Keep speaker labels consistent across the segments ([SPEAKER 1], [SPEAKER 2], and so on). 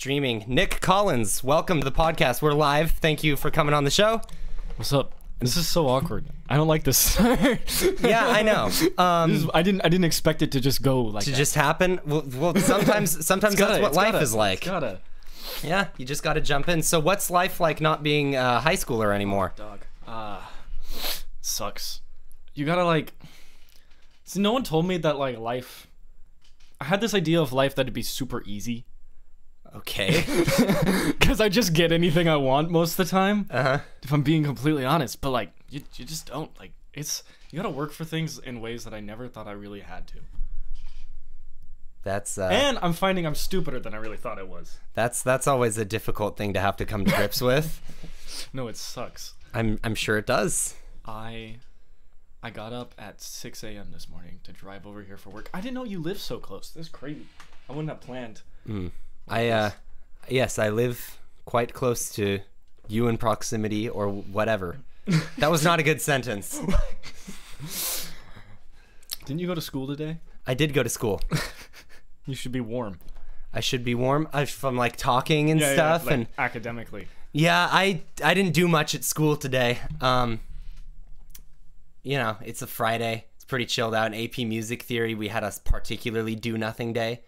[SPEAKER 1] streaming. Nick Collins, welcome to the podcast. We're live. Thank you for coming on the show.
[SPEAKER 2] What's up? This is so awkward. I don't like this.
[SPEAKER 1] Yeah, I know. Um,
[SPEAKER 2] This is- I didn't. I didn't expect it to just go like.
[SPEAKER 1] to
[SPEAKER 2] that.
[SPEAKER 1] just happen. Well, well sometimes sometimes
[SPEAKER 2] Gotta-
[SPEAKER 1] that's what
[SPEAKER 2] it's
[SPEAKER 1] life
[SPEAKER 2] gotta-
[SPEAKER 1] is like.
[SPEAKER 2] it's gotta.
[SPEAKER 1] Yeah, you just got to jump in. So what's life like not being a high schooler anymore?
[SPEAKER 2] Dog. Ah. sucks. You gotta like. See, no one told me that like life. I had this idea of life that'd be super easy
[SPEAKER 1] Okay.
[SPEAKER 2] because I just get anything I want most of the time.
[SPEAKER 1] Uh-huh.
[SPEAKER 2] If I'm being completely honest, but like you, you just don't like it's. You gotta work for things in ways that I never thought I really had to.
[SPEAKER 1] That's uh,
[SPEAKER 2] And I'm finding I'm stupider than I really thought I was.
[SPEAKER 1] that's that's always a difficult thing to have to come to grips with.
[SPEAKER 2] No, it sucks.
[SPEAKER 1] I'm I'm sure it does.
[SPEAKER 2] I I got up at 6 a.m. this morning to drive over here for work. I didn't know you lived so close. This is crazy. I wouldn't have planned.
[SPEAKER 1] I uh, yes, I live quite close to you in proximity or whatever. That was not a good sentence.
[SPEAKER 2] Didn't you go to school today?
[SPEAKER 1] I did go to school.
[SPEAKER 2] You should be warm.
[SPEAKER 1] I should be warm I, from like talking and stuff and
[SPEAKER 2] academically.
[SPEAKER 1] Yeah, I I didn't do much at school today. Um you know, it's a Friday. It's pretty chilled out. In AP Music Theory, we had a particularly do nothing day.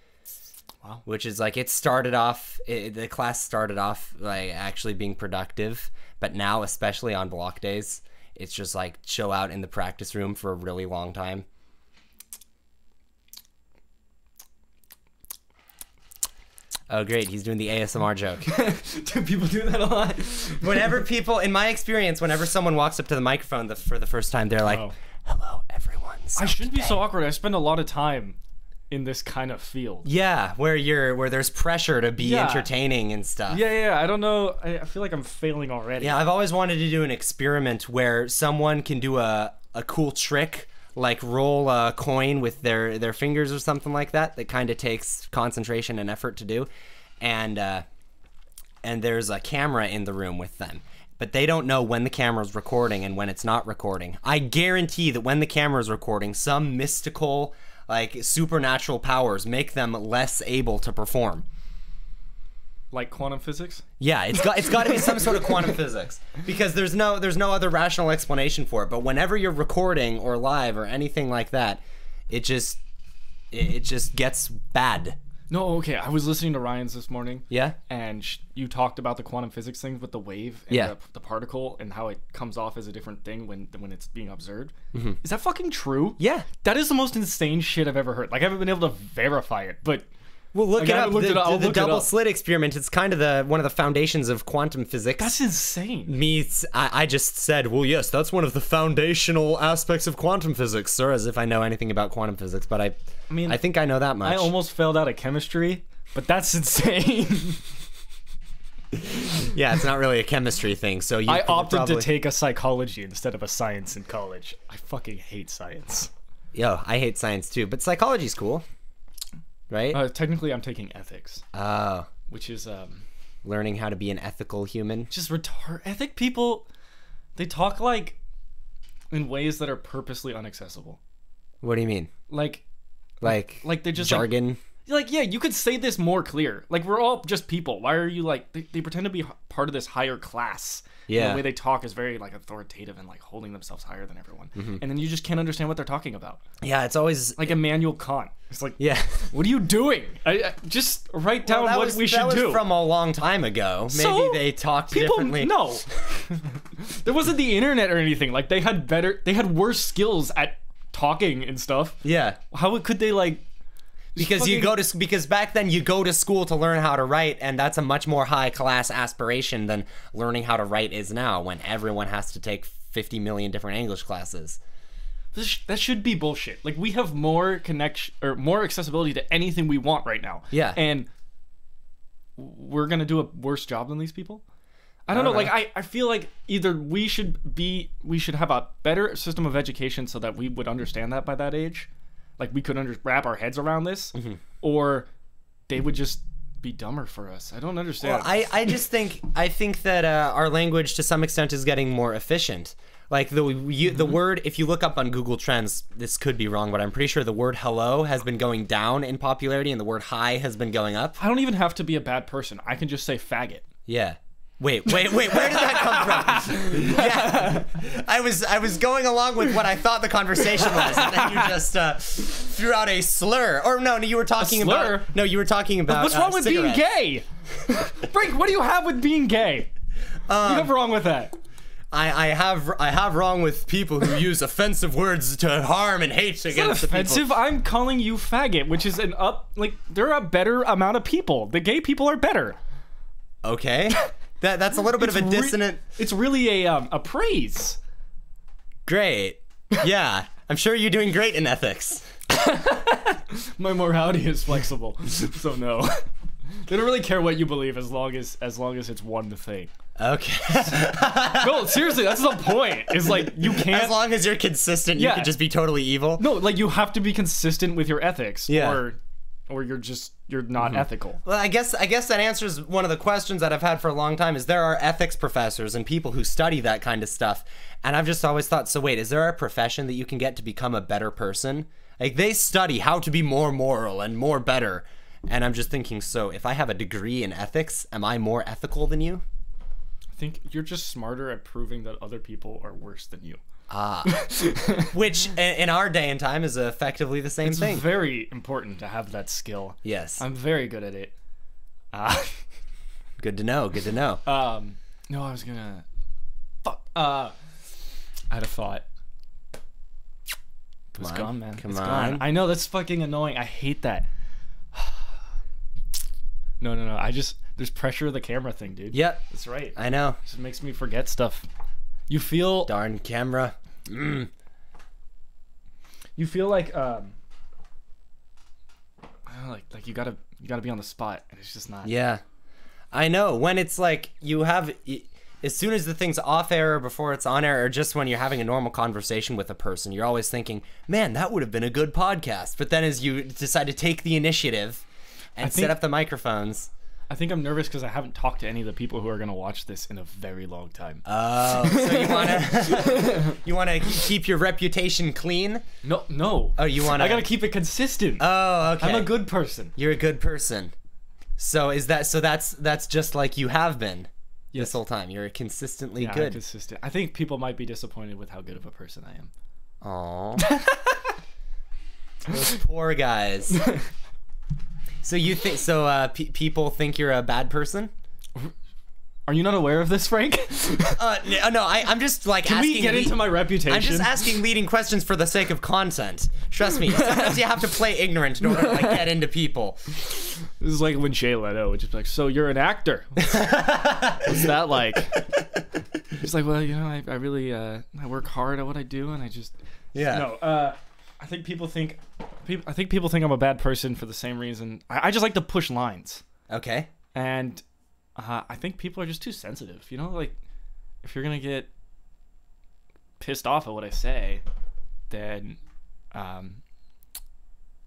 [SPEAKER 2] Wow.
[SPEAKER 1] Which is like it started off it, the class started off like actually being productive, but now especially on block days, it's just like chill out in the practice room for a really long time. Oh great, he's doing the ASMR joke
[SPEAKER 2] do people do that a lot?
[SPEAKER 1] whenever people in my experience whenever someone walks up to the microphone the, for the first time they're like
[SPEAKER 2] Oh.
[SPEAKER 1] hello everyone So
[SPEAKER 2] I shouldn't be
[SPEAKER 1] today-"
[SPEAKER 2] so awkward. I spend a lot of time in this kind of field.
[SPEAKER 1] yeah where you're where there's pressure to be
[SPEAKER 2] Yeah.
[SPEAKER 1] entertaining and stuff
[SPEAKER 2] Yeah, yeah, yeah. I don't know. I, I feel like I'm failing already.
[SPEAKER 1] yeah i've always wanted to do an experiment where someone can do a, a cool trick like roll a coin with their their fingers or something like that that kind of takes concentration and effort to do and uh and there's a camera in the room with them. But they don't know when the camera's recording and when it's not recording. I guarantee that when the camera's recording, some mystical, like supernatural powers make them less able to perform.
[SPEAKER 2] Like quantum physics?
[SPEAKER 1] Yeah, it's got it's got to be some sort of quantum physics because there's no there's no other rational explanation for it. But whenever you're recording or live or anything like that, it just it, it just gets bad.
[SPEAKER 2] No, okay. I was listening to Ryan's this morning.
[SPEAKER 1] Yeah.
[SPEAKER 2] and sh- you talked about the quantum physics thing with the wave and
[SPEAKER 1] Yeah.
[SPEAKER 2] the, the particle and how it comes off as a different thing when when it's being observed. Is that fucking true?
[SPEAKER 1] Mm-hmm. Yeah.
[SPEAKER 2] That is the most insane shit I've ever heard. Like I haven't been able to verify it, but
[SPEAKER 1] Well, look
[SPEAKER 2] Like,
[SPEAKER 1] it
[SPEAKER 2] I
[SPEAKER 1] up.
[SPEAKER 2] looked
[SPEAKER 1] the
[SPEAKER 2] it up. I'll
[SPEAKER 1] the
[SPEAKER 2] look it
[SPEAKER 1] double
[SPEAKER 2] up.
[SPEAKER 1] slit experiment. It's kind of the one of the foundations of quantum physics.
[SPEAKER 2] that's insane.
[SPEAKER 1] me s- I, I just said well yes that's one of the foundational aspects of quantum physics sir as if i know anything about quantum physics but i i
[SPEAKER 2] mean,
[SPEAKER 1] i think i know that much
[SPEAKER 2] I almost failed out of chemistry, but that's insane.
[SPEAKER 1] yeah it's not really a chemistry thing so you
[SPEAKER 2] I
[SPEAKER 1] could
[SPEAKER 2] opted
[SPEAKER 1] probably,
[SPEAKER 2] to take a psychology instead of a science in college. I fucking hate science.
[SPEAKER 1] yo i hate science too but psychology's cool right
[SPEAKER 2] Uh, technically, I'm taking ethics,
[SPEAKER 1] oh
[SPEAKER 2] which is um,
[SPEAKER 1] learning how to be an ethical human
[SPEAKER 2] just retard. I think people, they talk like in ways that are purposely inaccessible.
[SPEAKER 1] what do you mean
[SPEAKER 2] Like,
[SPEAKER 1] like
[SPEAKER 2] like they just like,
[SPEAKER 1] jargon
[SPEAKER 2] like, yeah, you could say this more clear. Like, we're all just people. Why are you like? They, they pretend to be h- part of this higher class. And
[SPEAKER 1] Yeah.
[SPEAKER 2] the way they talk is very like authoritative and like holding themselves higher than everyone.
[SPEAKER 1] Mm-hmm.
[SPEAKER 2] And then you just can't understand what they're talking about.
[SPEAKER 1] yeah it's always
[SPEAKER 2] Like Immanuel Kant. It's like,
[SPEAKER 1] yeah
[SPEAKER 2] what are you doing? I, I just write down
[SPEAKER 1] that
[SPEAKER 2] what
[SPEAKER 1] was,
[SPEAKER 2] we
[SPEAKER 1] that
[SPEAKER 2] should
[SPEAKER 1] was
[SPEAKER 2] do.
[SPEAKER 1] from a long time ago maybe
[SPEAKER 2] So,
[SPEAKER 1] they talked
[SPEAKER 2] people
[SPEAKER 1] differently
[SPEAKER 2] no there wasn't the internet or anything like they had better they had worse skills at talking and stuff
[SPEAKER 1] yeah
[SPEAKER 2] how could they like
[SPEAKER 1] because you
[SPEAKER 2] fucking-
[SPEAKER 1] go to s- because back then you go to school to learn how to write and that's a much more high class aspiration than learning how to write is now when everyone has to take 50 million different english classes
[SPEAKER 2] this, sh- that should be bullshit like we have more connection or more accessibility to anything we want right now
[SPEAKER 1] Yeah.
[SPEAKER 2] and we're gonna do a worse job than these people I don't, know. Like I, I feel like either we should be we should have a better system of education so that we would understand that by that age. Like we could under- wrap our heads around this or they would just be dumber for us. I don't
[SPEAKER 1] Well,
[SPEAKER 2] understand.
[SPEAKER 1] I, I just think I think that uh, our language to some extent is getting more efficient. Like the you,
[SPEAKER 2] Mm-hmm.
[SPEAKER 1] the word, if you look up on Google Trends, this could be wrong, but I'm pretty sure the word "hello" has been going down in popularity, and the word "hi" has been going up.
[SPEAKER 2] I don't even have to be a bad person. I can just say faggot.
[SPEAKER 1] Yeah. Wait, wait, wait. Where did that come from? yeah, I was I was going along with what I thought the conversation was, and then you just uh, threw out a slur. Or no, no, you were talking
[SPEAKER 2] slur?
[SPEAKER 1] about no, you were talking about uh,
[SPEAKER 2] What's wrong with
[SPEAKER 1] being gay?
[SPEAKER 2] being gay? Frank, what do you have with being gay?
[SPEAKER 1] Um,
[SPEAKER 2] you have wrong with that.
[SPEAKER 1] I, I have I have wrong with people who use offensive words to harm and hate against the people.
[SPEAKER 2] Offensive. I'm calling you faggot, which is an up. Like there are a better amount of people. The gay people are better.
[SPEAKER 1] Okay, that that's a little bit of a
[SPEAKER 2] Re-
[SPEAKER 1] dissonant.
[SPEAKER 2] it's really a um, a praise.
[SPEAKER 1] Great, yeah, I'm sure you're doing great in ethics.
[SPEAKER 2] My morality is flexible, so no. They don't really care what you believe as long as as long as it's one thing.
[SPEAKER 1] Okay,
[SPEAKER 2] No, seriously, that's the point. Is like you can't.
[SPEAKER 1] as long as you're consistent, you
[SPEAKER 2] Yeah.
[SPEAKER 1] can just be totally evil.
[SPEAKER 2] no, like you have to be consistent with your ethics,
[SPEAKER 1] Yeah. Mm-hmm.
[SPEAKER 2] or or you're just you're not ethical.
[SPEAKER 1] Well, I guess I guess that answers one of the questions that I've had for a long time. Is there are ethics professors and people who study that kind of stuff, and I've just always thought, so wait, is there a profession that you can get to become a better person? Like they study how to be more moral and more better, and I'm just thinking, so if I have a degree in ethics, am I more ethical than you?
[SPEAKER 2] I think you're just smarter at proving that other people are worse than you.
[SPEAKER 1] Ah. Which i- in our day and time is effectively the same
[SPEAKER 2] It's
[SPEAKER 1] thing.
[SPEAKER 2] very important to have that skill.
[SPEAKER 1] Yes.
[SPEAKER 2] I'm very good at it. Ah.
[SPEAKER 1] Good to know. Good to know.
[SPEAKER 2] Um, no, I was gonna. Fuck. Uh, I had a thought. It was
[SPEAKER 1] on,
[SPEAKER 2] gone, man.
[SPEAKER 1] come
[SPEAKER 2] It's gone.
[SPEAKER 1] on.
[SPEAKER 2] I know that's fucking annoying. I hate that. no, no, no. I just there's pressure of the camera thing, dude.
[SPEAKER 1] yep.
[SPEAKER 2] that's right. It
[SPEAKER 1] I know.
[SPEAKER 2] just makes me forget stuff. You feel
[SPEAKER 1] Darn camera.
[SPEAKER 2] you feel like um, I don't know, like like you gotta you gotta be on the spot, and it's just not.
[SPEAKER 1] Yeah. I know. When it's like you have y- as soon as the thing's off air or before it's on air or just when you're having a normal conversation with a person, you're always thinking, "Man, that would have been a good podcast." But then as you decide to take the initiative and set
[SPEAKER 2] think-
[SPEAKER 1] up the microphones,
[SPEAKER 2] I think I'm nervous because I haven't talked to any of the people who are gonna watch this in a very long time.
[SPEAKER 1] oh, so you want to you want to keep your reputation clean?
[SPEAKER 2] No, no.
[SPEAKER 1] Oh, you want
[SPEAKER 2] I gotta keep it consistent.
[SPEAKER 1] Oh, okay.
[SPEAKER 2] I'm a good person.
[SPEAKER 1] you're a good person. So is that so that's that's just like you have been this
[SPEAKER 2] Yes.
[SPEAKER 1] whole time. You're consistently
[SPEAKER 2] Yeah,
[SPEAKER 1] good.
[SPEAKER 2] consistent. I think people might be disappointed with how good of a person I am.
[SPEAKER 1] Aw. Those poor guys. So you think so? Uh, pe- people think you're a bad person?
[SPEAKER 2] Are you not aware of this, Frank?
[SPEAKER 1] Uh, n- no, I, I'm just like
[SPEAKER 2] Can
[SPEAKER 1] asking.
[SPEAKER 2] we get
[SPEAKER 1] le-
[SPEAKER 2] into my reputation?
[SPEAKER 1] I'm just asking leading questions for the sake of content. Trust me. Sometimes you have to play ignorant in order to like, get into people.
[SPEAKER 2] This is like when Jay Leno would just be like, "So you're an actor? What's that like?" He's like, "Well, you know, I, I really uh, I work hard at what I do, and I just
[SPEAKER 1] Yeah.
[SPEAKER 2] no." Uh, I think people think, peop I think people think I'm a bad person for the same reason. I, I just like to push lines.
[SPEAKER 1] Okay.
[SPEAKER 2] and uh, I think people are just too sensitive. You know, like if you're gonna get pissed off at what I say, then um,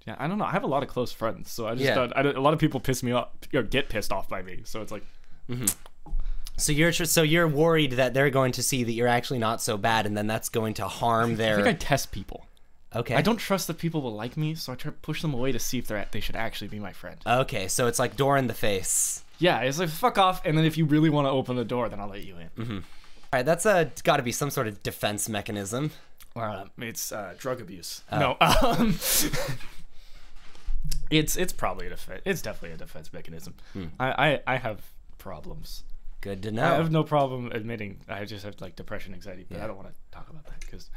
[SPEAKER 2] yeah, I don't know. I have a lot of close friends, so I just
[SPEAKER 1] Yeah.
[SPEAKER 2] don't, I don't- a lot of people piss me off or get pissed off by me. So it's like
[SPEAKER 1] So you're tr- so you're worried that they're going to see that you're actually not so bad, and then that's going to harm their.
[SPEAKER 2] I think I test people.
[SPEAKER 1] okay.
[SPEAKER 2] I don't trust that people will like me, so I try to push them away to see if they're at, they should actually be my friend.
[SPEAKER 1] Okay. So it's like door in the face.
[SPEAKER 2] yeah, it's like fuck off, and then if you really want to open the door, then I'll let you in.
[SPEAKER 1] All right, that's uh, got to be some sort of defense mechanism. um,
[SPEAKER 2] Uh, it's uh, drug abuse.
[SPEAKER 1] Oh.
[SPEAKER 2] no, um, it's it's probably a defense. It's definitely a defense mechanism.
[SPEAKER 1] Hmm.
[SPEAKER 2] I, I I have problems.
[SPEAKER 1] Good to
[SPEAKER 2] I
[SPEAKER 1] know.
[SPEAKER 2] have no problem admitting I just have like depression, anxiety, but I don't want to talk about that because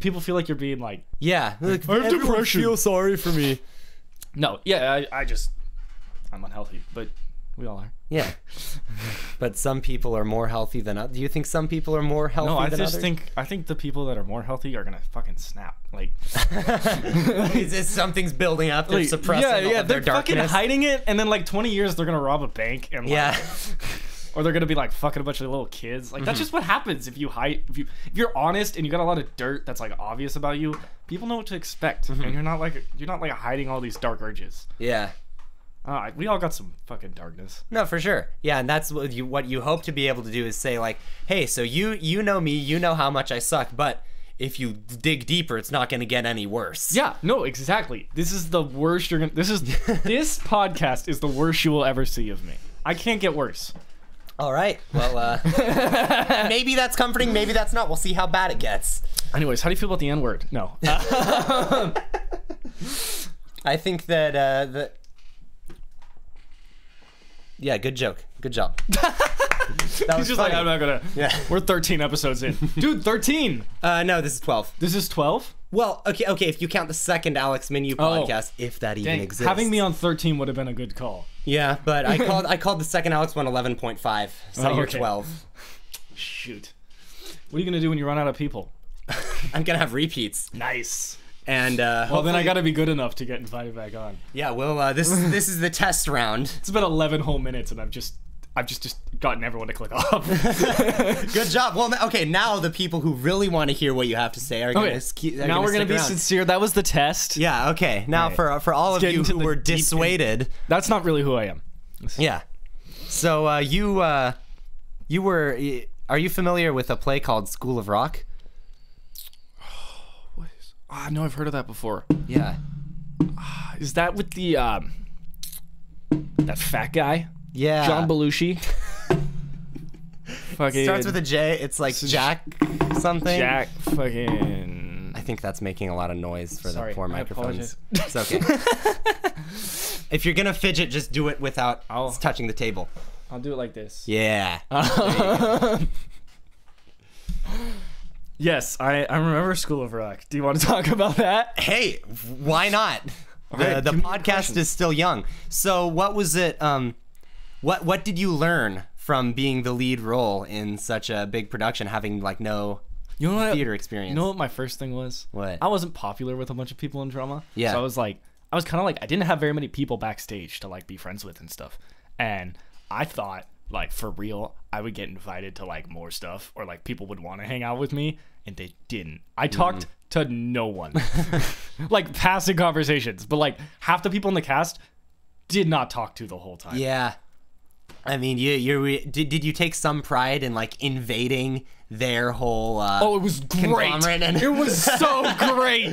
[SPEAKER 2] people feel like you're being like
[SPEAKER 1] yeah, like,
[SPEAKER 2] I have
[SPEAKER 1] everyone
[SPEAKER 2] depression.
[SPEAKER 1] Feel sorry for me.
[SPEAKER 2] no, yeah, I, I just I'm unhealthy, but we all are.
[SPEAKER 1] Yeah, but some people are more healthy than others. Do you think some people are more healthy
[SPEAKER 2] No, I
[SPEAKER 1] than
[SPEAKER 2] just
[SPEAKER 1] others?
[SPEAKER 2] think I think the people that are more healthy are gonna fucking snap. Like,
[SPEAKER 1] it's, it's- something's building up. They're suppressing
[SPEAKER 2] yeah,
[SPEAKER 1] all
[SPEAKER 2] yeah,
[SPEAKER 1] of their
[SPEAKER 2] they're fucking
[SPEAKER 1] darkness.
[SPEAKER 2] hiding it, and then like 20 years they're gonna rob a bank and like,
[SPEAKER 1] yeah,
[SPEAKER 2] or they're gonna be like fucking a bunch of little kids. Like that's just what happens if you hide. If you if you're honest and you got a lot of dirt that's like obvious about Mm-hmm. you, people know what to expect, and you're not like you're not like hiding all these dark urges.
[SPEAKER 1] yeah.
[SPEAKER 2] All right, we all got some fucking darkness.
[SPEAKER 1] No, for sure. Yeah, and that's what you what you hope to be able to do is say like, "Hey, so you you know me, you know how much I suck, but if you dig deeper, it's not going to get any worse."
[SPEAKER 2] Yeah, no, exactly. This is the worst you're gonna. This is this podcast is the worst you will ever see of me. I can't get worse.
[SPEAKER 1] All right. Well, uh maybe that's comforting, maybe that's not. We'll see how bad it gets.
[SPEAKER 2] Anyways, how do you feel about the N word? No.
[SPEAKER 1] I think that uh that Yeah, good joke. Good job. that
[SPEAKER 2] He's
[SPEAKER 1] was
[SPEAKER 2] just like,
[SPEAKER 1] funny.
[SPEAKER 2] I'm not gonna.
[SPEAKER 1] Yeah.
[SPEAKER 2] We're 13 episodes in, dude. 13.
[SPEAKER 1] uh no, this is 12.
[SPEAKER 2] This is 12.
[SPEAKER 1] Well, okay, okay, if you count the second Alex Menu
[SPEAKER 2] Oh.
[SPEAKER 1] podcast, if that even
[SPEAKER 2] Dang,
[SPEAKER 1] exists.
[SPEAKER 2] having me on 13 would have been a good call.
[SPEAKER 1] Yeah, but I called I called the second Alex one 11.5, so
[SPEAKER 2] Oh,
[SPEAKER 1] you're
[SPEAKER 2] okay.
[SPEAKER 1] 12.
[SPEAKER 2] Shoot. What are you gonna do when you run out of people?
[SPEAKER 1] I'm gonna have repeats,
[SPEAKER 2] Nice.
[SPEAKER 1] and uh,
[SPEAKER 2] Well, then I gotta be good enough to get invited back on.
[SPEAKER 1] yeah. Well, uh, this this is the test round.
[SPEAKER 2] It's been 11 whole minutes, and I've just, I've just, just gotten everyone to click off.
[SPEAKER 1] Good job. Well, okay, now the people who really want to hear what you have to say are gonna.
[SPEAKER 2] Okay.
[SPEAKER 1] ske- are
[SPEAKER 2] now we're gonna
[SPEAKER 1] stick
[SPEAKER 2] be
[SPEAKER 1] around.
[SPEAKER 2] sincere. That was the test.
[SPEAKER 1] Yeah. Okay. Now
[SPEAKER 2] Right.
[SPEAKER 1] for for all of
[SPEAKER 2] get
[SPEAKER 1] you
[SPEAKER 2] into
[SPEAKER 1] who
[SPEAKER 2] the
[SPEAKER 1] were
[SPEAKER 2] deep end.
[SPEAKER 1] dissuaded.
[SPEAKER 2] That's not really who I am.
[SPEAKER 1] Yeah. So uh, you uh, you were. y- Are you familiar with a play called School of Rock?
[SPEAKER 2] Ah, no, I've heard of that before.
[SPEAKER 1] Yeah.
[SPEAKER 2] Is that with the um, that fat guy,
[SPEAKER 1] Yeah.
[SPEAKER 2] John Belushi? fucking
[SPEAKER 1] starts with a J. It's like Jack something.
[SPEAKER 2] Jack. Fucking.
[SPEAKER 1] I think that's making a lot of noise for
[SPEAKER 2] Sorry,
[SPEAKER 1] the poor
[SPEAKER 2] I
[SPEAKER 1] microphones. It's okay. if you're gonna fidget, just do it without
[SPEAKER 2] I'll-
[SPEAKER 1] touching the table.
[SPEAKER 2] I'll do it like this.
[SPEAKER 1] Yeah.
[SPEAKER 2] Yes, I, I remember School of Rock. Do you want to talk about that?
[SPEAKER 1] hey, why not? The,
[SPEAKER 2] right,
[SPEAKER 1] the
[SPEAKER 2] give me your
[SPEAKER 1] podcast
[SPEAKER 2] question.
[SPEAKER 1] is still young. So what was it? Um, what what did you learn from being the lead role in such a big production, having like no
[SPEAKER 2] You know what?
[SPEAKER 1] theater experience?
[SPEAKER 2] You know what my first thing was?
[SPEAKER 1] What?
[SPEAKER 2] I wasn't popular with a bunch of people in drama.
[SPEAKER 1] Yeah.
[SPEAKER 2] So I was like, I was kind of like, I didn't have very many people backstage to like be friends with and stuff. And I thought, like, for real, I would get invited to like more stuff or like people would want to hang out with me. And they didn't. I
[SPEAKER 1] Mm-hmm.
[SPEAKER 2] talked to no one, like passing conversations, but like half the people in the cast did not talk to the whole time.
[SPEAKER 1] Yeah. I mean, you you did did you take some pride in like invading their whole? Uh,
[SPEAKER 2] Oh, it was great.
[SPEAKER 1] Conglomerate and-
[SPEAKER 2] It was so great.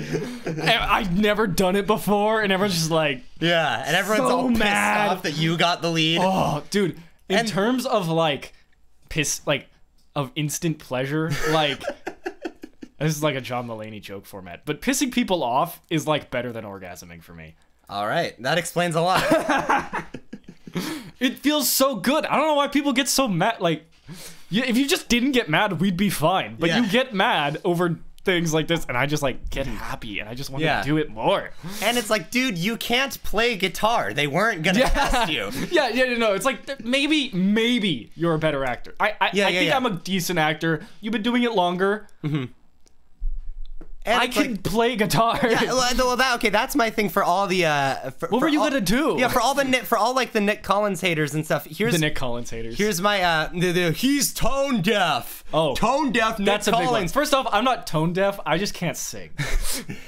[SPEAKER 2] And I'd never done it before, and everyone's just like,
[SPEAKER 1] Yeah, and everyone's
[SPEAKER 2] So
[SPEAKER 1] all pissed
[SPEAKER 2] mad.
[SPEAKER 1] off that you got the lead.
[SPEAKER 2] "Oh, dude." In
[SPEAKER 1] And-
[SPEAKER 2] terms of like piss, like of instant pleasure, like this is like a John Mulaney joke format, but pissing people off is like better than orgasming for me.
[SPEAKER 1] All right, that explains a lot.
[SPEAKER 2] It feels so good. I don't know why people get so mad. Like, you, if you just didn't get mad, we'd be fine. But
[SPEAKER 1] Yeah.
[SPEAKER 2] you get mad over things like this, and I just like get happy, and I just want
[SPEAKER 1] Yeah.
[SPEAKER 2] to do it more.
[SPEAKER 1] and it's like, dude, you can't play guitar. They weren't gonna cast you.
[SPEAKER 2] yeah, yeah, no, no. It's like th- maybe, maybe you're a better actor. I, I,
[SPEAKER 1] Yeah,
[SPEAKER 2] I
[SPEAKER 1] yeah,
[SPEAKER 2] think
[SPEAKER 1] yeah.
[SPEAKER 2] I'm a decent actor. You've been doing it longer.
[SPEAKER 1] And
[SPEAKER 2] I
[SPEAKER 1] it's
[SPEAKER 2] can
[SPEAKER 1] like-
[SPEAKER 2] play guitar.
[SPEAKER 1] Yeah, well, well, that okay. That's my thing for all the. Uh, for,
[SPEAKER 2] What were you gonna do?
[SPEAKER 1] Yeah, for all the Nick, for all like the Nick Collins haters and stuff. Here's
[SPEAKER 2] the Nick Collins haters.
[SPEAKER 1] here's my uh, the, the, he's tone deaf.
[SPEAKER 2] Oh.
[SPEAKER 1] tone deaf. Nick
[SPEAKER 2] That's a big one.
[SPEAKER 1] Collins.
[SPEAKER 2] First off, I'm not tone deaf. I just can't sing.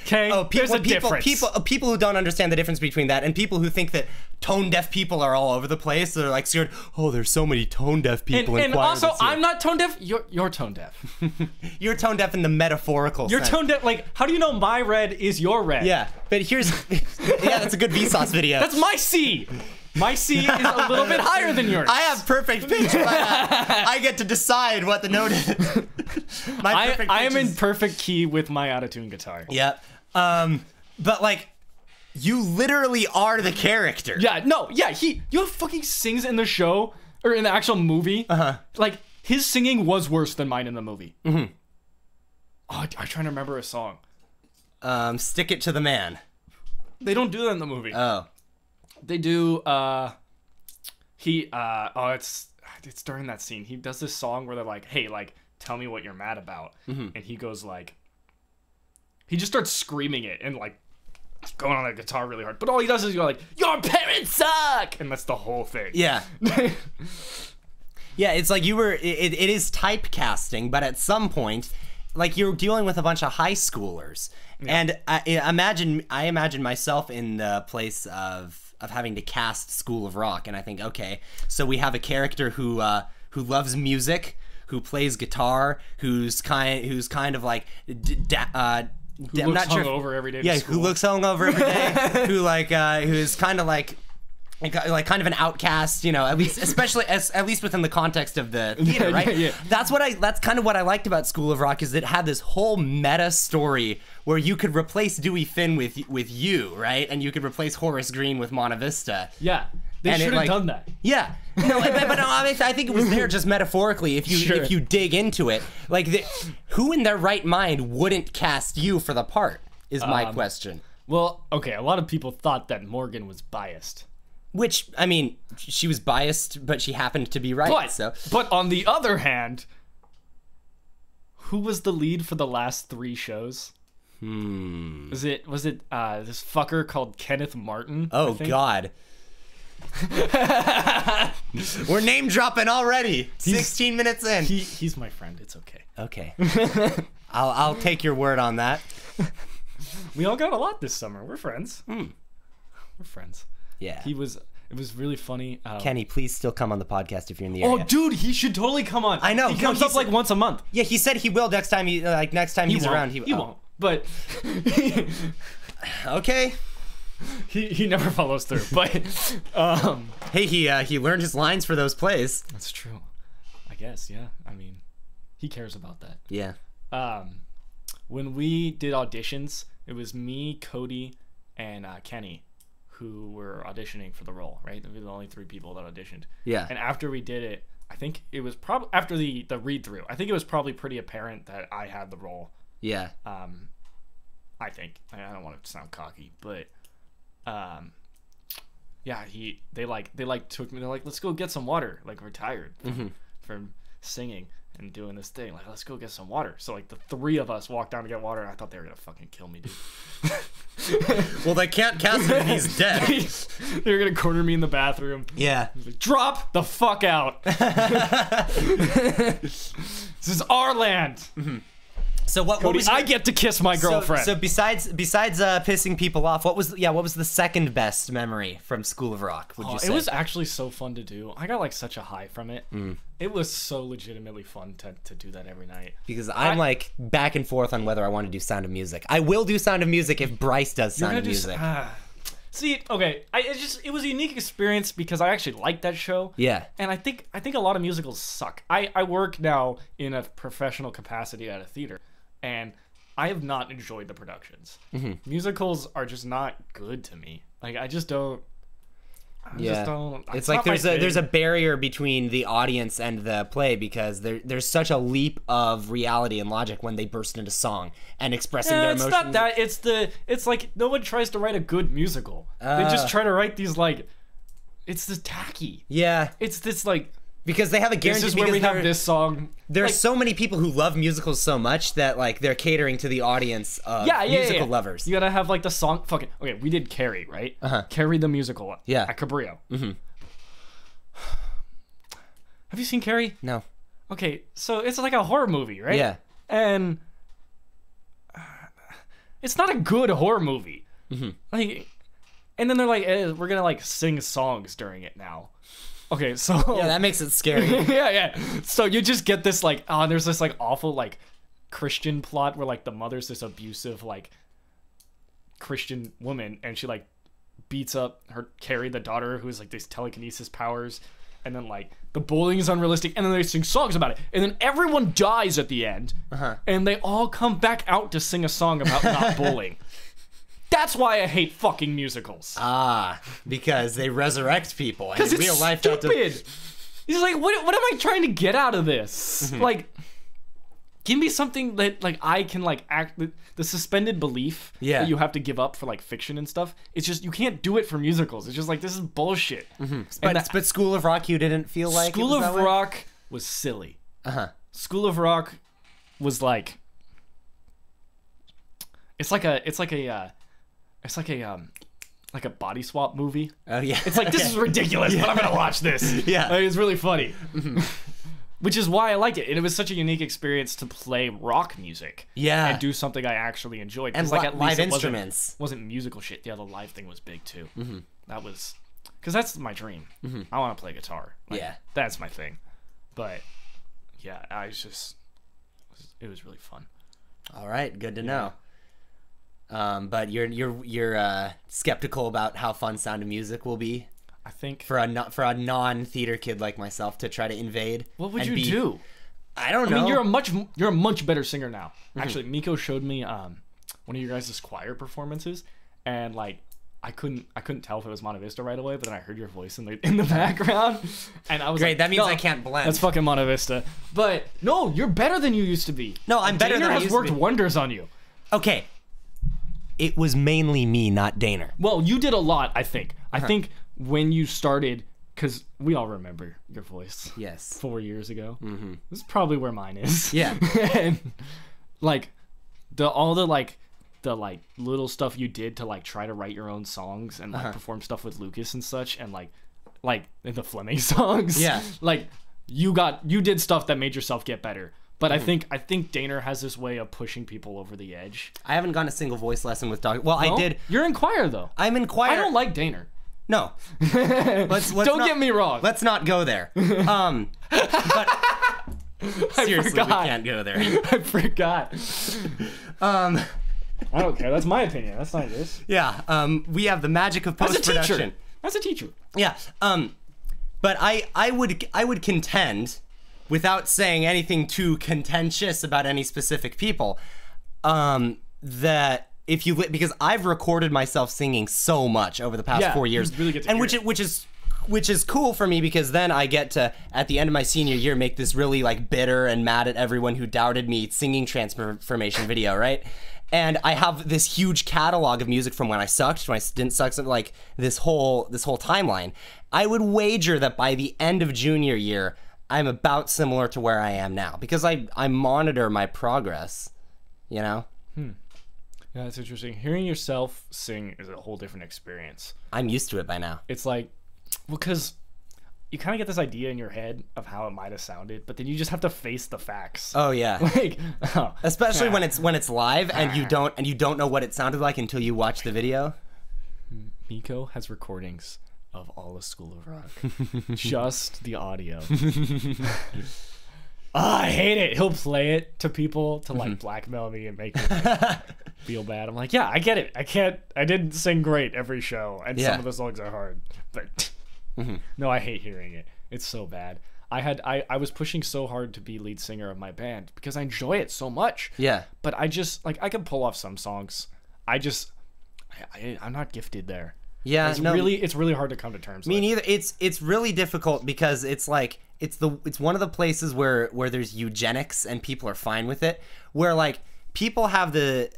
[SPEAKER 2] Okay,
[SPEAKER 1] Oh, people,
[SPEAKER 2] there's a
[SPEAKER 1] people,
[SPEAKER 2] difference.
[SPEAKER 1] people, uh, people who don't understand the difference between that and people who think that tone deaf people are all over the place. They're like scared. Oh, there's so many tone deaf
[SPEAKER 2] and,
[SPEAKER 1] people. in
[SPEAKER 2] and
[SPEAKER 1] choir
[SPEAKER 2] also,
[SPEAKER 1] this year."
[SPEAKER 2] I'm not tone deaf. You're, you're tone deaf.
[SPEAKER 1] You're tone deaf in the metaphorical.
[SPEAKER 2] You're
[SPEAKER 1] sense.
[SPEAKER 2] tone deaf. Like, how do you know my red is your red?
[SPEAKER 1] Yeah, but here's yeah, that's a good Vsauce video.
[SPEAKER 2] That's my C. My C is a little bit higher than yours.
[SPEAKER 1] I have perfect pitch, but uh, I get to decide what the note is. My
[SPEAKER 2] I, I am
[SPEAKER 1] pitch
[SPEAKER 2] in
[SPEAKER 1] is-
[SPEAKER 2] perfect key with my out of tune guitar.
[SPEAKER 1] Yep. Um, but like, you literally are the character.
[SPEAKER 2] Yeah, no, yeah, he you know what fucking sings in the show or in the actual movie. Uh huh. Like his singing was worse than mine in the movie. Mm-hmm. Oh, I- I'm trying to remember a song.
[SPEAKER 1] Um, stick it to the man.
[SPEAKER 2] They don't do that in the movie.
[SPEAKER 1] Oh.
[SPEAKER 2] they do. uh He. uh Oh, it's it's during that scene. He does this song where they're like, "Hey, like, tell me what you're mad about," and he goes like, he just starts screaming it and like going on the guitar really hard. But all he does is go like, "Your parents suck," and that's the whole thing.
[SPEAKER 1] Yeah. Yeah, it's like you were. It, it is typecasting, but at some point, like you're dealing with a bunch of high schoolers, and I, I imagine I imagine myself in the place of of having to cast School of Rock, and I think okay, so we have a character who uh, who loves music, who plays guitar, who's kind who's kind of like d- da- uh, d-
[SPEAKER 2] Who
[SPEAKER 1] I'm
[SPEAKER 2] looks
[SPEAKER 1] not sure. if-
[SPEAKER 2] hungover every day. to
[SPEAKER 1] yeah,
[SPEAKER 2] school.
[SPEAKER 1] who looks hungover every day, who like uh, who is kind of like like kind of an outcast, you know, at least especially as, at least within the context of the theater,
[SPEAKER 2] Yeah,
[SPEAKER 1] right?
[SPEAKER 2] yeah, yeah.
[SPEAKER 1] That's what I that's kind of what I liked about School of Rock is that it had this whole meta story where you could replace Dewey Finn with with you, right? And you could replace Horace Green with Monta Vista.
[SPEAKER 2] Yeah, they
[SPEAKER 1] And it,
[SPEAKER 2] should have
[SPEAKER 1] like-
[SPEAKER 2] done that.
[SPEAKER 1] Yeah. No, but, but no, I, mean, I think it was there just metaphorically. If you
[SPEAKER 2] Sure.
[SPEAKER 1] if you dig into it, like the, who in their right mind wouldn't cast you for the part is my
[SPEAKER 2] Um,
[SPEAKER 1] question.
[SPEAKER 2] Well, okay, a lot of people thought that Morgan was biased,
[SPEAKER 1] Which I mean, she was biased, but she happened to be right.
[SPEAKER 2] but
[SPEAKER 1] so
[SPEAKER 2] but on the other hand, who was the lead for the last three shows? Hmm. Was it was it uh, this fucker called Kenneth Martin? I
[SPEAKER 1] oh
[SPEAKER 2] think?
[SPEAKER 1] god, we're name dropping already. Sixteen minutes in.
[SPEAKER 2] he he's my friend. It's okay.
[SPEAKER 1] okay, I'll I'll take your word on that.
[SPEAKER 2] We all got a lot this summer. We're friends.
[SPEAKER 1] Hmm.
[SPEAKER 2] We're friends.
[SPEAKER 1] Yeah,
[SPEAKER 2] He was. It was really funny. Um,
[SPEAKER 1] Kenny, please still come on the podcast if you're in the
[SPEAKER 2] oh,
[SPEAKER 1] area.
[SPEAKER 2] dude, he should totally come on.
[SPEAKER 1] I know,
[SPEAKER 2] He
[SPEAKER 1] no,
[SPEAKER 2] comes up
[SPEAKER 1] he's-
[SPEAKER 2] like once a month.
[SPEAKER 1] yeah, he said he will next time. He uh, like next time he's
[SPEAKER 2] won't.
[SPEAKER 1] around. He,
[SPEAKER 2] he
[SPEAKER 1] oh.
[SPEAKER 2] won't. But
[SPEAKER 1] Okay.
[SPEAKER 2] he, he never follows through. But um,
[SPEAKER 1] Hey, he uh, he learned his lines for those plays.
[SPEAKER 2] that's true. I guess. Yeah. I mean, he cares about that.
[SPEAKER 1] Yeah.
[SPEAKER 2] Um, when we did auditions, it was me, Cody, and uh, Kenny, who were auditioning for the role. Right. We were the only three people that auditioned.
[SPEAKER 1] Yeah.
[SPEAKER 2] And after we did it, I think it was probably after the the read through. I think it was probably pretty apparent that I had the role.
[SPEAKER 1] yeah.
[SPEAKER 2] um, I think I I don't want to sound cocky, but um, yeah, he they like they like took me. They're like, let's go get some water. Like we're tired from,
[SPEAKER 1] Mm-hmm.
[SPEAKER 2] from singing and doing this thing. Like let's go get some water. So like the three of us walked down to get water, and I thought they were gonna fucking kill me, dude.
[SPEAKER 1] Well, they can't cast him. He's dead.
[SPEAKER 2] they were gonna corner me in the bathroom.
[SPEAKER 1] yeah.
[SPEAKER 2] Like, Drop the fuck out. this is our land.
[SPEAKER 1] So what? what
[SPEAKER 2] Cody,
[SPEAKER 1] was your-
[SPEAKER 2] I get to kiss my
[SPEAKER 1] So-
[SPEAKER 2] girlfriend.
[SPEAKER 1] So, besides besides uh, pissing people off, what was yeah what was the second best memory from School of Rock? Would you
[SPEAKER 2] Oh,
[SPEAKER 1] say?
[SPEAKER 2] it was actually so fun to do. I got like such a high from it.
[SPEAKER 1] Mm.
[SPEAKER 2] It was so legitimately fun to, to do that every night.
[SPEAKER 1] because I'm
[SPEAKER 2] I-
[SPEAKER 1] like back and forth on whether I want to do Sound of Music. I will do Sound of Music if Bryce does Sound
[SPEAKER 2] Gonna
[SPEAKER 1] of
[SPEAKER 2] do s-
[SPEAKER 1] Music.
[SPEAKER 2] ah. See, okay, I it just it was a unique experience because I actually liked that show.
[SPEAKER 1] Yeah.
[SPEAKER 2] And I think I think a lot of musicals suck. I I work now in a professional capacity at a theater, and I have not enjoyed the productions.
[SPEAKER 1] Mm-hmm.
[SPEAKER 2] Musicals are just not good to me. Like I just don't. I
[SPEAKER 1] yeah.
[SPEAKER 2] just don't.
[SPEAKER 1] it's like
[SPEAKER 2] not my
[SPEAKER 1] there's a there's a
[SPEAKER 2] thing.
[SPEAKER 1] barrier between the audience and the play because there there's such a leap of reality and logic when they burst into song and expressing
[SPEAKER 2] Yeah,
[SPEAKER 1] their
[SPEAKER 2] it's
[SPEAKER 1] emotions.
[SPEAKER 2] not that. It's the. It's like no one tries to write a good musical. they
[SPEAKER 1] Ah.
[SPEAKER 2] just try to write these like. It's this tacky.
[SPEAKER 1] Yeah,
[SPEAKER 2] It's this like.
[SPEAKER 1] because they have a guarantee.
[SPEAKER 2] This is where we
[SPEAKER 1] because
[SPEAKER 2] have
[SPEAKER 1] they're-
[SPEAKER 2] this song.
[SPEAKER 1] There are
[SPEAKER 2] Like,
[SPEAKER 1] so many people who love musicals so much that like they're catering to the audience of
[SPEAKER 2] yeah, yeah, yeah,
[SPEAKER 1] musical
[SPEAKER 2] yeah.
[SPEAKER 1] lovers.
[SPEAKER 2] You gotta have like the song. Fucking okay. We did Carrie, right? Uh-huh. Carrie the musical.
[SPEAKER 1] Yeah.
[SPEAKER 2] At Cabrillo. Mm-hmm. Have you seen Carrie?
[SPEAKER 1] No.
[SPEAKER 2] Okay, so it's like a horror movie, right?
[SPEAKER 1] Yeah.
[SPEAKER 2] And uh, it's not a good horror movie. Mm-hmm. Like, and then they're like, eh, "We're gonna like sing songs during it now." Okay, so
[SPEAKER 1] Yeah, that makes it scary.
[SPEAKER 2] yeah, yeah. So you just get this like, oh, and there's this like awful like Christian plot where like the mother's this abusive like Christian woman, and she like beats up her Carrie, the daughter, who has like these telekinesis powers, and then like the bullying is unrealistic, and then they sing songs about it, and then everyone dies at the end, and they all come back out to sing a song about not bullying. That's why I hate fucking musicals.
[SPEAKER 1] ah, because they resurrect people. And
[SPEAKER 2] Because
[SPEAKER 1] in
[SPEAKER 2] it's
[SPEAKER 1] real life,
[SPEAKER 2] stupid.
[SPEAKER 1] That does-
[SPEAKER 2] He's like, what, what am I trying to get out of this?
[SPEAKER 1] Mm-hmm.
[SPEAKER 2] Like, give me something that like I can like act. The, the suspended belief
[SPEAKER 1] Yeah.
[SPEAKER 2] that you have to give up for like fiction and stuff. It's just you can't do it for musicals. It's just like this is bullshit.
[SPEAKER 1] but,
[SPEAKER 2] And that-
[SPEAKER 1] but School of Rock, you didn't feel like
[SPEAKER 2] School
[SPEAKER 1] it was
[SPEAKER 2] of
[SPEAKER 1] that way?
[SPEAKER 2] Rock was silly.
[SPEAKER 1] Uh-huh.
[SPEAKER 2] School of Rock was like it's like a it's like a uh, it's like a um like a body swap movie.
[SPEAKER 1] Oh yeah.
[SPEAKER 2] It's like this is ridiculous, but I'm gonna watch this.
[SPEAKER 1] Yeah. Mm-hmm.
[SPEAKER 2] Like, it's really funny. which is why I liked it. And it was such a unique experience to play rock music.
[SPEAKER 1] Yeah.
[SPEAKER 2] And do something I actually enjoyed. 'Cause,
[SPEAKER 1] And li-
[SPEAKER 2] at
[SPEAKER 1] live
[SPEAKER 2] least it wasn't-
[SPEAKER 1] instruments.
[SPEAKER 2] Wasn't, musical shit. Yeah, the live thing was big too. Mm-hmm. That was, because that's my dream.
[SPEAKER 1] Mm-hmm.
[SPEAKER 2] I want to play guitar. Like,
[SPEAKER 1] Yeah.
[SPEAKER 2] That's my thing. But yeah, I was just, it was really fun.
[SPEAKER 1] All right, good to know. Um, but you're you're you're uh, skeptical about how fun Sound of Music will be
[SPEAKER 2] I think.
[SPEAKER 1] for a no- for a non theater kid like myself to try to invade.
[SPEAKER 2] what would
[SPEAKER 1] and
[SPEAKER 2] you
[SPEAKER 1] be-
[SPEAKER 2] do?
[SPEAKER 1] I don't know.
[SPEAKER 2] I mean, you're a much you're a much better singer now.
[SPEAKER 1] Mm-hmm.
[SPEAKER 2] Actually, Miko showed me um one of your guys' choir performances, and like I couldn't I couldn't tell if it was Monte Vista right away, but then I heard your voice in the in the background, and I was
[SPEAKER 1] Great.
[SPEAKER 2] Like,
[SPEAKER 1] That means
[SPEAKER 2] "No,
[SPEAKER 1] I can't blend.
[SPEAKER 2] That's fucking Monte Vista. But no, you're better than you used to be.
[SPEAKER 1] No, I'm better
[SPEAKER 2] Daner
[SPEAKER 1] than I
[SPEAKER 2] has
[SPEAKER 1] used to
[SPEAKER 2] worked
[SPEAKER 1] be.
[SPEAKER 2] wonders on you.
[SPEAKER 1] okay. It was mainly me, not Daner.
[SPEAKER 2] Well, you did a lot, I think. I think when you started, because we all remember your voice.
[SPEAKER 1] Yes.
[SPEAKER 2] four years ago. Mm-hmm. This is probably where mine is.
[SPEAKER 1] Yeah.
[SPEAKER 2] and like the all the like the like little stuff you did to like try to write your own songs and like perform stuff with Lucas and such and like like the Fleming songs.
[SPEAKER 1] Yeah.
[SPEAKER 2] Like you got you did stuff that made yourself get better. But I think I think Daner has this way of pushing people over the edge.
[SPEAKER 1] I haven't gone a single voice lesson with Dog. Well, I
[SPEAKER 2] Oh,
[SPEAKER 1] did.
[SPEAKER 2] You're in choir though. I,
[SPEAKER 1] I'm in choir.
[SPEAKER 2] don't like Daner.
[SPEAKER 1] No. let's, let's
[SPEAKER 2] Don't
[SPEAKER 1] not-
[SPEAKER 2] get me wrong.
[SPEAKER 1] Let's not go there. Um,
[SPEAKER 2] I
[SPEAKER 1] seriously, we
[SPEAKER 2] forgot.
[SPEAKER 1] can't go there.
[SPEAKER 2] I forgot.
[SPEAKER 1] Um,
[SPEAKER 2] I don't care. That's my opinion. That's not yours.
[SPEAKER 1] yeah. Um, we have the magic of
[SPEAKER 2] As a
[SPEAKER 1] post
[SPEAKER 2] teacher.
[SPEAKER 1] production.
[SPEAKER 2] As a teacher.
[SPEAKER 1] Yeah. Um, but I, I would, I would contend, without saying anything too contentious about any specific people, um, that if you li- because I've recorded myself singing so much over the past
[SPEAKER 2] Yeah,
[SPEAKER 1] four years,
[SPEAKER 2] you really get to
[SPEAKER 1] and
[SPEAKER 2] hear
[SPEAKER 1] which
[SPEAKER 2] it.
[SPEAKER 1] which is which is cool for me because then I get to at the end of my senior year make this really like bitter and mad at everyone who doubted me singing transformation video, right? And I have this huge catalog of music from when I sucked to when I didn't suck, so, like this whole this whole timeline. I would wager that by the end of junior year, I'm about similar to where I am now because I I monitor my progress, you know.
[SPEAKER 2] Yeah, that's interesting. Hearing yourself sing is a whole different experience.
[SPEAKER 1] I'm used to it by now.
[SPEAKER 2] It's like, because you kind of get this idea in your head of how it might have sounded, but then you just have to face the facts.
[SPEAKER 1] Oh yeah.
[SPEAKER 2] like, oh,
[SPEAKER 1] Especially when it's when it's live and you don't and you don't know what it sounded like until you watch the video.
[SPEAKER 2] Miko has recordings of all of School of Rock, just the audio. Ah, I hate it. He'll play it to people to like blackmail me and make me like, feel bad. I'm like, yeah, I get it. I can't. I didn't sing great every show, and
[SPEAKER 1] Yeah. Mm-hmm.
[SPEAKER 2] some of the songs are hard. But no, I hate hearing it. It's so bad. I had I, I was pushing so hard to be lead singer of my band because I enjoy it so much
[SPEAKER 1] Yeah.
[SPEAKER 2] but I just like I can pull off some songs. I just I, I I'm not gifted there.
[SPEAKER 1] Yeah,
[SPEAKER 2] It's
[SPEAKER 1] Uh, no.
[SPEAKER 2] really it's really hard to come to terms.
[SPEAKER 1] me
[SPEAKER 2] with.
[SPEAKER 1] neither. It's it's really difficult because it's like it's the it's one of the places where where there's eugenics and people are fine with it. Where like people have the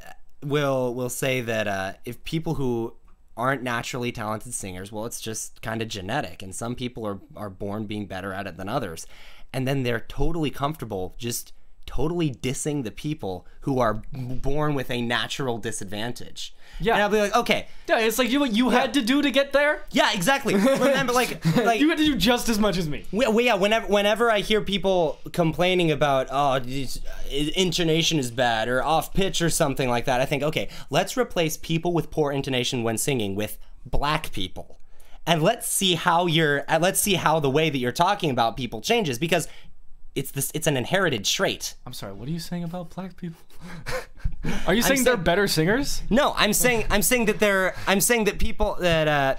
[SPEAKER 1] will will say that uh, if people who aren't naturally talented singers, well, it's just kind of genetic, and some people are are born being better at it than others, and then they're totally comfortable just totally dissing the people who are born with a natural disadvantage.
[SPEAKER 2] Yeah.
[SPEAKER 1] and I'll be like, okay,
[SPEAKER 2] Yeah, it's like you what you had to do to get there.
[SPEAKER 1] yeah, exactly. But then, but like, like
[SPEAKER 2] You had to do just as much as me.
[SPEAKER 1] we, we- yeah, whenever whenever I hear people complaining about oh these, uh, intonation is bad or off pitch or something like that, I think okay, let's replace people with poor intonation when singing with black people, and let's see how your uh, let's see how the way that you're talking about people changes because it's this it's an inherited trait.
[SPEAKER 2] I'm sorry. What are you saying about black people? are you saying they're
[SPEAKER 1] saying-
[SPEAKER 2] better singers?
[SPEAKER 1] No, I'm saying I'm saying that they're I'm saying that people that uh.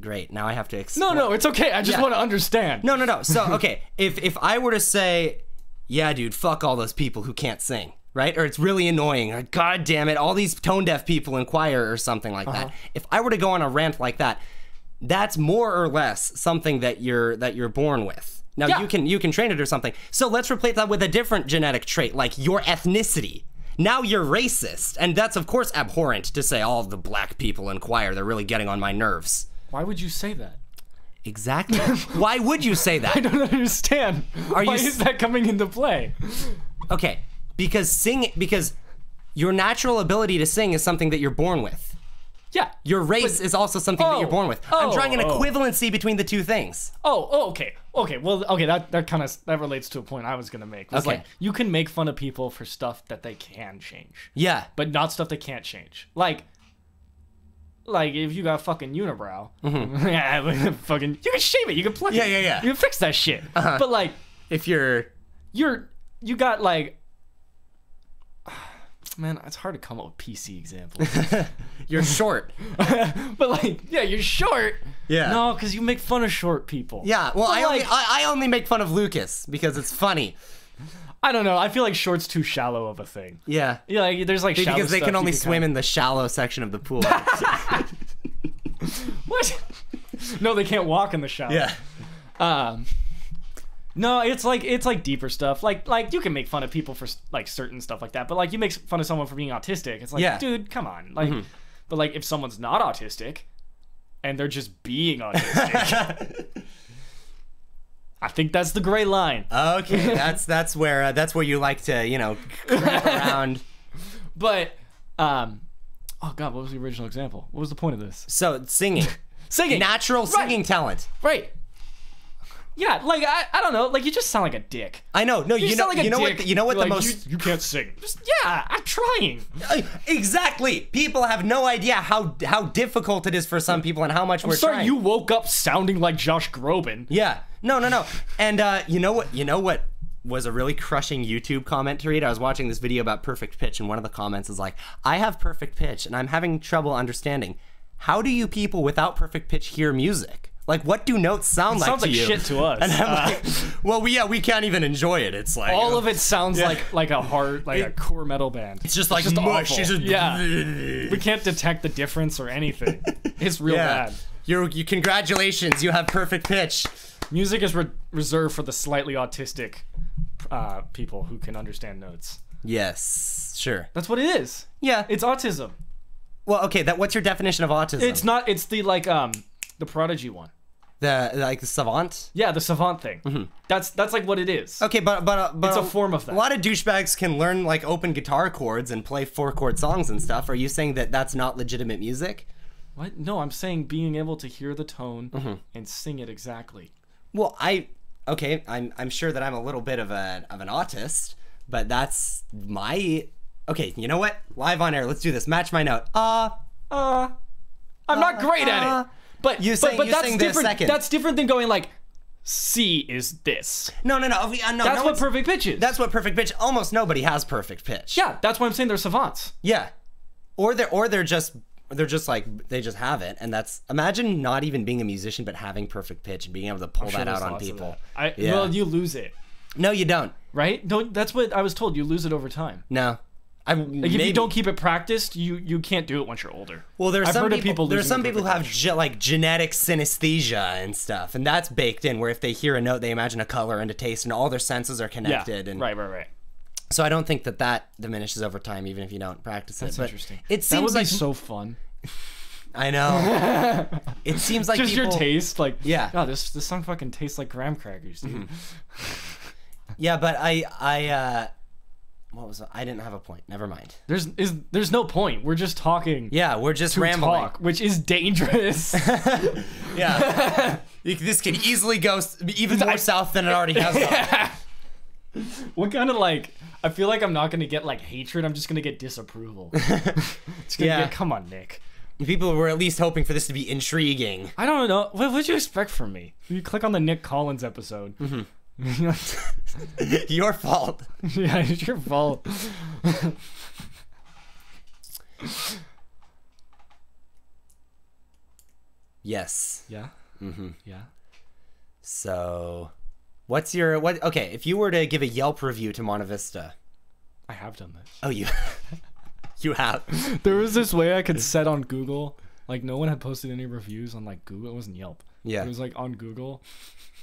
[SPEAKER 1] Great. Now I have to explain.
[SPEAKER 2] No, no, it's okay. I just
[SPEAKER 1] Yeah.
[SPEAKER 2] want to understand.
[SPEAKER 1] No, no, no. So okay, if if I were to say, yeah, dude, fuck all those people who can't sing, right? Or it's really annoying, or god damn it, all these tone deaf people in choir or something like
[SPEAKER 2] Uh-huh.
[SPEAKER 1] that. If I were to go on a rant like that, that's more or less something that you're that you're born with. Now
[SPEAKER 2] Yeah.
[SPEAKER 1] you can you can train it or something. So let's replace that with a different genetic trait, like your ethnicity. Now you're racist, and that's of course abhorrent to say all the black people in choir. They're really getting on my nerves.
[SPEAKER 2] Why would you say that?
[SPEAKER 1] Exactly. Why would you say that?
[SPEAKER 2] I don't understand. Are
[SPEAKER 1] you
[SPEAKER 2] Why
[SPEAKER 1] s-
[SPEAKER 2] is that coming into play?
[SPEAKER 1] Okay, because sing because your natural ability to sing is something that you're born with.
[SPEAKER 2] Yeah.
[SPEAKER 1] Your race is also something that you're
[SPEAKER 2] Oh,
[SPEAKER 1] born with. I'm
[SPEAKER 2] oh,
[SPEAKER 1] drawing an
[SPEAKER 2] oh.
[SPEAKER 1] equivalency between the two things.
[SPEAKER 2] Oh, oh, okay, okay. Well, okay. That that kind of that relates to a point I was gonna make. Was
[SPEAKER 1] Okay.
[SPEAKER 2] like you can make fun of people for stuff that they can change,
[SPEAKER 1] Yeah.
[SPEAKER 2] but not stuff they can't change. Like, like if you got fucking unibrow, yeah, fucking you can shave it, you can pluck
[SPEAKER 1] Mm-hmm. Yeah,
[SPEAKER 2] it,
[SPEAKER 1] yeah, yeah. Uh-huh.
[SPEAKER 2] You can fix that shit. But like
[SPEAKER 1] If you're
[SPEAKER 2] you're you got like. Man, it's hard to come up with PC examples.
[SPEAKER 1] you're short.
[SPEAKER 2] but like, yeah, you're short.
[SPEAKER 1] Yeah.
[SPEAKER 2] No, because you make fun of short people.
[SPEAKER 1] Yeah. Well,
[SPEAKER 2] But,
[SPEAKER 1] I only
[SPEAKER 2] like-
[SPEAKER 1] I, I only make fun of Lucas because it's funny.
[SPEAKER 2] I don't know. I feel like short's too shallow of a thing.
[SPEAKER 1] Yeah.
[SPEAKER 2] Yeah, like, there's like shallow
[SPEAKER 1] because they
[SPEAKER 2] stuff
[SPEAKER 1] can
[SPEAKER 2] you
[SPEAKER 1] only
[SPEAKER 2] kinda-
[SPEAKER 1] swim in the shallow section of the pool.
[SPEAKER 2] What? no, they can't walk in the shallow.
[SPEAKER 1] yeah.
[SPEAKER 2] Um, no, it's like it's like deeper stuff. Like like you can make fun of people for like certain stuff like that, but like you make fun of someone for being autistic. It's like,
[SPEAKER 1] Yeah. Mm-hmm.
[SPEAKER 2] dude, come on. Like, but like if someone's not autistic, and they're just being autistic, I think that's the gray line.
[SPEAKER 1] Okay, that's that's where uh, that's where you like to you know creep around.
[SPEAKER 2] But um, oh god, what was the original example? What was the point of this?
[SPEAKER 1] So singing,
[SPEAKER 2] Singing.
[SPEAKER 1] natural singing talent.
[SPEAKER 2] Right. Yeah, like I, I don't know, like you just sound like a dick.
[SPEAKER 1] I know. No, you,
[SPEAKER 2] You,
[SPEAKER 1] know
[SPEAKER 2] sound like a
[SPEAKER 1] you know
[SPEAKER 2] dick.
[SPEAKER 1] what you know what
[SPEAKER 2] Like,
[SPEAKER 1] the most
[SPEAKER 2] you, you can't sing. Just, yeah, I'm trying.
[SPEAKER 1] Uh, exactly. People have no idea how how difficult it is for some people and how much we're
[SPEAKER 2] Sorry,
[SPEAKER 1] trying.
[SPEAKER 2] you woke up sounding like Josh Groban.
[SPEAKER 1] Yeah. No, no, no. And uh, you know what? You know what was a really crushing YouTube comment to read? I was watching this video about perfect pitch, and one of the comments is like, "I have perfect pitch, and I'm having trouble understanding. How do you people without perfect pitch hear music? Like, what do notes sound like
[SPEAKER 2] sounds
[SPEAKER 1] to
[SPEAKER 2] like
[SPEAKER 1] you?"
[SPEAKER 2] shit to us.
[SPEAKER 1] And I'm
[SPEAKER 2] Uh,
[SPEAKER 1] like, "Well, we, yeah, we can't even enjoy it. It's like
[SPEAKER 2] All of it sounds like like a hard like a
[SPEAKER 1] It-
[SPEAKER 2] core metal band.
[SPEAKER 1] It's just like
[SPEAKER 2] just
[SPEAKER 1] mush.
[SPEAKER 2] awful.
[SPEAKER 1] It's just
[SPEAKER 2] Yeah. we can't detect the difference or anything. It's real
[SPEAKER 1] yeah.
[SPEAKER 2] bad.
[SPEAKER 1] You're, you congratulations, you have perfect pitch.
[SPEAKER 2] Music is re- reserved for the slightly autistic uh, people who can understand notes.
[SPEAKER 1] Yes, sure.
[SPEAKER 2] That's what it is.
[SPEAKER 1] Yeah.
[SPEAKER 2] It's autism.
[SPEAKER 1] well, okay. That what's your definition of autism?
[SPEAKER 2] It's not. It's the like um the prodigy one.
[SPEAKER 1] the like the savant.
[SPEAKER 2] Yeah, the savant thing. That's that's like what it is.
[SPEAKER 1] Okay, but but, Mm-hmm. uh, but
[SPEAKER 2] It's a form of that.
[SPEAKER 1] A lot of douchebags can learn like open guitar chords and play four chord songs and stuff. Are you saying that that's not legitimate music?
[SPEAKER 2] What? No, I'm saying being able to hear the tone
[SPEAKER 1] Mm-hmm.
[SPEAKER 2] and sing it exactly.
[SPEAKER 1] Well, I okay, I'm I'm sure that I'm a little bit of a of an autist, but that's my okay. You know what? Live on air. Let's do this. Match my note. Ah,
[SPEAKER 2] Uh, I'm not great at
[SPEAKER 1] uh,
[SPEAKER 2] it. But
[SPEAKER 1] you
[SPEAKER 2] but-
[SPEAKER 1] sang-
[SPEAKER 2] but
[SPEAKER 1] you
[SPEAKER 2] that's
[SPEAKER 1] sang the
[SPEAKER 2] different.
[SPEAKER 1] second.
[SPEAKER 2] That's different than going like C is this.
[SPEAKER 1] no, no, no. we- uh, no
[SPEAKER 2] That's
[SPEAKER 1] no
[SPEAKER 2] what
[SPEAKER 1] one's-
[SPEAKER 2] perfect pitch is.
[SPEAKER 1] That's what perfect pitch. Almost nobody has perfect pitch.
[SPEAKER 2] yeah, that's why I'm saying they're savants.
[SPEAKER 1] Yeah. Or they're or they're just they're just like they just have it, and that's imagine not even being a musician but having perfect pitch and being able to pull that
[SPEAKER 2] There's
[SPEAKER 1] out on
[SPEAKER 2] lots of
[SPEAKER 1] people.
[SPEAKER 2] that. I,
[SPEAKER 1] Yeah.
[SPEAKER 2] Well, you lose it,
[SPEAKER 1] No, you don't.
[SPEAKER 2] right? No, that's what I was told. You lose it over time.
[SPEAKER 1] No. I
[SPEAKER 2] Like if
[SPEAKER 1] maybe-
[SPEAKER 2] you don't keep it practiced, you you can't do it once you're older.
[SPEAKER 1] well, there's
[SPEAKER 2] I've
[SPEAKER 1] some
[SPEAKER 2] heard
[SPEAKER 1] people,
[SPEAKER 2] of people
[SPEAKER 1] there's
[SPEAKER 2] losing
[SPEAKER 1] some
[SPEAKER 2] their
[SPEAKER 1] people who have ge- like genetic synesthesia and stuff, and that's baked in. Where if they hear a note, they imagine a color and a taste, and all their senses are
[SPEAKER 2] yeah.
[SPEAKER 1] connected. And
[SPEAKER 2] right, right, right.
[SPEAKER 1] so I don't think that that diminishes over time, even if you don't practice it.
[SPEAKER 2] That's
[SPEAKER 1] But
[SPEAKER 2] interesting.
[SPEAKER 1] It
[SPEAKER 2] That
[SPEAKER 1] seems
[SPEAKER 2] would be
[SPEAKER 1] like
[SPEAKER 2] so fun.
[SPEAKER 1] I know. it seems like
[SPEAKER 2] Just
[SPEAKER 1] people,
[SPEAKER 2] your taste, like
[SPEAKER 1] Yeah. Mm-hmm.
[SPEAKER 2] No, this this song fucking tastes like graham crackers, dude.
[SPEAKER 1] Yeah, but I I uh what was I didn't have a point. Never mind.
[SPEAKER 2] There's is there's no point. We're just talking.
[SPEAKER 1] Yeah, we're just
[SPEAKER 2] to
[SPEAKER 1] rambling.
[SPEAKER 2] Talk, which is dangerous.
[SPEAKER 1] Yeah. You- this could easily go s- even more south than it already has gone.
[SPEAKER 2] what kind of like? I feel like I'm not gonna get like hatred. I'm just gonna get disapproval. it's gonna
[SPEAKER 1] Yeah.
[SPEAKER 2] get. Come on, Nick.
[SPEAKER 1] People were at least hoping for this to be intriguing.
[SPEAKER 2] I don't know. What would you expect from me? You click on the Nick Collins episode.
[SPEAKER 1] Mm-hmm. Your fault.
[SPEAKER 2] yeah, it's your fault.
[SPEAKER 1] Yes.
[SPEAKER 2] Yeah. Mm-hmm. Yeah.
[SPEAKER 1] So what's your what okay, if you were to give a Yelp review to Monta Vista.
[SPEAKER 2] I have done this.
[SPEAKER 1] Oh you You have.
[SPEAKER 2] There was this way I could set on Google. Like no one had posted any reviews on like Google. It wasn't Yelp.
[SPEAKER 1] Yeah.
[SPEAKER 2] It was like on Google,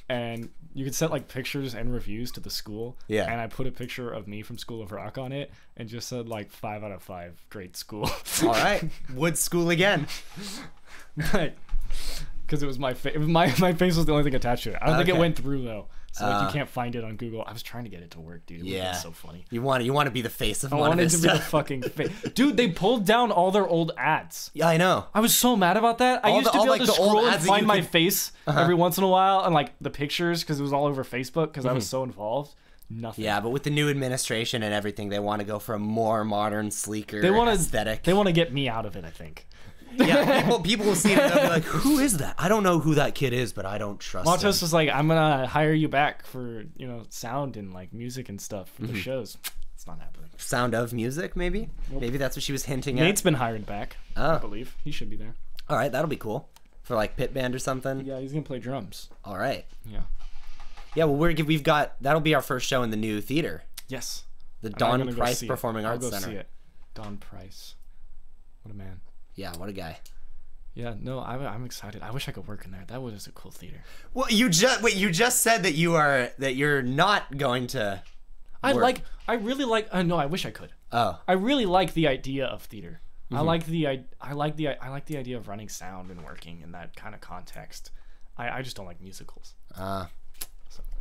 [SPEAKER 2] and you could set like pictures and reviews to the school.
[SPEAKER 1] Yeah.
[SPEAKER 2] And I put a picture of me from School of Rock on it, and just said like five out of five, great school.
[SPEAKER 1] All right. Wood school again.
[SPEAKER 2] Because it was my fa- it was my my face was the only thing attached to it. I don't think
[SPEAKER 1] Okay. Uh.
[SPEAKER 2] it went through though. So like you can't find it on Google. I was trying to get it to work, dude. It would've been
[SPEAKER 1] yeah.
[SPEAKER 2] so funny.
[SPEAKER 1] You want you want to be the face of
[SPEAKER 2] I
[SPEAKER 1] one of
[SPEAKER 2] wanted
[SPEAKER 1] this
[SPEAKER 2] to be the
[SPEAKER 1] stuff.
[SPEAKER 2] fucking face, dude. They pulled down all their old ads.
[SPEAKER 1] yeah, I know.
[SPEAKER 2] I was so mad about that. I
[SPEAKER 1] All
[SPEAKER 2] used
[SPEAKER 1] the-
[SPEAKER 2] to be
[SPEAKER 1] all,
[SPEAKER 2] able
[SPEAKER 1] like,
[SPEAKER 2] to
[SPEAKER 1] the old
[SPEAKER 2] scroll and
[SPEAKER 1] ads that
[SPEAKER 2] find
[SPEAKER 1] you Uh-huh.
[SPEAKER 2] my
[SPEAKER 1] could-
[SPEAKER 2] face every once in a while, and like the pictures because it was all over Facebook because I was so involved. Nothing.
[SPEAKER 1] Hmm. Yeah, but with the new administration and everything, they want to go for a more modern, sleeker
[SPEAKER 2] They want to
[SPEAKER 1] aesthetic.
[SPEAKER 2] They want to get me out of it. I think.
[SPEAKER 1] yeah, people, people will see it and they'll be like, "Who is that? I don't know who that kid is, but I don't trust him."
[SPEAKER 2] Matos was like, "I'm gonna hire you back for you know sound and like music and stuff for
[SPEAKER 1] Mm-hmm.
[SPEAKER 2] the shows." It's not happening.
[SPEAKER 1] Sound of Music, maybe. Maybe that's what she was hinting at.
[SPEAKER 2] Nate's been hired back. I
[SPEAKER 1] Ah.
[SPEAKER 2] believe he should be there.
[SPEAKER 1] All right, that'll be cool for like pit band or something.
[SPEAKER 2] Yeah, he's gonna play drums.
[SPEAKER 1] All right.
[SPEAKER 2] Yeah.
[SPEAKER 1] Yeah, well, we're we've got that'll be our first show in the new theater,
[SPEAKER 2] Yes.
[SPEAKER 1] the
[SPEAKER 2] And I'm
[SPEAKER 1] Don
[SPEAKER 2] gonna go
[SPEAKER 1] Price
[SPEAKER 2] see it.
[SPEAKER 1] Performing
[SPEAKER 2] I'll
[SPEAKER 1] Arts
[SPEAKER 2] go
[SPEAKER 1] Center.
[SPEAKER 2] See it. Don Price. What a man.
[SPEAKER 1] Yeah, what a guy.
[SPEAKER 2] Yeah, no, I, I'm excited. I wish I could work in there. That was a cool theater.
[SPEAKER 1] Well, you just wait. You just said that you are that you're not going to.
[SPEAKER 2] I
[SPEAKER 1] Work.
[SPEAKER 2] like. I really like. Uh, no, I wish I could.
[SPEAKER 1] Oh,
[SPEAKER 2] I really like the idea of theater. I like the. I, I like the. I like the idea of running sound and working in that kind of context. I, I just don't like musicals.
[SPEAKER 1] Uh,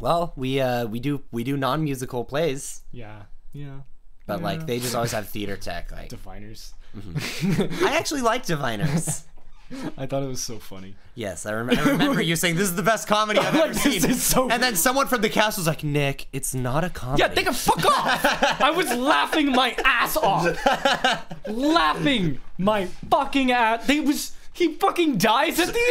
[SPEAKER 1] well, we uh we do we do non musical plays,
[SPEAKER 2] Yeah. Yeah.
[SPEAKER 1] but
[SPEAKER 2] Yeah.
[SPEAKER 1] like they just always have theater tech. Like
[SPEAKER 2] Diviners. Mm-hmm.
[SPEAKER 1] I actually like Diviners.
[SPEAKER 2] I thought it was so funny.
[SPEAKER 1] Yes, I, rem- I remember you saying this is the best comedy I've
[SPEAKER 2] Like,
[SPEAKER 1] ever
[SPEAKER 2] this
[SPEAKER 1] seen.
[SPEAKER 2] is so-
[SPEAKER 1] And then someone from the cast was like, "Nick, it's not a comedy."
[SPEAKER 2] Yeah, they can fuck off. I was laughing my ass off, laughing my fucking ass. They was he fucking dies at the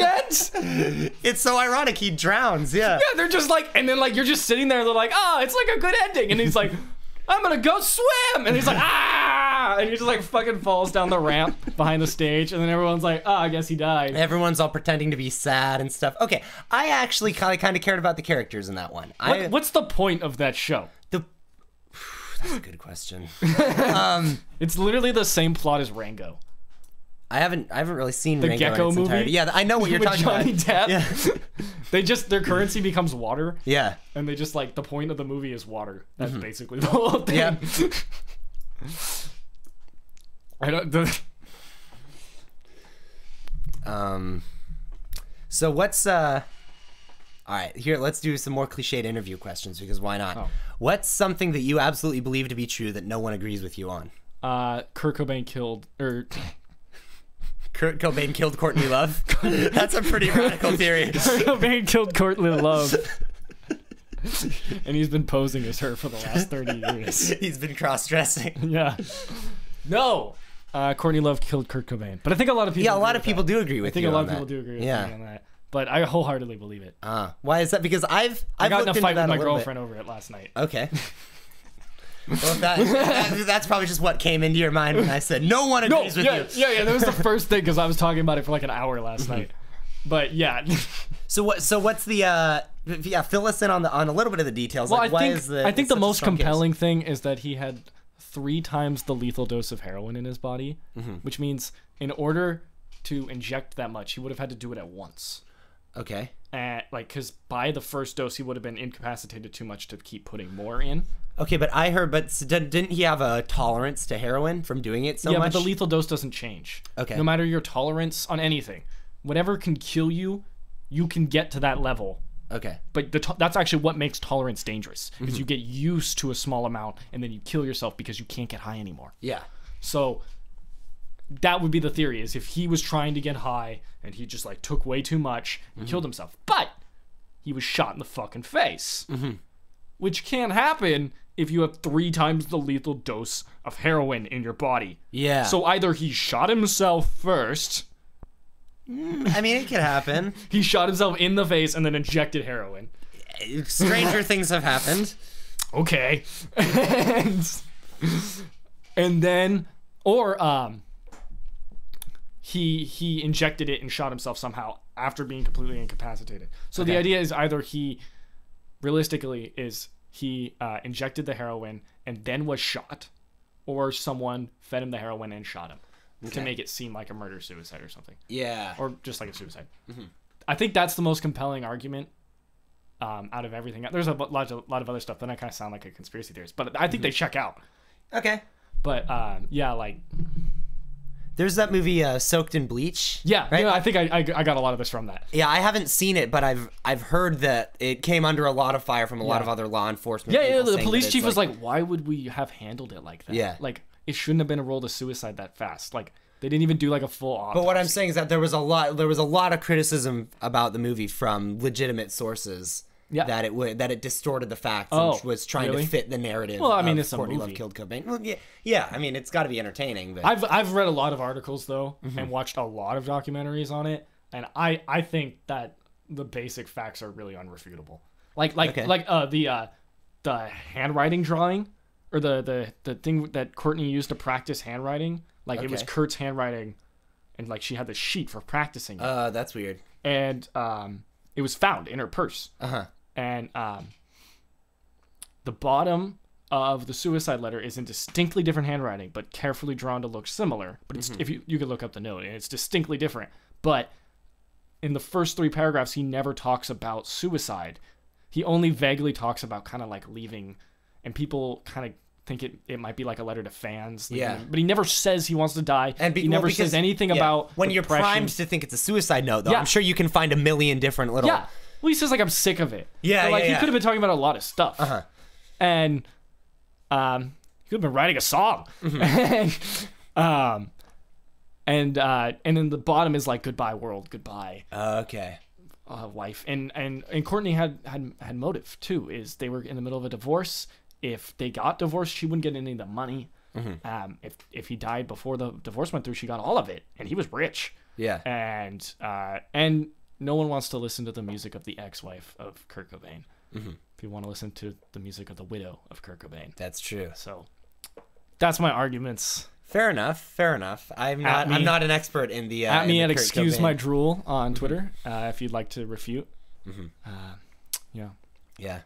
[SPEAKER 2] end.
[SPEAKER 1] It's so ironic. He drowns. Yeah.
[SPEAKER 2] Yeah, they're just like, and then like you're just sitting there. They're like, oh, it's like a good ending, and he's like, I'm gonna go swim, and he's like, ah, and he just like fucking falls down the ramp behind the stage, and then everyone's like, oh, I guess he died.
[SPEAKER 1] Everyone's all pretending to be sad and stuff. Okay, I actually kind of kind of cared about the characters in that one. I
[SPEAKER 2] What, what's the point of that show?
[SPEAKER 1] the that's a good question. Um,
[SPEAKER 2] It's literally the same plot as Rango.
[SPEAKER 1] I haven't I haven't really seen the Rango in
[SPEAKER 2] Gecko
[SPEAKER 1] its
[SPEAKER 2] movie?
[SPEAKER 1] entirety. Yeah, I know what you're
[SPEAKER 2] With
[SPEAKER 1] talking
[SPEAKER 2] Johnny
[SPEAKER 1] about.
[SPEAKER 2] Depp.
[SPEAKER 1] Yeah.
[SPEAKER 2] They just their currency becomes water.
[SPEAKER 1] Yeah.
[SPEAKER 2] and they just like the point of the movie is water. That's basically the whole thing.
[SPEAKER 1] Mm-hmm. Yeah.
[SPEAKER 2] I don't. The,
[SPEAKER 1] Um So what's uh All right, here let's do some more cliched interview questions because why not?
[SPEAKER 2] Oh.
[SPEAKER 1] What's something that you absolutely believe to be true that no one agrees with you on?
[SPEAKER 2] uh, Kurt Cobain killed or
[SPEAKER 1] Kurt Cobain killed Courtney Love. That's a pretty radical theory.
[SPEAKER 2] Kurt Cobain killed Courtland Love, and he's been posing as her for the last thirty years.
[SPEAKER 1] He's been cross-dressing.
[SPEAKER 2] Yeah. No. Uh, Courtney Love killed Kurt Cobain, but I think a lot of people.
[SPEAKER 1] Yeah, a
[SPEAKER 2] agree
[SPEAKER 1] lot of
[SPEAKER 2] with
[SPEAKER 1] people
[SPEAKER 2] that.
[SPEAKER 1] do agree with
[SPEAKER 2] I think
[SPEAKER 1] you
[SPEAKER 2] a lot
[SPEAKER 1] on
[SPEAKER 2] of people
[SPEAKER 1] that.
[SPEAKER 2] do agree with
[SPEAKER 1] Yeah.
[SPEAKER 2] me on that, but I wholeheartedly believe it.
[SPEAKER 1] Uh, why is that? Because I've I've
[SPEAKER 2] I got in a
[SPEAKER 1] looked into
[SPEAKER 2] fight
[SPEAKER 1] that
[SPEAKER 2] with my
[SPEAKER 1] a little bit.
[SPEAKER 2] girlfriend over it last night.
[SPEAKER 1] Okay. well, if that, that- that's probably just what came into your mind when I said no one
[SPEAKER 2] No,
[SPEAKER 1] agrees with
[SPEAKER 2] yeah,
[SPEAKER 1] you. Mm-hmm.
[SPEAKER 2] yeah, yeah. That was the first thing because I was talking about it for like an hour last night. But yeah,
[SPEAKER 1] So what? So what's the? uh Yeah, fill us in on the on a little bit of the details.
[SPEAKER 2] well,
[SPEAKER 1] like,
[SPEAKER 2] I
[SPEAKER 1] why
[SPEAKER 2] think
[SPEAKER 1] is the,
[SPEAKER 2] I think
[SPEAKER 1] it's
[SPEAKER 2] the
[SPEAKER 1] such a
[SPEAKER 2] most
[SPEAKER 1] strong case?
[SPEAKER 2] compelling thing is that he had three times the lethal dose of heroin in his body, which means in order to inject that much, he would have had to do it at once.
[SPEAKER 1] Okay.
[SPEAKER 2] At, like, because by the first dose, he would have been incapacitated too much to keep putting more in.
[SPEAKER 1] Okay, but I heard, but s- did- didn't he have a tolerance to heroin from doing it so
[SPEAKER 2] yeah,
[SPEAKER 1] much?
[SPEAKER 2] but the lethal dose doesn't change.
[SPEAKER 1] Okay.
[SPEAKER 2] No matter your tolerance on anything, whatever can kill you, you can get to that level
[SPEAKER 1] okay.
[SPEAKER 2] but the to- that's actually what makes tolerance dangerous
[SPEAKER 1] Mm-hmm.
[SPEAKER 2] is you get used to a small amount and then you kill yourself because you can't get high anymore
[SPEAKER 1] Yeah.
[SPEAKER 2] so that would be the theory is if he was trying to get high and he just like took way too much and killed himself but he was shot in the fucking face which can happen if you have three times the lethal dose of heroin in your body
[SPEAKER 1] Yeah.
[SPEAKER 2] so either he shot himself first
[SPEAKER 1] I mean, it could happen.
[SPEAKER 2] he shot himself in the face and then injected heroin
[SPEAKER 1] Stranger things have happened.
[SPEAKER 2] okay and, and then or um he he injected it and shot himself somehow after being completely incapacitated so the
[SPEAKER 1] Okay.
[SPEAKER 2] idea is either he realistically is he uh, injected the heroin and then was shot or someone fed him the heroin and shot him to
[SPEAKER 1] Okay.
[SPEAKER 2] make it seem like a murder suicide or something
[SPEAKER 1] Yeah.
[SPEAKER 2] or just like a suicide. I think that's the most compelling argument um, out of everything. There's a bu- lot of, lot of other stuff. Then I kind of sound like a Mm-hmm. conspiracy theorist, but I think they check out.
[SPEAKER 1] Okay.
[SPEAKER 2] But um, yeah, like
[SPEAKER 1] There's that movie uh, Soaked in Bleach.
[SPEAKER 2] Yeah,
[SPEAKER 1] Right?
[SPEAKER 2] yeah, I think I, I, I got a lot of this from that.
[SPEAKER 1] Yeah, I haven't seen it, but I've I've heard that it came under a lot of fire from a lot
[SPEAKER 2] Yeah.
[SPEAKER 1] of other law enforcement.
[SPEAKER 2] Yeah, yeah.
[SPEAKER 1] people
[SPEAKER 2] The
[SPEAKER 1] saying that
[SPEAKER 2] police
[SPEAKER 1] it's
[SPEAKER 2] chief was like, "Why would we have handled it like that?
[SPEAKER 1] Yeah.
[SPEAKER 2] like it shouldn't have been a roll to suicide that fast. Like they didn't even do like a full
[SPEAKER 1] But
[SPEAKER 2] autopsy.
[SPEAKER 1] what I'm saying is that there was a lot there was a lot of criticism about the movie from legitimate sources.
[SPEAKER 2] Yeah.
[SPEAKER 1] That it would that it distorted the facts
[SPEAKER 2] Oh,
[SPEAKER 1] and was trying
[SPEAKER 2] really?
[SPEAKER 1] to fit the narrative.
[SPEAKER 2] Well, I mean,
[SPEAKER 1] of
[SPEAKER 2] it's a
[SPEAKER 1] Courtney
[SPEAKER 2] movie.
[SPEAKER 1] Love killed Cobain. Well, yeah, yeah. I mean, it's got to be entertaining, but
[SPEAKER 2] I've I've read a lot of articles though,
[SPEAKER 1] Mm-hmm.
[SPEAKER 2] and watched a lot of documentaries on it, and I I think that the basic facts are really unrefutable. Like like
[SPEAKER 1] Okay.
[SPEAKER 2] like uh the uh the handwriting drawing or the the the thing that Courtney used to practice handwriting. Like it was
[SPEAKER 1] Okay.
[SPEAKER 2] Kurt's handwriting, and like she had the sheet for practicing it.
[SPEAKER 1] uh, that's weird.
[SPEAKER 2] and um, it was found in her purse.
[SPEAKER 1] Uh huh.
[SPEAKER 2] And um, the bottom of the suicide letter is in distinctly different handwriting, but carefully drawn to look similar. But
[SPEAKER 1] Mm-hmm.
[SPEAKER 2] it's, if you you could look up the note, and it's distinctly different. But in the first three paragraphs, he never talks about suicide. He only vaguely talks about kind of like leaving, and people kind of think it, it might be like a letter to fans. like,
[SPEAKER 1] Yeah.
[SPEAKER 2] But he never says he wants to die.
[SPEAKER 1] And be-
[SPEAKER 2] he
[SPEAKER 1] well,
[SPEAKER 2] never
[SPEAKER 1] because-
[SPEAKER 2] says anything
[SPEAKER 1] yeah,
[SPEAKER 2] about
[SPEAKER 1] when you're
[SPEAKER 2] depression.
[SPEAKER 1] primed to think it's a suicide note, though.
[SPEAKER 2] Yeah.
[SPEAKER 1] I'm sure you can find a million different little.
[SPEAKER 2] Yeah. Well, he says like I'm sick of it.
[SPEAKER 1] Yeah,
[SPEAKER 2] But, like
[SPEAKER 1] yeah,
[SPEAKER 2] he
[SPEAKER 1] yeah.
[SPEAKER 2] could have been talking about a lot of stuff.
[SPEAKER 1] Uh-huh.
[SPEAKER 2] And um, he could have been writing a song.
[SPEAKER 1] Mm-hmm.
[SPEAKER 2] and um, and uh, and then the bottom is like goodbye world, goodbye
[SPEAKER 1] Okay.
[SPEAKER 2] uh, wife. And and and Courtney had had had motive too. Is they were in the middle of a divorce. If they got divorced, she wouldn't get any of the money.
[SPEAKER 1] Mm-hmm.
[SPEAKER 2] Um, if if he died before the divorce went through, she got all of it, and he was rich
[SPEAKER 1] Yeah.
[SPEAKER 2] and uh, and no one wants to listen to the music of the ex-wife of Kurt Cobain.
[SPEAKER 1] Mm-hmm.
[SPEAKER 2] If you want to listen to the music of the widow of Kurt Cobain,
[SPEAKER 1] That's true.
[SPEAKER 2] so that's my arguments.
[SPEAKER 1] Fair enough. Fair enough. I'm not.
[SPEAKER 2] me.
[SPEAKER 1] I'm not an expert in the. Uh,
[SPEAKER 2] At
[SPEAKER 1] in
[SPEAKER 2] me
[SPEAKER 1] the
[SPEAKER 2] at
[SPEAKER 1] Kurt
[SPEAKER 2] excuse
[SPEAKER 1] Cobain. Mm-hmm.
[SPEAKER 2] my drool on Twitter uh, if you'd like to refute. Uh, yeah,
[SPEAKER 1] Yeah.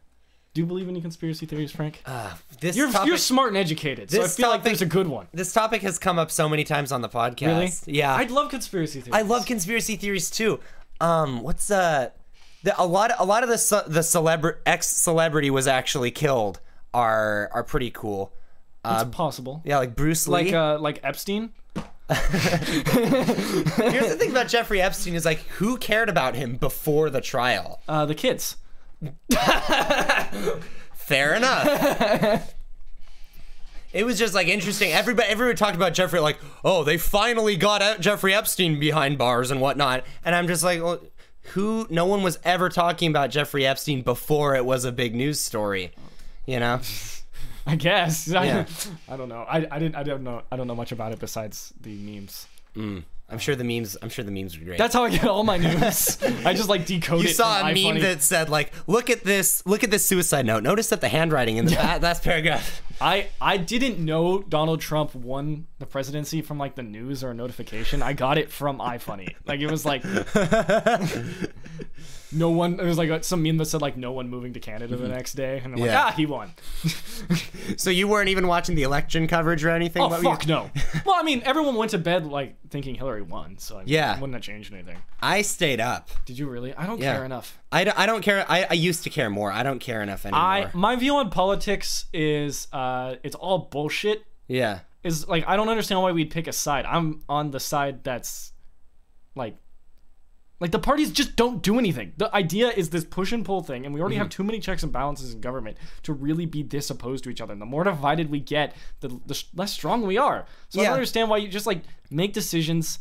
[SPEAKER 2] do you believe any conspiracy theories, Frank?
[SPEAKER 1] Uh, this
[SPEAKER 2] You're
[SPEAKER 1] topic,
[SPEAKER 2] you're smart and educated, so I
[SPEAKER 1] this
[SPEAKER 2] feel like
[SPEAKER 1] topic-
[SPEAKER 2] there's a good one.
[SPEAKER 1] this topic has come up so many times on the podcast.
[SPEAKER 2] Really?
[SPEAKER 1] Yeah.
[SPEAKER 2] I love conspiracy theories.
[SPEAKER 1] I love conspiracy theories too. Um, what's uh, the, a lot a lot of the ce- the celebr ex celebrity was actually killed are are pretty cool. uh,
[SPEAKER 2] It's possible.
[SPEAKER 1] Yeah, like Bruce Lee.
[SPEAKER 2] Like uh, like Epstein. uh,
[SPEAKER 1] Here's the thing about Jeffrey Epstein is like who cared about him before the trial?
[SPEAKER 2] Uh, the kids.
[SPEAKER 1] Fair enough. It was just like interesting. Everybody, everyone talked about Jeffrey, like, oh, they finally got out Jeffrey Epstein behind bars and whatnot. And I'm just like, well, who? No one was ever talking about Jeffrey Epstein before it was a big news story, you know?
[SPEAKER 2] I guess.
[SPEAKER 1] Yeah.
[SPEAKER 2] I, I don't know. I, I didn't. I don't know. I don't know much about it besides the memes.
[SPEAKER 1] I'm sure the memes. I'm sure the memes were great.
[SPEAKER 2] That's how I get all my news. I just like decode
[SPEAKER 1] you
[SPEAKER 2] it.
[SPEAKER 1] saw
[SPEAKER 2] from
[SPEAKER 1] a meme
[SPEAKER 2] iFunny.
[SPEAKER 1] that said like, "Look at this! Look at this suicide note. Notice that the handwriting in the la- last paragraph."
[SPEAKER 2] I I didn't know Donald Trump won the presidency from like the news or a notification. I got it from iFunny. Like it was like no one. It was like some meme that said like no one moving to Canada the next day, and I'm like
[SPEAKER 1] Mm-hmm. Yeah.
[SPEAKER 2] ah he won.
[SPEAKER 1] So you weren't even watching the election coverage or anything.
[SPEAKER 2] Oh
[SPEAKER 1] What were you-
[SPEAKER 2] fuck no. Well, I mean everyone went to bed like thinking Hillary won, so I mean,
[SPEAKER 1] Yeah.
[SPEAKER 2] wouldn't have changed anything.
[SPEAKER 1] I stayed up.
[SPEAKER 2] Did you really? I don't
[SPEAKER 1] Yeah.
[SPEAKER 2] care enough.
[SPEAKER 1] I don't, I don't care. I, I used to care more. I don't care enough anymore.
[SPEAKER 2] I my view on politics is uh, it's all bullshit.
[SPEAKER 1] yeah.
[SPEAKER 2] Is like I don't understand why we'd pick a side. I'm on the side that's like like the parties just don't do anything. The idea is this push and pull thing, and we already have too many checks and balances in government to really be this opposed to each other. And the more divided we get, the, the s- less strong we are. So I
[SPEAKER 1] Yeah.
[SPEAKER 2] don't understand why you just like make decisions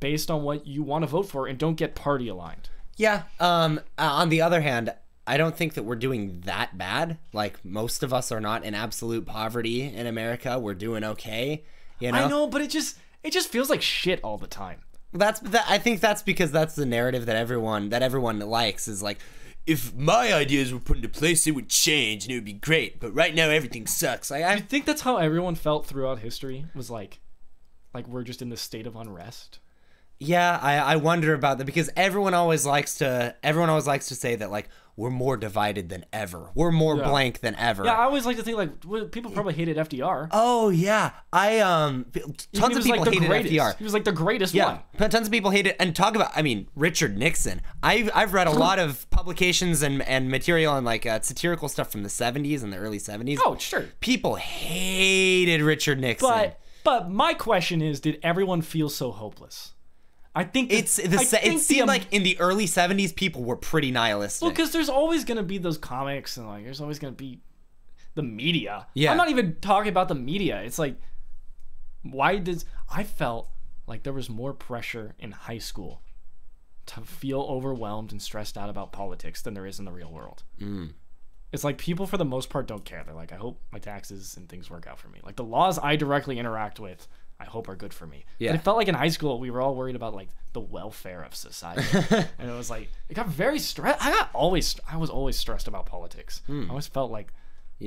[SPEAKER 2] based on what you want to vote for and don't get party aligned.
[SPEAKER 1] Yeah. Um. uh, on the other hand, I don't think that we're doing that bad. Like most of us are not in absolute poverty in America. We're doing okay. You know.
[SPEAKER 2] I know, but it just it just feels like shit all the time.
[SPEAKER 1] That's that, I think that's because that's the narrative that everyone that everyone likes is like. If my ideas were put into place, it would change and it would be great. But right now, everything sucks. Like, I,
[SPEAKER 2] I think that's how everyone felt throughout history was like like we're just in this state of unrest.
[SPEAKER 1] Yeah, I, I wonder about that because everyone always likes to everyone always likes to say that like we're more divided than ever. We're more blank than ever.
[SPEAKER 2] I always like to think like well, people probably hated FDR.
[SPEAKER 1] oh yeah, I um p-
[SPEAKER 2] He
[SPEAKER 1] tons of
[SPEAKER 2] was,
[SPEAKER 1] people
[SPEAKER 2] like the
[SPEAKER 1] hated
[SPEAKER 2] greatest.
[SPEAKER 1] FDR.
[SPEAKER 2] He was like the greatest
[SPEAKER 1] E Yeah,
[SPEAKER 2] one.
[SPEAKER 1] but tons of people hated and talk about. I mean, Richard Nixon. I've I've read a lot of publications and and material and like uh, satirical stuff from the '70s and the early '70s.
[SPEAKER 2] Oh, sure.
[SPEAKER 1] people hated Richard Nixon.
[SPEAKER 2] But But my question is, did everyone feel so hopeless? I think that-
[SPEAKER 1] It's the
[SPEAKER 2] I
[SPEAKER 1] se-
[SPEAKER 2] think
[SPEAKER 1] it seemed
[SPEAKER 2] am-
[SPEAKER 1] like in the early '70s people were pretty nihilistic.
[SPEAKER 2] Well, because there's always gonna be those comics, and like there's always gonna be the media.
[SPEAKER 1] Yeah.
[SPEAKER 2] I'm not even talking about the media. It's like, why does I felt like there was more pressure in high school to feel overwhelmed and stressed out about politics than there is in the real world.
[SPEAKER 1] Mm.
[SPEAKER 2] It's like people for the most part don't care. They're like, I hope my taxes and things work out for me. Like the laws I directly interact with. I hope are good for me.
[SPEAKER 1] Yeah.
[SPEAKER 2] But it felt like in high school we were all worried about like the welfare of society, and it was like it got very stressed. I got always I was always stressed about politics. I always felt like we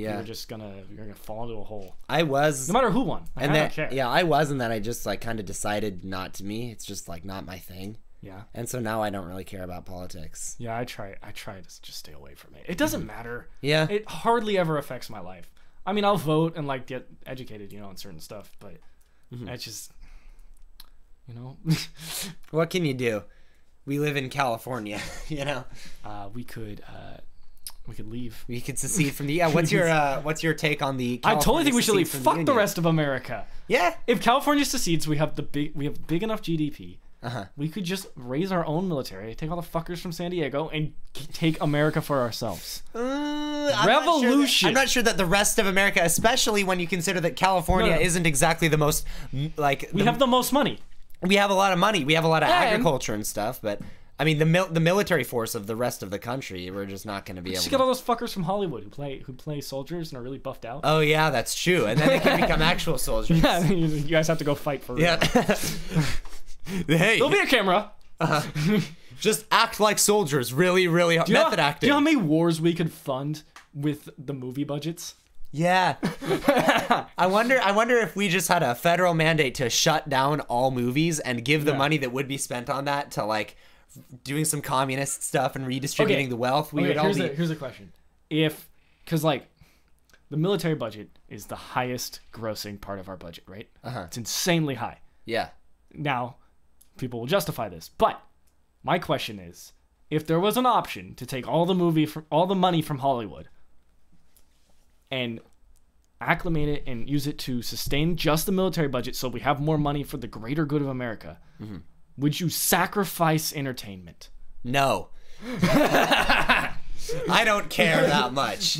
[SPEAKER 1] Hmm. yeah,
[SPEAKER 2] were just gonna we were gonna fall into a hole,
[SPEAKER 1] I was.
[SPEAKER 2] no matter who won. Like,
[SPEAKER 1] and
[SPEAKER 2] I
[SPEAKER 1] then
[SPEAKER 2] don't care.
[SPEAKER 1] yeah, I was, and then I just like kind of decided not to me. It's just like not my thing,
[SPEAKER 2] yeah,
[SPEAKER 1] and so now I don't really care about politics.
[SPEAKER 2] yeah. I try I try to just stay away from it. It doesn't
[SPEAKER 1] Mm-hmm.
[SPEAKER 2] matter.
[SPEAKER 1] Yeah,
[SPEAKER 2] It hardly ever affects my life. I mean, I'll vote and like get educated, you know, on certain stuff, but
[SPEAKER 1] Mm-hmm.
[SPEAKER 2] it's just you know,
[SPEAKER 1] what can you do? We live in California, you know.
[SPEAKER 2] uh, we could uh, we could leave.
[SPEAKER 1] We could secede from the. Yeah, what's your uh, what's your take on the?
[SPEAKER 2] I totally think we should
[SPEAKER 1] California secede
[SPEAKER 2] leave.
[SPEAKER 1] from
[SPEAKER 2] Fuck the
[SPEAKER 1] Union?
[SPEAKER 2] rest of America.
[SPEAKER 1] Yeah.
[SPEAKER 2] If California secedes, we have the big we have big enough GDP.
[SPEAKER 1] Uh huh.
[SPEAKER 2] We could just raise our own military, take all the fuckers from San Diego, and k- take America for ourselves.
[SPEAKER 1] uh,
[SPEAKER 2] Revolution.
[SPEAKER 1] I'm not sure that the rest of America, especially when you consider that California
[SPEAKER 2] No, no.
[SPEAKER 1] isn't exactly the most m- like
[SPEAKER 2] We have the most money.
[SPEAKER 1] we have a lot of money, we have a lot of
[SPEAKER 2] And-
[SPEAKER 1] agriculture and stuff, but I mean the mil- the military force of the rest of the country, we're just not going to be able.
[SPEAKER 2] Just get
[SPEAKER 1] to...
[SPEAKER 2] all those fuckers from Hollywood who play who play soldiers and are really buffed out.
[SPEAKER 1] Oh yeah, that's true, and then they can become actual soldiers.
[SPEAKER 2] Yeah, you you guys have to go fight for real.
[SPEAKER 1] Yeah. hey,
[SPEAKER 2] There'll be a camera.
[SPEAKER 1] just act like soldiers, really, really hard.
[SPEAKER 2] Do you know-
[SPEAKER 1] Method acting.
[SPEAKER 2] Do you know how many wars we could fund with the movie budgets?
[SPEAKER 1] Yeah. I wonder I wonder if we just had a federal mandate to shut down all movies and give the
[SPEAKER 2] Yeah.
[SPEAKER 1] money that would be spent on that to like doing some communist stuff and redistributing
[SPEAKER 2] Okay.
[SPEAKER 1] the wealth, we
[SPEAKER 2] Okay,
[SPEAKER 1] would all
[SPEAKER 2] here's,
[SPEAKER 1] be
[SPEAKER 2] a, here's a question. If, because like, the military budget is the highest grossing part of our budget, right?
[SPEAKER 1] Uh-huh.
[SPEAKER 2] It's insanely high.
[SPEAKER 1] Yeah.
[SPEAKER 2] Now, people will justify this, but my question is, if there was an option to take all the movie from all the money from Hollywood and acclimate it and use it to sustain just the military budget, so we have more money for the greater good of America,
[SPEAKER 1] Mm-hmm.
[SPEAKER 2] would you sacrifice entertainment?
[SPEAKER 1] No. I don't care that much.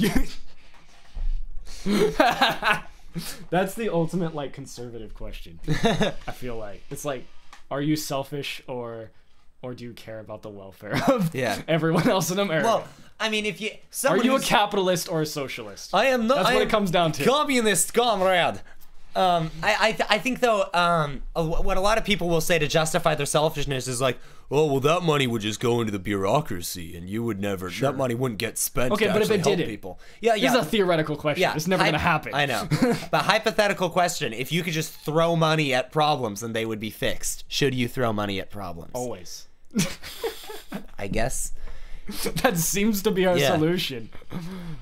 [SPEAKER 2] That's the ultimate like conservative question. I feel like it's like, are you selfish or, or do you care about the welfare of
[SPEAKER 1] Yeah.
[SPEAKER 2] everyone else in America?
[SPEAKER 1] Well, I mean if you
[SPEAKER 2] are
[SPEAKER 1] someone
[SPEAKER 2] you a
[SPEAKER 1] who's-
[SPEAKER 2] capitalist or a socialist?
[SPEAKER 1] I am not
[SPEAKER 2] That's
[SPEAKER 1] I
[SPEAKER 2] what
[SPEAKER 1] am-
[SPEAKER 2] it comes down to.
[SPEAKER 1] communist comrade. Um, I, I, th- I think though, um, a- what a lot of people will say to justify their selfishness is like, oh well, that money would just go into the bureaucracy, and you would never. That money wouldn't get spent.
[SPEAKER 2] Okay,
[SPEAKER 1] to
[SPEAKER 2] but if
[SPEAKER 1] actually
[SPEAKER 2] it
[SPEAKER 1] help
[SPEAKER 2] didn't.
[SPEAKER 1] people, yeah,
[SPEAKER 2] This
[SPEAKER 1] yeah,
[SPEAKER 2] is a theoretical question.
[SPEAKER 1] yeah,
[SPEAKER 2] It's never
[SPEAKER 1] I-
[SPEAKER 2] gonna happen.
[SPEAKER 1] I know, but hypothetical question: If you could just throw money at problems and they would be fixed, should you throw money at problems?
[SPEAKER 2] Always.
[SPEAKER 1] I guess
[SPEAKER 2] that seems to be our
[SPEAKER 1] Yeah.
[SPEAKER 2] solution.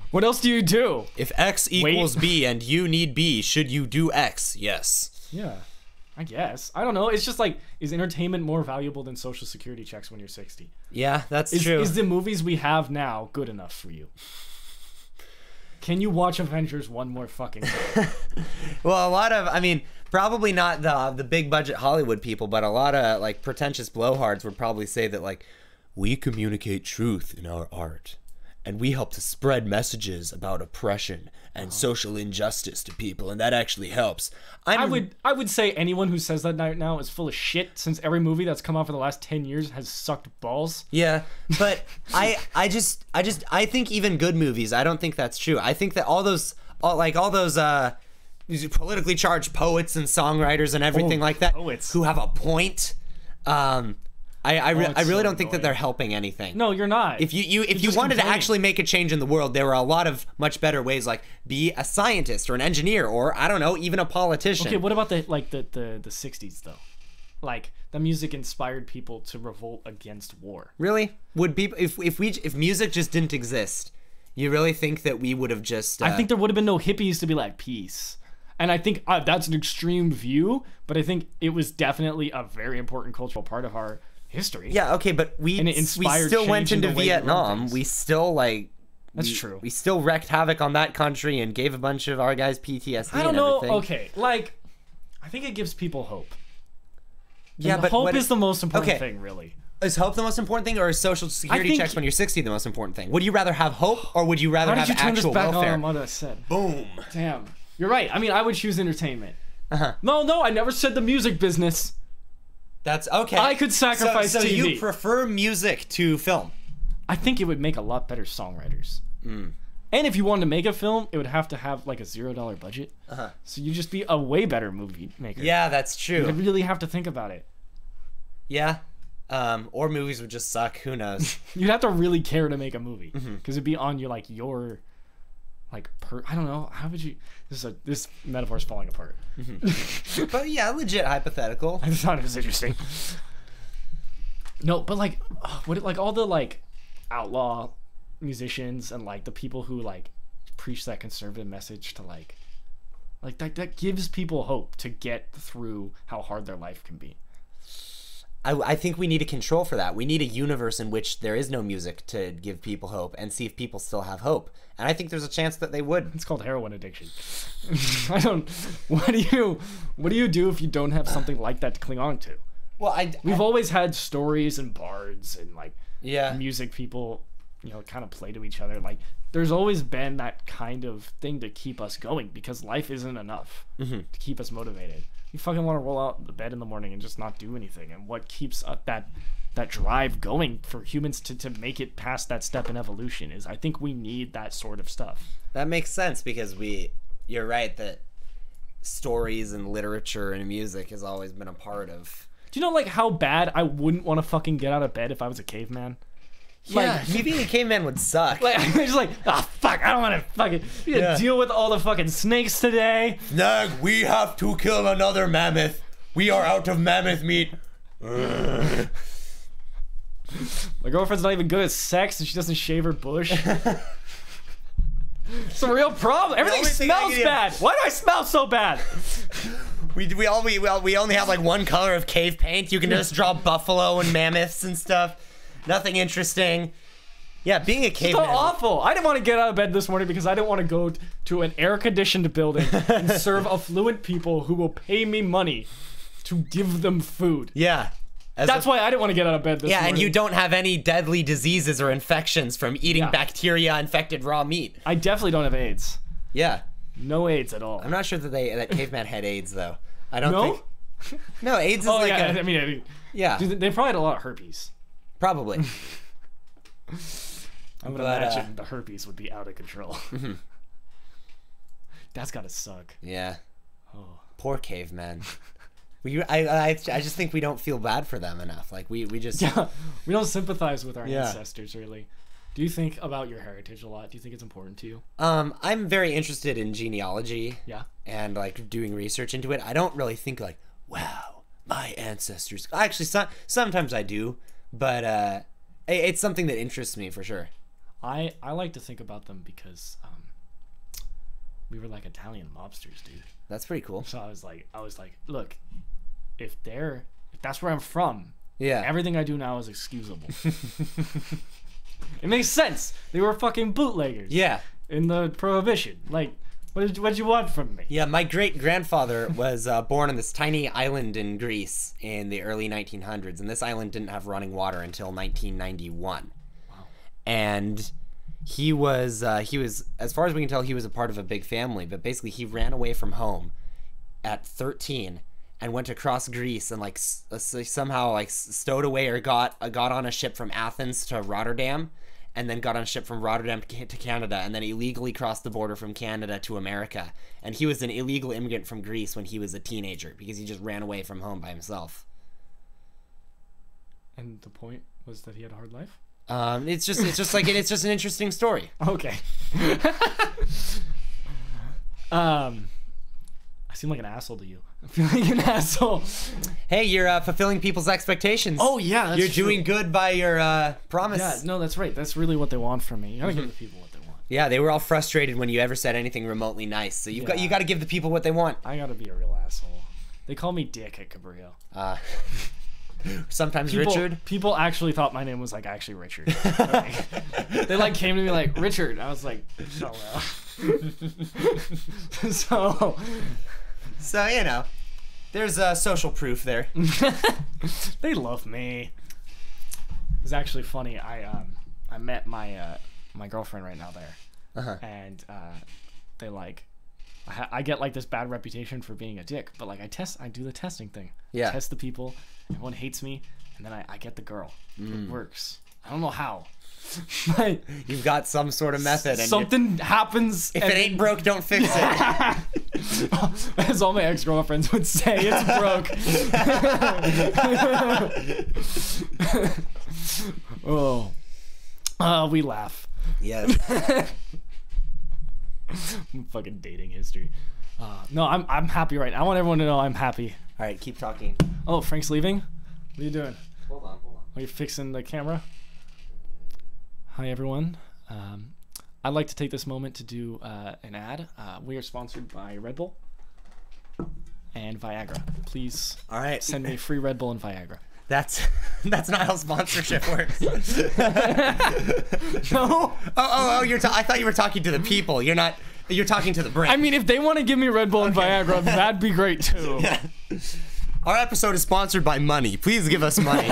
[SPEAKER 2] What else do you do?
[SPEAKER 1] if X equals B and you need B, should you do X? Yes.
[SPEAKER 2] Yeah. I guess. I don't know. It's just like, is entertainment more valuable than social security checks when you're 60?
[SPEAKER 1] Yeah, that's
[SPEAKER 2] Is,
[SPEAKER 1] true.
[SPEAKER 2] is the movies we have now good enough for you? Can you watch Avengers one more fucking time?
[SPEAKER 1] Well, a lot of, I mean, probably not the the big budget Hollywood people, but a lot of like pretentious blowhards would probably say that like we communicate truth in our art, and we help to spread messages about oppression and social injustice to people, and that actually helps. I'm,
[SPEAKER 2] Uh-huh. I would I would say anyone who says that right now is full of shit since every movie that's come out for the last 10 years has sucked balls.
[SPEAKER 1] Yeah, but I I just I just I think even good movies, I don't think that's true. I think that all those all like all those uh these politically charged poets and songwriters and everything
[SPEAKER 2] Oh,
[SPEAKER 1] like that
[SPEAKER 2] poets. Oh,
[SPEAKER 1] who have a point um I I, re-
[SPEAKER 2] it's
[SPEAKER 1] I really
[SPEAKER 2] so
[SPEAKER 1] don't think that
[SPEAKER 2] annoying.
[SPEAKER 1] they're helping anything.
[SPEAKER 2] No, you're not.
[SPEAKER 1] If you, you if you
[SPEAKER 2] just
[SPEAKER 1] wanted to
[SPEAKER 2] complaining.
[SPEAKER 1] actually make a change in the world, there were a lot of much better ways like be a scientist or an engineer or I don't know, even a politician.
[SPEAKER 2] Okay, what about the like the the the sixties though? Like the music inspired people to revolt against war.
[SPEAKER 1] Really? Would people if if we if music just didn't exist, you really think that we would have just uh,
[SPEAKER 2] I think there would have been no hippies to be like peace. And I think uh, that's an extreme view, but I think it was definitely a very important cultural part of our history.
[SPEAKER 1] Yeah, okay, but we
[SPEAKER 2] And it
[SPEAKER 1] we
[SPEAKER 2] inspired
[SPEAKER 1] still went
[SPEAKER 2] change
[SPEAKER 1] into
[SPEAKER 2] in the way we run
[SPEAKER 1] Vietnam.
[SPEAKER 2] things.
[SPEAKER 1] We still like
[SPEAKER 2] that's
[SPEAKER 1] we-
[SPEAKER 2] true.
[SPEAKER 1] We still wrecked havoc on that country and gave a bunch of our guys PTSD.
[SPEAKER 2] I don't
[SPEAKER 1] and
[SPEAKER 2] know.
[SPEAKER 1] everything.
[SPEAKER 2] Okay, like I think it gives people hope. And
[SPEAKER 1] yeah,
[SPEAKER 2] the
[SPEAKER 1] but
[SPEAKER 2] hope
[SPEAKER 1] what
[SPEAKER 2] is the most important
[SPEAKER 1] okay.
[SPEAKER 2] thing, really.
[SPEAKER 1] Is hope the most important thing, or is social security
[SPEAKER 2] think-
[SPEAKER 1] checks when you're 60 the most important thing? Would you rather have hope, or would you rather
[SPEAKER 2] How did
[SPEAKER 1] have
[SPEAKER 2] you turn this
[SPEAKER 1] actual
[SPEAKER 2] back
[SPEAKER 1] welfare?
[SPEAKER 2] on what I said?
[SPEAKER 1] Boom.
[SPEAKER 2] Damn, you're right. I mean, I would choose entertainment.
[SPEAKER 1] Uh-huh.
[SPEAKER 2] No, no, I never said the music business.
[SPEAKER 1] That's okay.
[SPEAKER 2] I could sacrifice
[SPEAKER 1] So, so you
[SPEAKER 2] TV.
[SPEAKER 1] prefer music to film?
[SPEAKER 2] I think it would make a lot better songwriters.
[SPEAKER 1] Mm.
[SPEAKER 2] And if you wanted to make a film, it would have to have like a zero dollar budget. Uh-huh. So you'd just be a way better movie maker.
[SPEAKER 1] Yeah, that's
[SPEAKER 2] You
[SPEAKER 1] true.
[SPEAKER 2] really have to think about it.
[SPEAKER 1] Yeah. Um, or movies would just suck. Who knows?
[SPEAKER 2] You'd have to really care to make a movie because
[SPEAKER 1] Mm-hmm.
[SPEAKER 2] it'd be on your like your like per. I don't know. How would you? This is a, this metaphor's falling apart.
[SPEAKER 1] but yeah, legit hypothetical.
[SPEAKER 2] I just thought it was interesting. No, but like, ugh, would it like all the like outlaw musicians and like the people who like preach that conservative message to like, like that that gives people hope to get through how hard their life can be.
[SPEAKER 1] I, I think we need a control for that. We need a universe in which there is no music to give people hope and see if people still have hope. And I think there's a chance that they would.
[SPEAKER 2] It's called heroin addiction. I don't. What do you? What do you do if you don't have something like that to cling on to?
[SPEAKER 1] Well, I.
[SPEAKER 2] We've always had stories and bards and like
[SPEAKER 1] yeah.
[SPEAKER 2] music people, you know, kind of play to each other. Like, there's always been that kind of thing to keep us going because life isn't enough to keep us motivated. You fucking want to roll out the bed in the morning and just not do anything. And what keeps up that that drive going for humans to, to make it past that step in evolution is I think we need that sort of stuff.
[SPEAKER 1] That makes sense because we. You're right that stories and literature and music has always been a part of.
[SPEAKER 2] Do you know like how bad I wouldn't want to fucking get out of bed if I was a caveman?
[SPEAKER 1] Like, you being a caveman would suck.
[SPEAKER 2] Like I'm just like, ah fuck, I don't wanna fucking you gotta
[SPEAKER 1] Yeah.
[SPEAKER 2] deal with all the fucking snakes today.
[SPEAKER 1] Nag, we have to kill another mammoth. We are out of mammoth meat.
[SPEAKER 2] My girlfriend's not even good at sex and she doesn't shave her bush. it's a real problem. Everything
[SPEAKER 1] only thing I
[SPEAKER 2] smells
[SPEAKER 1] can-
[SPEAKER 2] bad. Why do I smell so bad?
[SPEAKER 1] We we all we, we all we only have like one color of cave paint. You can just draw buffalo and mammoths and stuff. Nothing interesting. Yeah, being a
[SPEAKER 2] So
[SPEAKER 1] caveman.
[SPEAKER 2] awful. I didn't want to get out of bed this morning because I didn't want to go t- to an air conditioned building and serve affluent people who will pay me money to give them food.
[SPEAKER 1] Yeah. As
[SPEAKER 2] That's
[SPEAKER 1] a-
[SPEAKER 2] why I didn't want to get out of bed this
[SPEAKER 1] yeah,
[SPEAKER 2] morning.
[SPEAKER 1] and you don't have any deadly diseases or infections from eating
[SPEAKER 2] Yeah.
[SPEAKER 1] bacteria infected raw meat.
[SPEAKER 2] I definitely don't have AIDS.
[SPEAKER 1] Yeah.
[SPEAKER 2] No AIDS at all.
[SPEAKER 1] I'm not sure that they that caveman had AIDS though. I don't
[SPEAKER 2] No?
[SPEAKER 1] think No, AIDS is
[SPEAKER 2] Oh
[SPEAKER 1] like
[SPEAKER 2] yeah, I
[SPEAKER 1] a,
[SPEAKER 2] mean, I mean
[SPEAKER 1] yeah,
[SPEAKER 2] dude, they probably had a lot of herpes.
[SPEAKER 1] probably.
[SPEAKER 2] I'm gonna
[SPEAKER 1] But, uh, Mm-hmm.
[SPEAKER 2] imagine the herpes would be out of control. That's gotta suck.
[SPEAKER 1] Yeah.
[SPEAKER 2] Oh.
[SPEAKER 1] Poor caveman. We, I, I, I just think we don't feel bad for them enough. Like we, we just
[SPEAKER 2] Yeah, we don't sympathize with our
[SPEAKER 1] Yeah.
[SPEAKER 2] ancestors really. Do you think about your heritage a lot? Do you think it's important to you?
[SPEAKER 1] Um, I'm very interested in genealogy
[SPEAKER 2] Yeah.
[SPEAKER 1] and like doing research into it. I don't really think like, wow, my ancestors. Actually, so- sometimes I do, but uh, i it's something that interests me for sure.
[SPEAKER 2] I I like to think about them because um, we were like Italian mobsters, dude.
[SPEAKER 1] That's pretty cool.
[SPEAKER 2] So I was like, I was like, look, if they're if that's where I'm from,
[SPEAKER 1] Yeah.
[SPEAKER 2] Everything I do now is excusable. it makes sense. They were fucking bootleggers
[SPEAKER 1] yeah.
[SPEAKER 2] in the Prohibition. Like, what did, what did you want from me?
[SPEAKER 1] Yeah, my great grandfather was uh, born on this tiny island in Greece in the early 1900s, and this island didn't have running water until 1991. And he was uh, he was as far as we can tell, he was a part of a big family. But basically, he ran away from home at 13 and went across Greece and like s- uh, s- somehow like s- stowed away or got uh, got on a ship from Athens to Rotterdam and then got on a ship from Rotterdam ca- to Canada and then illegally crossed the border from Canada to America and he was an illegal immigrant from Greece when he was a teenager because he just ran away from home by himself
[SPEAKER 2] And the point was that he had a hard life.
[SPEAKER 1] um, it's just it's just like it's just an interesting story
[SPEAKER 2] Okay. um, I seem like an asshole to you. I feel like an asshole.
[SPEAKER 1] hey you're uh, fulfilling people's expectations
[SPEAKER 2] Oh, yeah, that's
[SPEAKER 1] you're doing good by your uh, promise
[SPEAKER 2] Yeah, no, that's right. That's really what they want from me. You
[SPEAKER 1] Mm-hmm.
[SPEAKER 2] gotta give the people what they want.
[SPEAKER 1] Yeah, they were all frustrated when you ever said anything remotely nice. So you've got
[SPEAKER 2] Yeah.
[SPEAKER 1] you got to give the people what they want.
[SPEAKER 2] I gotta be a real asshole. They call me Dick at Cabrillo.
[SPEAKER 1] Uh, sometimes
[SPEAKER 2] people,
[SPEAKER 1] Richard.
[SPEAKER 2] People actually thought my name was like actually Richard. they like came to me like Richard. I was like, so well. so
[SPEAKER 1] So you know,
[SPEAKER 3] There's uh, social proof there.
[SPEAKER 2] they love me. It's actually funny. I um I met my uh my girlfriend right now there,
[SPEAKER 1] Uh-huh.
[SPEAKER 2] and uh they like I, ha- I get like this bad reputation for being a dick, but like I test I do the testing thing.
[SPEAKER 1] Yeah.
[SPEAKER 2] Test the people. Everyone hates me, and then I, I get the girl.
[SPEAKER 1] Mm.
[SPEAKER 2] It works. I don't know how. Like,
[SPEAKER 1] You've got some sort of method, and you-
[SPEAKER 2] something happens.
[SPEAKER 1] if it ain't broke, don't fix it.
[SPEAKER 2] As all my ex girlfriends would say, it's broke. oh. Uh, we laugh.
[SPEAKER 1] yes.
[SPEAKER 2] Fucking dating history. Uh, no, I'm, I'm happy right now. I want everyone to know I'm happy.
[SPEAKER 1] All right, keep talking.
[SPEAKER 2] Oh, Frank's leaving? What are you doing?
[SPEAKER 1] Hold on, hold on.
[SPEAKER 2] Are you fixing the camera? Hi, everyone. Um, I'd like to take this moment to do uh, an ad. Uh, we are sponsored by Red Bull and Viagra. Please
[SPEAKER 1] All right,
[SPEAKER 2] send me free Red Bull and Viagra.
[SPEAKER 1] that's that's not how sponsorship works. oh,
[SPEAKER 2] No,
[SPEAKER 1] oh, oh! You're. Ta- I thought you were talking to the people. You're not. You're talking to the brand.
[SPEAKER 2] I mean, if they want to give me Red Bull and Viagra, that'd be great too.
[SPEAKER 1] Our episode is sponsored by money. Please give us money.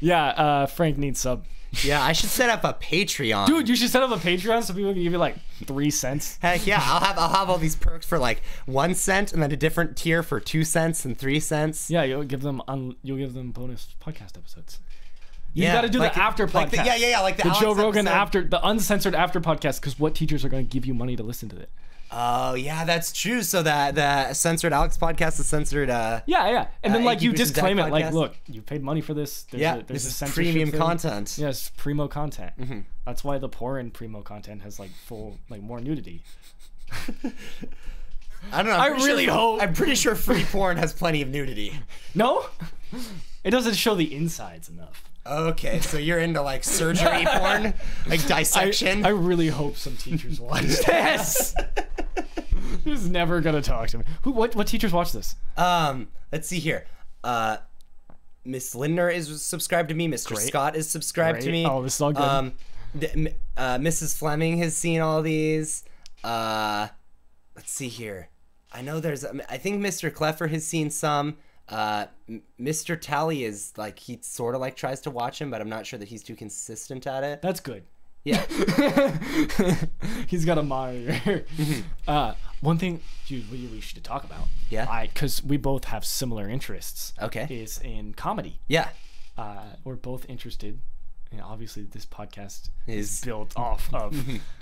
[SPEAKER 2] Yeah, uh, Frank needs sub.
[SPEAKER 1] yeah, I should set up a Patreon.
[SPEAKER 2] Dude, you should set up a Patreon so people can give you like three cents.
[SPEAKER 1] Heck yeah, I'll have I'll have all these perks for like one cent, and then a different tier for two cents and three cents.
[SPEAKER 2] Yeah, you'll give them un- you'll give them bonus podcast episodes. You got to do the after podcast.
[SPEAKER 1] Like the, yeah, yeah, yeah, like the,
[SPEAKER 2] the
[SPEAKER 1] Alex
[SPEAKER 2] Joe Rogan
[SPEAKER 1] episode.
[SPEAKER 2] after the uncensored after podcast because what teachers are going to give you money to listen to it?
[SPEAKER 1] Oh yeah, that's true. So that the censored Alex podcast is censored. Uh,
[SPEAKER 2] Yeah, yeah, and then
[SPEAKER 1] Uh,
[SPEAKER 2] like you
[SPEAKER 1] Incubus and
[SPEAKER 2] disclaim
[SPEAKER 1] Zach
[SPEAKER 2] it, like,
[SPEAKER 1] podcast.
[SPEAKER 2] look, you paid money for this. There's
[SPEAKER 1] yeah,
[SPEAKER 2] a, there's
[SPEAKER 1] this
[SPEAKER 2] a
[SPEAKER 1] is
[SPEAKER 2] censorship
[SPEAKER 1] premium
[SPEAKER 2] thing.
[SPEAKER 1] content. Mm-hmm.
[SPEAKER 2] Yes, primo content. That's why the poor and primo content has like full, like more nudity.
[SPEAKER 1] I don't know. I'm
[SPEAKER 2] I
[SPEAKER 1] pretty
[SPEAKER 2] really
[SPEAKER 1] sure,
[SPEAKER 2] hope-
[SPEAKER 1] I'm pretty sure free porn has plenty of nudity.
[SPEAKER 2] No, it doesn't show the insides enough.
[SPEAKER 1] Okay, so you're into like surgery porn, like
[SPEAKER 2] I-
[SPEAKER 1] dissection.
[SPEAKER 2] I, really hope some teachers watch this. Who's never gonna talk to me? Who? What? What teachers watch this?
[SPEAKER 1] Um, let's see here. Uh, Miss Lindner is subscribed to me. Mr. Scott is subscribed to
[SPEAKER 2] Great.
[SPEAKER 1] me.
[SPEAKER 2] Oh, this is all good.
[SPEAKER 1] Um, th- m- uh, Mrs. Fleming has seen all these. Uh, let's see here. I know there's. um, I think Mr. Cleffer has seen some. Uh, M- Mr. Tally is like he sort of like tries to watch him, but I'm not sure that he's too consistent at it.
[SPEAKER 2] That's good.
[SPEAKER 1] Yeah.
[SPEAKER 2] He's got a monitor.
[SPEAKER 1] Mm-hmm.
[SPEAKER 2] Uh, one thing, dude, we, we should talk about.
[SPEAKER 1] Yeah?
[SPEAKER 2] I because we both have similar interests.
[SPEAKER 1] Okay.
[SPEAKER 2] Is in comedy.
[SPEAKER 1] Yeah.
[SPEAKER 2] Uh, we're both interested. And obviously, this podcast
[SPEAKER 1] Is Mm-hmm.
[SPEAKER 2] built off of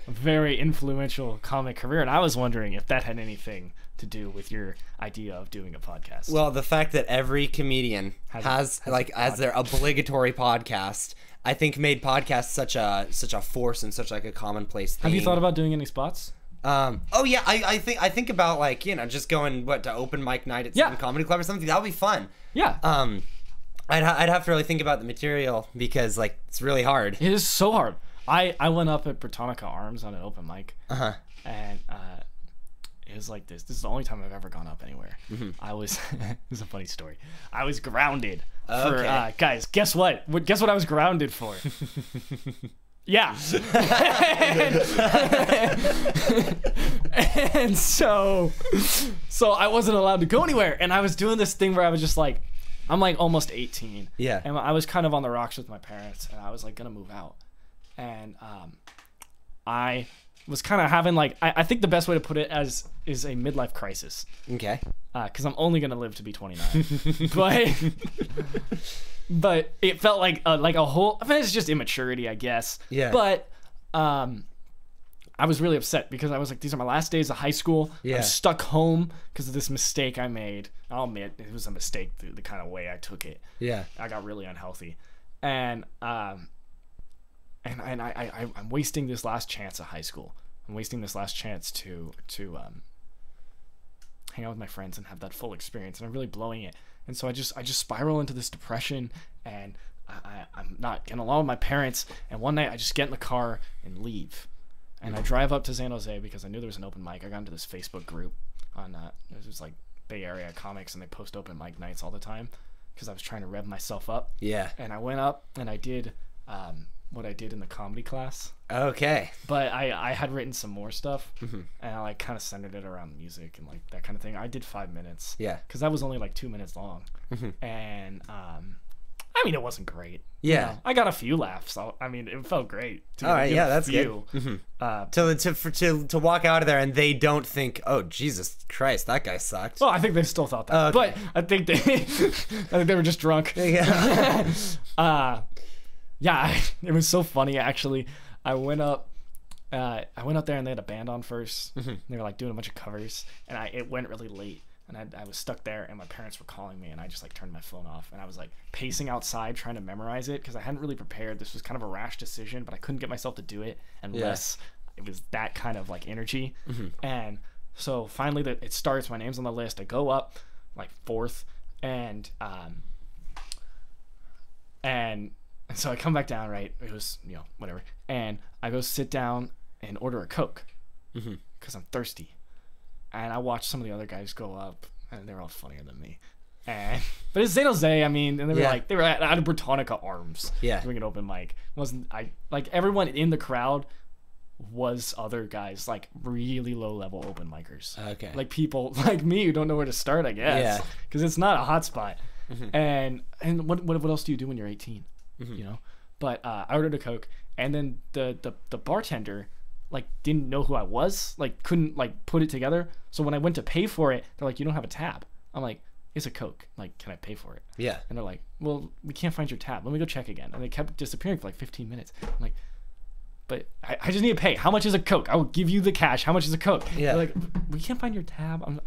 [SPEAKER 2] a very influential comic career, and I was wondering if that had anything to do with your idea of doing a podcast.
[SPEAKER 1] Well, the fact that every comedian has,
[SPEAKER 2] a-
[SPEAKER 1] like as their obligatory podcast, I think made podcasts such a such a force and such like a commonplace thing.
[SPEAKER 2] have you thought about doing any spots?
[SPEAKER 1] Um, oh yeah, I, I think I think about like you know just going what to open mic night at
[SPEAKER 2] Yeah.
[SPEAKER 1] some comedy club or something. That would be fun.
[SPEAKER 2] Yeah,
[SPEAKER 1] Um, I'd ha- I'd have to really think about the material because like it's really hard.
[SPEAKER 2] it is so hard. I I went up at Britannica Arms on an open mic.
[SPEAKER 1] Uh huh.
[SPEAKER 2] and uh, it was like this. This is the only time I've ever gone up anywhere. I was. this is a funny story. I was grounded for
[SPEAKER 1] Okay.
[SPEAKER 2] uh, guys. Guess what? What- Guess what I was grounded for? yeah. and, so, so I wasn't allowed to go anywhere, and I was doing this thing where I was just like. I'm like almost 18.
[SPEAKER 1] Yeah.
[SPEAKER 2] And I was kind of on the rocks with my parents, and I was like gonna move out. And um, I was kind of having like I, I think the best way to put it as is a midlife crisis
[SPEAKER 1] Okay.
[SPEAKER 2] because Uh, I'm only gonna live to be 29. but but it felt like a, like a whole. I mean, it's just immaturity, I guess.
[SPEAKER 1] Yeah.
[SPEAKER 2] But um, I was really upset because I was like, these are my last days of high school.
[SPEAKER 1] Yeah.
[SPEAKER 2] I'm stuck home because of this mistake I made. I'll admit it was a mistake, the, the kind of way I took it.
[SPEAKER 1] Yeah.
[SPEAKER 2] I got really unhealthy, and um, and and I, I I- I'm wasting this last chance at high school. I'm wasting this last chance to to um, hang out with my friends and have that full experience, and I'm really blowing it. And so I just I just spiral into this depression, and I, I I'm not getting along with my parents. And one night I just get in the car and leave, and I drive up to San Jose because I knew there was an open mic. I got into this Facebook group on uh, it was just like Bay Area comics, and they post open mic nights all the time because I was trying to rev myself up
[SPEAKER 1] Yeah.
[SPEAKER 2] and I went up and I did um, what I did in the comedy class.
[SPEAKER 1] Okay.
[SPEAKER 2] But I, I had written some more stuff,
[SPEAKER 1] Mm-hmm.
[SPEAKER 2] and I like kind of centered it around music and like that kind of thing. I did five minutes.
[SPEAKER 1] Yeah. Mm-hmm.
[SPEAKER 2] because that was only like two minutes long, and um, I mean it wasn't great. you
[SPEAKER 1] Yeah.
[SPEAKER 2] know. I got a few laughs. I, I mean it felt great. to
[SPEAKER 1] All right,
[SPEAKER 2] get
[SPEAKER 1] yeah,
[SPEAKER 2] a
[SPEAKER 1] that's good. Mm-hmm.
[SPEAKER 2] few. Uh,
[SPEAKER 1] To, to, for, to, to walk out of there and they don't think, oh, Jesus Christ, that guy sucked.
[SPEAKER 2] well, I think they still thought that,
[SPEAKER 1] Oh, okay.
[SPEAKER 2] but I think they, I think they were just drunk.
[SPEAKER 1] yeah.
[SPEAKER 2] uh yeah it was so funny actually i went up uh i went up there and they had a band on 1st and they were like doing a bunch of covers and i it went really late and I, I was stuck there and my parents were calling me and i just like turned my phone off and i was like pacing outside trying to memorize it because i hadn't really prepared this was kind of a rash decision but i couldn't get myself to do it unless it was that kind of like energy and so finally that it starts my name's on the list i go up like fourth and um and so I come back down, right? It was, you know, whatever. And I go sit down and order a Coke
[SPEAKER 1] Mm-hmm.
[SPEAKER 2] because I'm thirsty. And I watch some of the other guys go up, and they're all funnier than me. And but it's San Jose. I mean, and they were
[SPEAKER 1] Yeah.
[SPEAKER 2] like they were at, at Britannica Arms,
[SPEAKER 1] Yeah.
[SPEAKER 2] doing an open mic. Wasn't I like everyone in the crowd was other guys like really low level open micers
[SPEAKER 1] Okay.
[SPEAKER 2] like people like me who don't know where to start, I guess.
[SPEAKER 1] Yeah. Mm-hmm.
[SPEAKER 2] Because it's not a hot spot. And and what, what what else do you do when you're 18? You know. But uh, I ordered a coke, and then the, the the bartender like didn't know who I was, like couldn't like put it together. So when I went to pay for it, they're like, "You don't have a tab." I'm like, "It's a coke. Like, can I pay for it?"
[SPEAKER 1] yeah.
[SPEAKER 2] And they're like, well, we can't find your tab. Let me go check again. And they kept disappearing for like 15 minutes. I'm like, but I, I just need to pay. How much is a Coke? I will give you the cash. How much is a Coke?
[SPEAKER 1] Yeah.
[SPEAKER 2] They're like, we can't find your tab. I'm...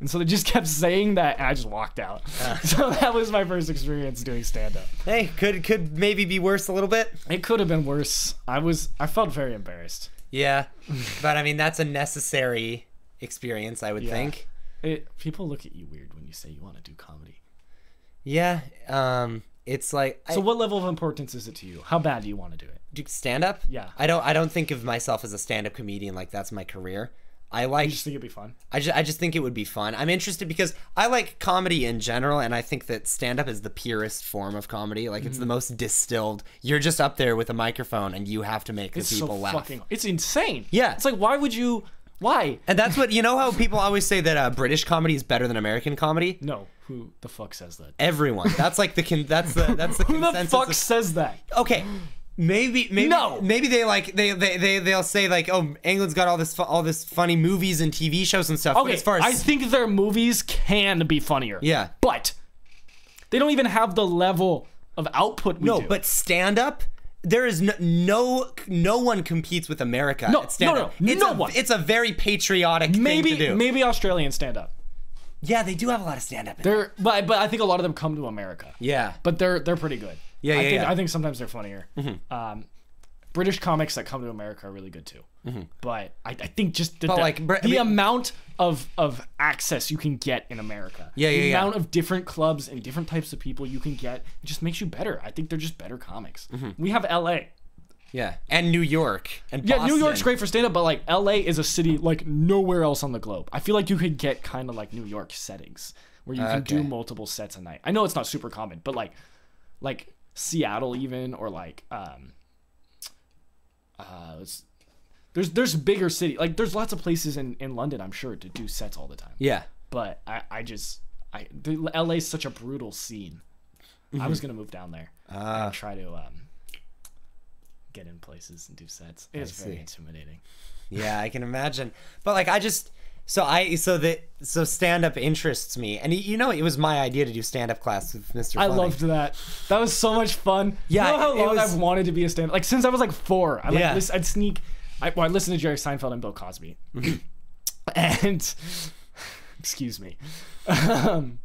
[SPEAKER 2] And so they just kept saying that, and I just walked out. so that was my first experience doing stand up.
[SPEAKER 1] Hey, could could maybe be worse a little bit.
[SPEAKER 2] It could have been worse. I was, I felt very embarrassed.
[SPEAKER 1] Yeah. but I mean, that's a necessary experience, I would think.
[SPEAKER 2] It, people look at you weird when you say you want to do comedy.
[SPEAKER 1] Yeah. Um, it's like I
[SPEAKER 2] So, what level of importance is it to you? How bad do you want to do it?
[SPEAKER 1] do stand up.
[SPEAKER 2] Yeah.
[SPEAKER 1] I don't. I don't think of myself as a stand up comedian. Like that's my career. I like.
[SPEAKER 2] You just think it'd be fun?
[SPEAKER 1] I just. I just think it would be fun. I'm interested because I like comedy in general, and I think that stand up is the purest form of comedy. Like it's
[SPEAKER 2] Mm-hmm.
[SPEAKER 1] the most distilled. You're just up there with a microphone, and you have to make the
[SPEAKER 2] It's
[SPEAKER 1] people
[SPEAKER 2] so
[SPEAKER 1] laugh.
[SPEAKER 2] fucking, it's insane.
[SPEAKER 1] Yeah.
[SPEAKER 2] It's like, why would you, why?
[SPEAKER 1] And that's what you know. How people always say that uh, British comedy is better than American comedy.
[SPEAKER 2] No, who the fuck says that?
[SPEAKER 1] Everyone. That's like the. Con- that's the. That's the.
[SPEAKER 2] Who the
[SPEAKER 1] consensus
[SPEAKER 2] fuck
[SPEAKER 1] of-
[SPEAKER 2] says that?
[SPEAKER 1] okay maybe maybe
[SPEAKER 2] No.
[SPEAKER 1] maybe they like they, they they they'll say like oh england's got all this fu- all this funny movies and tv shows and stuff but
[SPEAKER 2] Okay,
[SPEAKER 1] as far as
[SPEAKER 2] I think their movies can be funnier.
[SPEAKER 1] Yeah.
[SPEAKER 2] but they don't even have the level of output we
[SPEAKER 1] no
[SPEAKER 2] do.
[SPEAKER 1] oh, but stand up there is no, no no one competes with america
[SPEAKER 2] No,
[SPEAKER 1] at stand
[SPEAKER 2] no,
[SPEAKER 1] up
[SPEAKER 2] no,
[SPEAKER 1] it's
[SPEAKER 2] no
[SPEAKER 1] a,
[SPEAKER 2] one.
[SPEAKER 1] it's a very patriotic thing to
[SPEAKER 2] maybe
[SPEAKER 1] do
[SPEAKER 2] maybe Australians stand up.
[SPEAKER 1] yeah they do have a lot of stand up
[SPEAKER 2] They're but but I think a lot of them come to America.
[SPEAKER 1] yeah
[SPEAKER 2] but they're they're pretty good.
[SPEAKER 1] Yeah,
[SPEAKER 2] I
[SPEAKER 1] yeah,
[SPEAKER 2] think,
[SPEAKER 1] yeah. Mm-hmm.
[SPEAKER 2] I think sometimes they're funnier. Um, British comics that come to America are really good too. But I, I think just the, the,
[SPEAKER 1] Mm-hmm. like, Brit- I
[SPEAKER 2] the
[SPEAKER 1] mean-
[SPEAKER 2] amount of of access you can get in America,
[SPEAKER 1] Yeah, yeah,
[SPEAKER 2] the
[SPEAKER 1] yeah.
[SPEAKER 2] amount of different clubs and different types of people you can get, it just makes you better. I think they're just better comics.
[SPEAKER 1] Mm-hmm.
[SPEAKER 2] We have L.A.
[SPEAKER 1] yeah and new york and
[SPEAKER 2] Yeah, New
[SPEAKER 1] Boston.
[SPEAKER 2] York's great for stand up, but like LA is a city like nowhere else on the globe. I feel like you could get kind of like New York settings where you can do
[SPEAKER 1] Okay.
[SPEAKER 2] multiple sets a night. I know it's not super common, but like like Seattle even or like um uh it's, there's there's bigger city. Like there's lots of places in in London, I'm sure, to do sets all the time.
[SPEAKER 1] yeah
[SPEAKER 2] But I I just I the, LA is such a brutal scene. I was going to move down there and try to um get in places and do sets. It is very
[SPEAKER 1] see.
[SPEAKER 2] intimidating.
[SPEAKER 1] Yeah, I can imagine. But like, I just so I so that so stand up interests me, and y- you know, it was my idea to do stand up class with Mr.
[SPEAKER 2] I
[SPEAKER 1] Fleming.
[SPEAKER 2] loved that. That was so much fun.
[SPEAKER 1] Yeah,
[SPEAKER 2] you know how
[SPEAKER 1] it- it
[SPEAKER 2] long
[SPEAKER 1] was-
[SPEAKER 2] I've wanted to be a stand. Like since I was like four, I like
[SPEAKER 1] Yeah.
[SPEAKER 2] lis- I'd sneak. I, well, I listened to Jerry Seinfeld and Bill Cosby,
[SPEAKER 1] Mm-hmm.
[SPEAKER 2] and excuse me, um,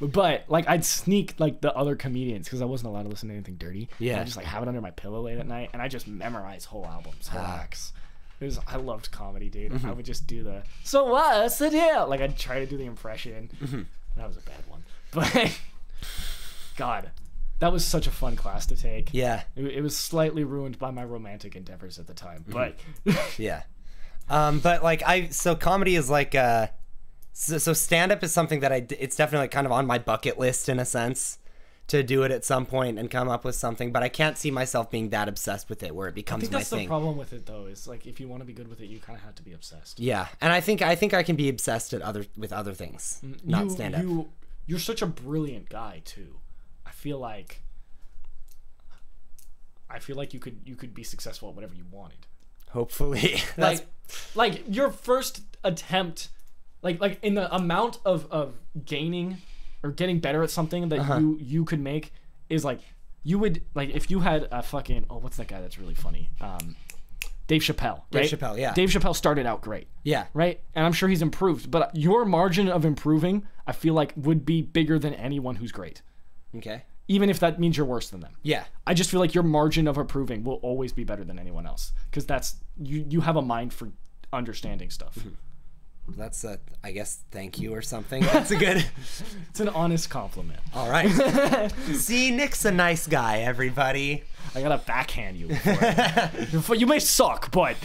[SPEAKER 2] but like I'd sneak like the other comedians because I wasn't allowed to listen to anything dirty.
[SPEAKER 1] Yeah.
[SPEAKER 2] I just like have it under my pillow late at night, and I just memorize whole albums,
[SPEAKER 1] Ah.
[SPEAKER 2] whole acts. It was, I loved comedy, dude.
[SPEAKER 1] Mm-hmm.
[SPEAKER 2] I would just do the so what's the deal? Like I'd try to do the impression.
[SPEAKER 1] Mm-hmm.
[SPEAKER 2] That was a bad one, but God, that was such a fun class to take.
[SPEAKER 1] Yeah,
[SPEAKER 2] It, it was slightly ruined by my romantic endeavors at the time, but
[SPEAKER 1] yeah. Um, but like, I so comedy is like uh, so, so stand up is something that I d- it's definitely kind of on my bucket list in a sense to do it at some point and come up with something, but I can't see myself being that obsessed with it where it
[SPEAKER 2] I
[SPEAKER 1] becomes
[SPEAKER 2] think
[SPEAKER 1] my
[SPEAKER 2] that's the
[SPEAKER 1] thing.
[SPEAKER 2] problem with it though. Is like if you want to be good with it, you kind of have to be obsessed.
[SPEAKER 1] Yeah, and I think I think I can be obsessed at other with other things, not
[SPEAKER 2] Mm, you,
[SPEAKER 1] stand up.
[SPEAKER 2] You, you're such a brilliant guy too. I feel like. I feel like you could you could be successful at whatever you wanted.
[SPEAKER 1] Hopefully, that's
[SPEAKER 2] like like your first attempt like like in the amount of of gaining or getting better at something that
[SPEAKER 1] Uh-huh.
[SPEAKER 2] you you could make is like you would like if you had a fucking oh what's that guy that's really funny um Dave Chappelle
[SPEAKER 1] Dave
[SPEAKER 2] right?
[SPEAKER 1] Chappelle, yeah.
[SPEAKER 2] Dave Chappelle started out great
[SPEAKER 1] yeah,
[SPEAKER 2] right and I'm sure he's improved but your margin of improving I feel like would be bigger than anyone who's great
[SPEAKER 1] okay,
[SPEAKER 2] even if that means you're worse than them
[SPEAKER 1] yeah,
[SPEAKER 2] I just feel like your margin of approving will always be better than anyone else because that's you you have a mind for understanding stuff.
[SPEAKER 1] that's a I guess thank you or something. That's a good.
[SPEAKER 2] It's an honest compliment.
[SPEAKER 1] All right. See, Nick's a nice guy, everybody.
[SPEAKER 2] I gotta backhand you. For it. You're fu- you may suck, but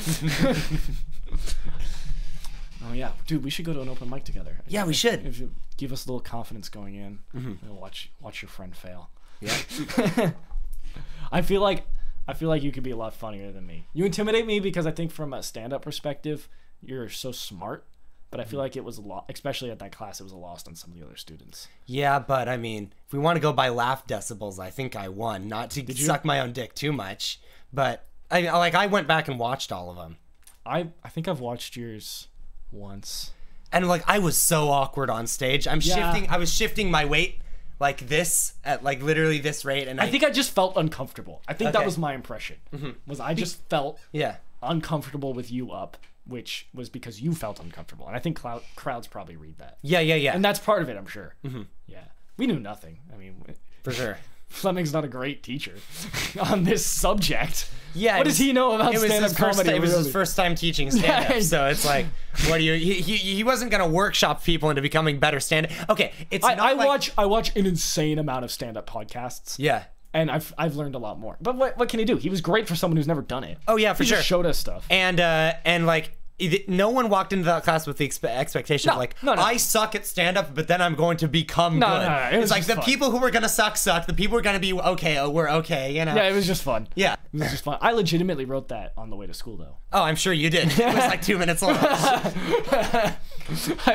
[SPEAKER 2] oh yeah, dude, we should go to an open mic together.
[SPEAKER 1] Yeah, we should.
[SPEAKER 2] If you give us a little confidence going in, and watch watch your friend fail.
[SPEAKER 1] Mm-hmm. Yeah.
[SPEAKER 2] I feel like I feel like you could be a lot funnier than me. You intimidate me because I think from a stand-up perspective, you're so smart. But I
[SPEAKER 1] Mm-hmm.
[SPEAKER 2] feel like it was lost, especially at that class, it was lost on some of the other students.
[SPEAKER 1] Yeah, but I mean, if we want to go by laugh decibels, I think I won. Not to suck my own dick too much, but I like I went back and watched all of them,
[SPEAKER 2] I I think I've watched yours once.
[SPEAKER 1] and like I was so awkward on stage. I'm
[SPEAKER 2] Yeah.
[SPEAKER 1] shifting. I was shifting my weight like this at like literally this rate, and I,
[SPEAKER 2] I think I just felt uncomfortable. I think that
[SPEAKER 1] Okay. Mm-hmm.
[SPEAKER 2] was my impression. Was I just felt
[SPEAKER 1] yeah,
[SPEAKER 2] uncomfortable with you up, which was because you felt uncomfortable, and I think clou- crowds probably read that,
[SPEAKER 1] yeah, yeah, yeah,
[SPEAKER 2] and that's part of it, I'm sure.
[SPEAKER 1] Mm-hmm.
[SPEAKER 2] Yeah, we knew nothing. I mean,
[SPEAKER 1] for sure.
[SPEAKER 2] Fleming's not a great teacher on this subject.
[SPEAKER 1] Yeah,
[SPEAKER 2] What
[SPEAKER 1] it
[SPEAKER 2] does
[SPEAKER 1] was-
[SPEAKER 2] he know about
[SPEAKER 1] It was
[SPEAKER 2] stand-up
[SPEAKER 1] his first.
[SPEAKER 2] comedy?
[SPEAKER 1] it was
[SPEAKER 2] really?
[SPEAKER 1] his first time teaching stand up,
[SPEAKER 2] Right.
[SPEAKER 1] so it's like, what do you? He, he he wasn't gonna workshop people into becoming better stand. Okay, it's
[SPEAKER 2] I,
[SPEAKER 1] not
[SPEAKER 2] I
[SPEAKER 1] like-
[SPEAKER 2] watch I watch an insane amount of stand-up podcasts.
[SPEAKER 1] Yeah.
[SPEAKER 2] And I've I've learned a lot more. But what, what can he do? He was great for someone who's never done it.
[SPEAKER 1] Oh, yeah, for
[SPEAKER 2] he
[SPEAKER 1] sure.
[SPEAKER 2] Just showed us stuff.
[SPEAKER 1] and uh and like it- no one walked into that class with the expe- expectation of
[SPEAKER 2] No,
[SPEAKER 1] like
[SPEAKER 2] no, no.
[SPEAKER 1] I suck at stand up, but then I'm going to become
[SPEAKER 2] No,
[SPEAKER 1] good.
[SPEAKER 2] no, no, it
[SPEAKER 1] it's
[SPEAKER 2] was
[SPEAKER 1] like
[SPEAKER 2] just
[SPEAKER 1] the
[SPEAKER 2] fun.
[SPEAKER 1] people who were gonna suck suck. The people who are gonna be okay. Oh, we're okay. You know.
[SPEAKER 2] yeah, it was just fun.
[SPEAKER 1] Yeah.
[SPEAKER 2] It was just fun. I legitimately wrote that on the way to school though.
[SPEAKER 1] Oh, I'm sure you did. It was like two minutes long.
[SPEAKER 2] I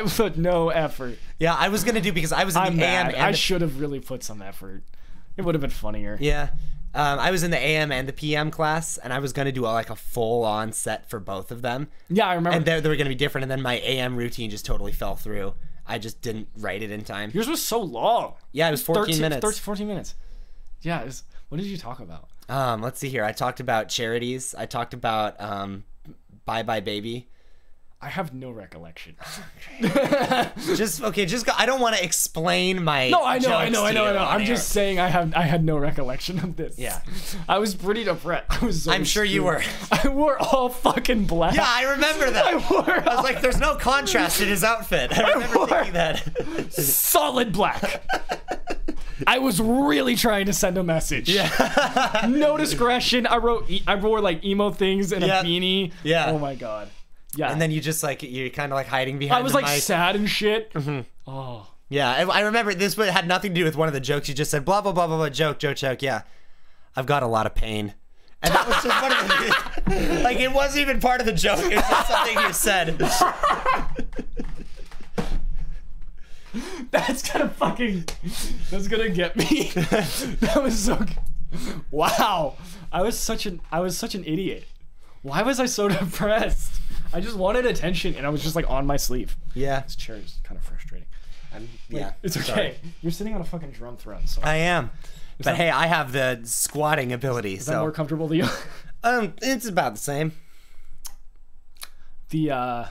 [SPEAKER 2] put no effort.
[SPEAKER 1] yeah, I was gonna do because I was in
[SPEAKER 2] I'm
[SPEAKER 1] the AM
[SPEAKER 2] mad.
[SPEAKER 1] and
[SPEAKER 2] I
[SPEAKER 1] the-
[SPEAKER 2] should have really put some effort. It would have been funnier.
[SPEAKER 1] yeah. Um, I was in the AM and the PM class, and I was gonna do a, like a full on set for both of them,
[SPEAKER 2] Yeah, I remember.
[SPEAKER 1] and they, they were gonna be different. And then my AM routine just totally fell through. I just didn't write it in time.
[SPEAKER 2] Yours was so long.
[SPEAKER 1] Yeah, it was 14 minutes.
[SPEAKER 2] 13, 14 minutes. Yeah. It was, what did you talk about?
[SPEAKER 1] Um, let's see here. I talked about charities. I talked about um, Bye Bye Baby.
[SPEAKER 2] I have no recollection.
[SPEAKER 1] Just okay. Just go. I don't want to explain my.
[SPEAKER 2] No, Oh, I know, I
[SPEAKER 1] jokes
[SPEAKER 2] know,
[SPEAKER 1] to
[SPEAKER 2] I know,
[SPEAKER 1] you
[SPEAKER 2] I know.
[SPEAKER 1] on
[SPEAKER 2] I'm
[SPEAKER 1] air.
[SPEAKER 2] just saying I have I had no recollection of this.
[SPEAKER 1] Yeah.
[SPEAKER 2] I was pretty depressed. I was so
[SPEAKER 1] I'm sure you were.
[SPEAKER 2] screwed. I wore all fucking black.
[SPEAKER 1] Yeah, I remember that.
[SPEAKER 2] I
[SPEAKER 1] I
[SPEAKER 2] wore I
[SPEAKER 1] was like, "There's no contrast in his outfit." I remember
[SPEAKER 2] wore-
[SPEAKER 1] thinking that.
[SPEAKER 2] solid black. I was really trying to send a message. Yeah. no discretion. I wrote e- I wore like emo things and
[SPEAKER 1] Yeah.
[SPEAKER 2] a beanie.
[SPEAKER 1] Yeah.
[SPEAKER 2] Oh my god. Yeah.
[SPEAKER 1] And then you just like you're kind of like hiding behind.
[SPEAKER 2] I was
[SPEAKER 1] the Mm-hmm.
[SPEAKER 2] like
[SPEAKER 1] mic.
[SPEAKER 2] sad and shit. Oh.
[SPEAKER 1] Yeah, I, I remember this one had nothing to do with one of the jokes. You just said blah blah blah blah blah joke joke joke. Yeah, I've got a lot of pain, and that was just one of the like it wasn't even part of the joke. It was just something you said.
[SPEAKER 2] That's gonna fucking. That's gonna get me. that was so. g- Wow, I was such an I was such an idiot. Why was I so depressed? I just wanted attention, and I was just like on my sleeve.
[SPEAKER 1] Yeah,
[SPEAKER 2] This chair is kind of frustrating.
[SPEAKER 1] I'm, yeah,
[SPEAKER 2] It's okay.
[SPEAKER 1] sorry.
[SPEAKER 2] You're sitting on a fucking drum throne, so
[SPEAKER 1] I am. But hey, I have the squatting ability,
[SPEAKER 2] I'm more
[SPEAKER 1] so
[SPEAKER 2] comfortable than you.
[SPEAKER 1] um, it's about the same.
[SPEAKER 2] the uh,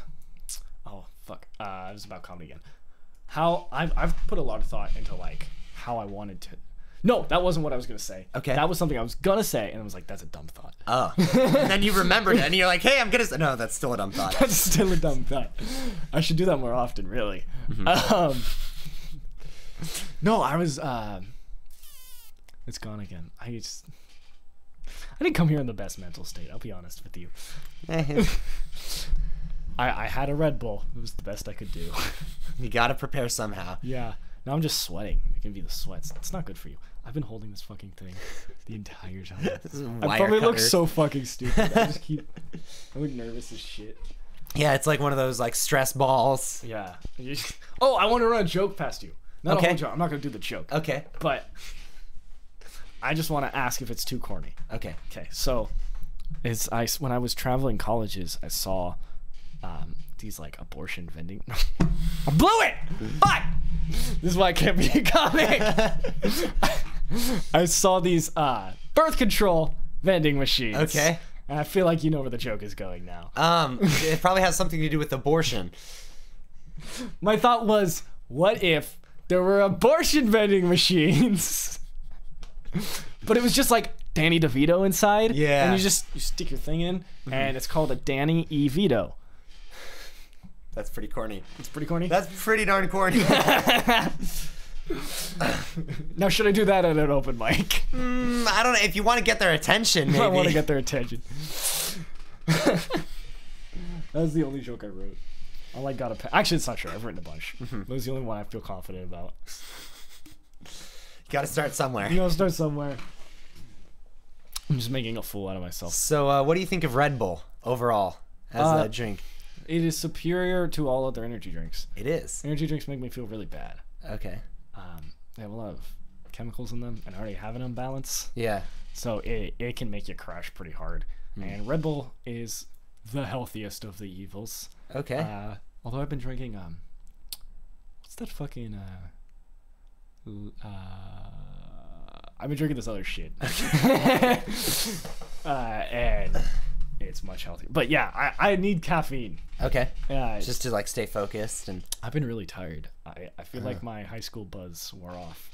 [SPEAKER 2] oh fuck, uh, it was about comedy again. How I've I've put a lot of thought into like how I wanted to. No, that wasn't what I was gonna say.
[SPEAKER 1] Okay.
[SPEAKER 2] that was something I was gonna say, and I was like, that's a dumb thought.
[SPEAKER 1] Oh, and then you remembered it, and you're like, "Hey, I'm gonna." s- No, that's still a dumb thought.
[SPEAKER 2] That's still a dumb thought. I should do that more often, really. Um, no, I was. um it's gone again. I just. I didn't come here in the best mental state. I'll be honest with you. I, I had a Red Bull. It was the best I could do.
[SPEAKER 1] you gotta prepare somehow.
[SPEAKER 2] yeah. Now I'm just sweating. It can be the sweats. It's not good for you. I've been holding this fucking thing the entire time.
[SPEAKER 1] This is a
[SPEAKER 2] I
[SPEAKER 1] wire
[SPEAKER 2] probably look
[SPEAKER 1] cutter.
[SPEAKER 2] so fucking stupid. I just keep. I look nervous as shit.
[SPEAKER 1] Yeah, it's like one of those like stress balls.
[SPEAKER 2] Yeah. oh, I want to run a joke past you. Not
[SPEAKER 1] Okay.
[SPEAKER 2] a whole joke. I'm not gonna do the joke.
[SPEAKER 1] Okay.
[SPEAKER 2] But I just want to ask if it's too corny.
[SPEAKER 1] Okay.
[SPEAKER 2] Okay, so it's I s- when I was traveling colleges, I saw um, these like abortion vending. I blew it. Fuck. This is why I can't be a comic. I saw these uh, birth control vending machines.
[SPEAKER 1] Okay.
[SPEAKER 2] And I feel like you know where the joke is going now.
[SPEAKER 1] Um, it probably has something to do with abortion.
[SPEAKER 2] My thought was, what if there were abortion vending machines? but it was just like Danny DeVito inside.
[SPEAKER 1] Yeah.
[SPEAKER 2] And you just you stick your thing in, and it's called a Danny E Vito.
[SPEAKER 1] That's pretty corny.
[SPEAKER 2] It's pretty corny.
[SPEAKER 1] That's pretty darn corny.
[SPEAKER 2] now should I do that at an open mic?
[SPEAKER 1] Mm, I don't know if you want to get their attention. Maybe.
[SPEAKER 2] I want to get their attention. that was the only joke I wrote. I like got a pa- actually it's not true. I've written a bunch. That was the only one I feel confident about.
[SPEAKER 1] Got to start somewhere.
[SPEAKER 2] You know, start somewhere. I'm just making a fool out of myself.
[SPEAKER 1] So, uh, what do you think of Red Bull overall as
[SPEAKER 2] Uh,
[SPEAKER 1] a drink?
[SPEAKER 2] It is superior to all other energy drinks.
[SPEAKER 1] It is
[SPEAKER 2] Energy drinks make me feel really bad.
[SPEAKER 1] okay.
[SPEAKER 2] Um, they have a lot of chemicals in them, and I already have an imbalance,
[SPEAKER 1] Yeah.
[SPEAKER 2] so it, it can make you crash pretty hard. And Red Bull is the healthiest of the evils.
[SPEAKER 1] Okay.
[SPEAKER 2] Uh, although I've been drinking um, what's that fucking uh, l- uh, I've been drinking this other shit, uh, and it's much healthier. But yeah, I, I need caffeine.
[SPEAKER 1] okay.
[SPEAKER 2] Yeah, it's-
[SPEAKER 1] Just to like stay focused and
[SPEAKER 2] I've been really tired. Uh. I, I feel like my high school buzz wore off.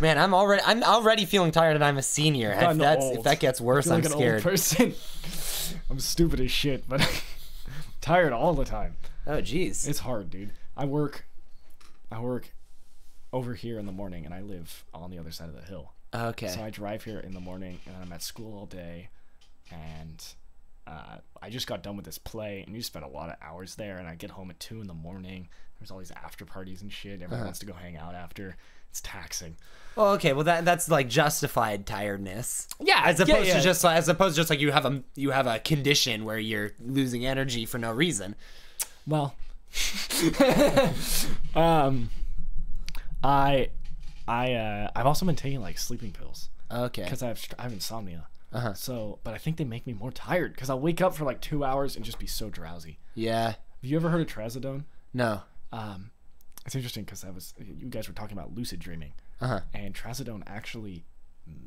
[SPEAKER 1] man, I'm already I'm already feeling tired and I'm a senior. If
[SPEAKER 2] Gotten
[SPEAKER 1] that's if
[SPEAKER 2] old.
[SPEAKER 1] that gets
[SPEAKER 2] I
[SPEAKER 1] worse,
[SPEAKER 2] feel
[SPEAKER 1] I'm
[SPEAKER 2] like an old
[SPEAKER 1] scared.
[SPEAKER 2] person. I'm stupid as shit, but tired all the time.
[SPEAKER 1] oh jeez.
[SPEAKER 2] It's hard, dude. I work, I work over here in the morning, and I live on the other side of the hill.
[SPEAKER 1] Okay.
[SPEAKER 2] So I drive here in the morning, and then I'm at school all day, and uh, I just got done with this play, and you spend a lot of hours there. And I get home at two in the morning. There's all these after parties and shit. Everyone wants to go hang out after. It's taxing.
[SPEAKER 1] Well, okay. Well, that that's like justified tiredness.
[SPEAKER 2] Yeah,
[SPEAKER 1] As
[SPEAKER 2] yeah,
[SPEAKER 1] opposed
[SPEAKER 2] yeah.
[SPEAKER 1] to just like- as opposed to just like you have a you have a condition where you're losing energy for no reason.
[SPEAKER 2] Well, um, I, I, uh, I've also been taking like sleeping pills
[SPEAKER 1] Okay.
[SPEAKER 2] because I have str- I have insomnia.
[SPEAKER 1] Uh-huh.
[SPEAKER 2] So, but I think they make me more tired because I'll wake up for like two hours and just be so drowsy.
[SPEAKER 1] Yeah.
[SPEAKER 2] Have you ever heard of trazodone?
[SPEAKER 1] No.
[SPEAKER 2] Um, it's interesting because I was you guys were talking about lucid dreaming,
[SPEAKER 1] Uh huh.
[SPEAKER 2] and trazodone actually